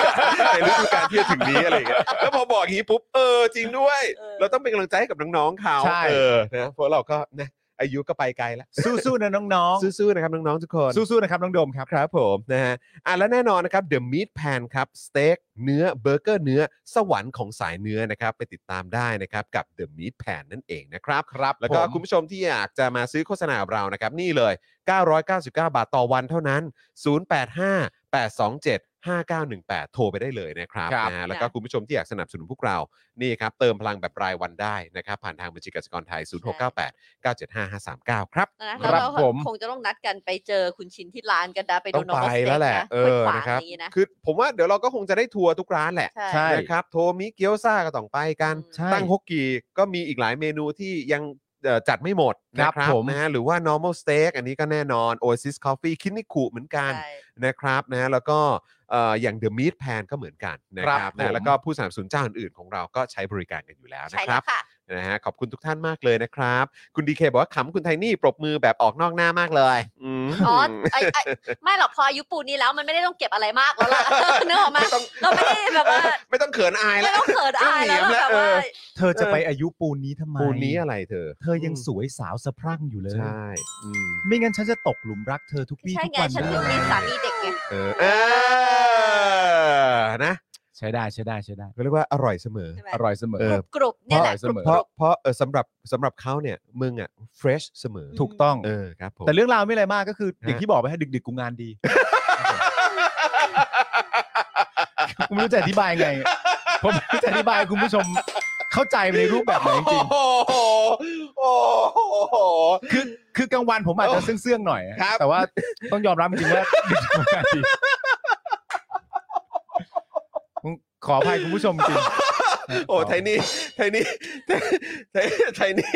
*laughs* ในฤดูกาลที่จะถึงนี้อะไรอย่างเงี้ยแล้วพอบอกอย่างนี้ปุ๊บเออจริงด้วย เออ เราต้องเป็นกำลังใจให้กับน้องๆเขา ใช่ เออนะเพราะเราก็นะ อายุก็ไปไกลแล้ว สู้ๆนะน้อง สู้ๆนะครับน้องๆทุกคน ๆสู้ๆนะครับน้องโดมครับ ครับผมนะฮะอ่ะและแน่นอนนะครับ The Meat Pan ครับสเต็กเนื้อเบอร์เกอร์เนื้อสวรรค์ของสายเนื้อนะครับ ไปติดตามได้นะครับ กับ The Meat Pan นั่นเองนะครับครับ แล้วก็ ผม คุณผู้ชมที่อยากจะมาซื้อโฆษณากับเรานะครับ นี่เลย 999 บาทต่อวันเท่านั้น 085 827 5918 โทรไปได้เลยนะครับ ครับ นะฮะแล้วก็คุณผู้ชมที่อยากสนับสนุนพวกเรานี่ครับเติมพลังแบบรายวันได้นะครับ ผ่านทางบัญชีกสิกรไทย 0698 975 539 ครับ นะ ครั คะ บ เราก็ ผม คงจะต้องนัดกันไปเจอคุณชินที่ร้านกันนะไป ต้ ดู อง น้อง ไป สเต็ก แล้วแหละ นะ เอ ห้วย อ ขวาง นะครับ อย่างนี้นะ คือผมว่าเดี๋ยวเราก็คงจะได้ทัวร์ทุกร้านแหละ ใช่ ใช่ นะครับโทมิเกียวซาก็ต้องไปกัน ใช่ ตั้งฮกกีก็มีอีกหลายเมนูที่ยังเอ่อจัดไม่หมด ครั นะ บ ครับ ผม นะฮะหรือว่า normal steak อันนี้ก็แน่นอน oasis coffee คินิคุเหมือนกัน ใช่ นะครับนะแล้วก็เอ่ออย่าง the meat pan ก็เหมือนกันนะค ครั รับบ ผม นะแล้วก็ผู้สนับสนุนเจ้าอื่นๆของเราก็ใช้บริการกันอยู่แล้วนะ ใช่ ครั แล้ บ วค่ะ นะฮะขอบคุณทุกท่านมากเลยนะครับ คุณดีเคบอกว่าขำคุณไทนี่ปรบมือแบบออกนอกหน้ามากเลยอืม อ๋อไอไอไม่หรอกพออายุปูนนี้แล้วมันไม่ได้ต้องเก็บอะไรมากแล้วล่ะ *laughs* เนื้อออกมา ไม่ต้อง เราไม่ได้แบบว่า ไม่ต้องเขินอาย ไม่ แล้ว ต้องเขินอายแล้ว ไม่ ล่ะ ต้องหนีแล้วแบบว่า เออ เธอจะไปอายุปูนนี้ทำไม ปูนี้อะไรเธอ เธอยังสวยสาวสะพรั่งอยู่เลย ใช่อืม ไม่งั้นฉันจะตกหลุมรักเธอทุกวี่ ใช่ ทุก ไง วัน ฉันถึงมีสามีเด็กไง เออเออนะ ใช้ได้ใช้ได้ใช้ได้ ก็เรียกว่าอร่อยเสมอ ใช่ไหม อร่อยเสมอ เออ กรุบเนี่ยแหละ เพ ก ราะ รุบ เพราะเพราะเออสำหรับสำหรับเขาเนี่ยมึงอ่ะ fresh เสมอ ถูกต้อง เออครับผม แต่เรื่องราวไม่อะไรมากก็คืออย่างที่บอกไปฮะดึกๆกูงานดี ผมไม่รู้จะอธิบายไง ผมไม่รู้จะอธิบายให้คุณผู้ชมเข้าใจไปในรูปแบบไหนจริง โอ้โหโอ้โห ๆคือคือกลางวันผมอาจจะเสื่องๆหน่อย ครับ แต่ว่าต้องยอมรับจริงๆว่า *laughs* ดึกๆกูงานดีผมขออภัยคุณผู้ชมจริง โอ้ไทนี่ไทนี่ไทไทนี่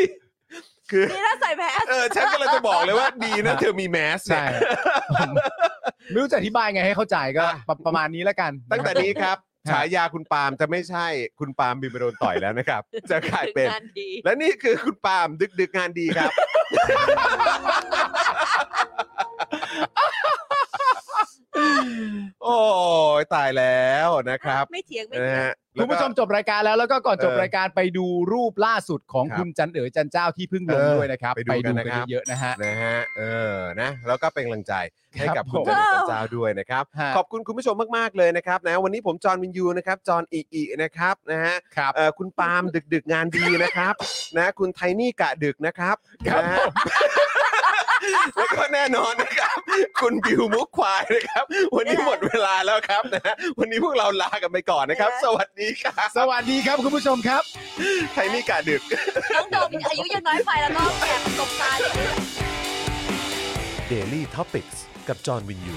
คือ นี่ถ้าใส่แมส เออฉันก็เลยจะบอกเลยว่าดีนะ เธอมีแมสเนี่ ใช่ ย ผมไม่รู้จะอธิบายไงให้เข้าใจก็ประประมาณนี้แล้วกัน ตั้งแต่นี้ครับฉายาคุณปาล์มจะไม่ใช่คุณปาล์มบินไปโดนต่อยแล้วนะครับ จะกลาย ถึง เป็น งานดี และนี่คือคุณปาล์มดึกดึกๆงานดีครับ *laughs* โอ้ยตายแล้วนะครับ ไม่เถียงไม่ นะ เถียง ฮะ คุณผู้ชมจบรายการแล้วแล้วก็ก่อนจบ เออ รายการไปดูรูปล่าสุดของ ครับ คุณจันเอ๋อจันเจ้าที่เพิ่งลง เออ ด้วยนะครับ ไปดูกัน กั นะครับ เยอะๆนะฮะ นะฮะเออนะแล้วก็เป็นกำลังใจให้กับ ครับ คุณ ผม จันทร์จันทร์เจ้าด้วยนะครับ ฮะ ขอบคุณคุณผู้ชมมาก ๆ เลยนะครับนะวันนี้ผมจอห์นวินยูนะครับจอห์นอีอีนะครับนะฮะ ครับ เอ่อคุณปา *laughs* ล์มดึกดึกๆงานดีนะครับ นะคุณไทนี่กะดึกนะครับ ครับ นะฮะ ผม *laughs* แล้วก็แน่นอนนะครับ คุณบิวมุกควายนะครับ วันนี้หมดเวลาแล้วครับนะฮะวันนี้พวกเราลากันไปก่อนนะครับ ได้ สวัสดีครับ สวัสดีครับคุณผู้ชมครับ ไทนี่กะดึก น้องโดมอายุยังน้อยไปแล้วก็แก่ประสบการณ์ Daily Topics กับจอห์นวินยู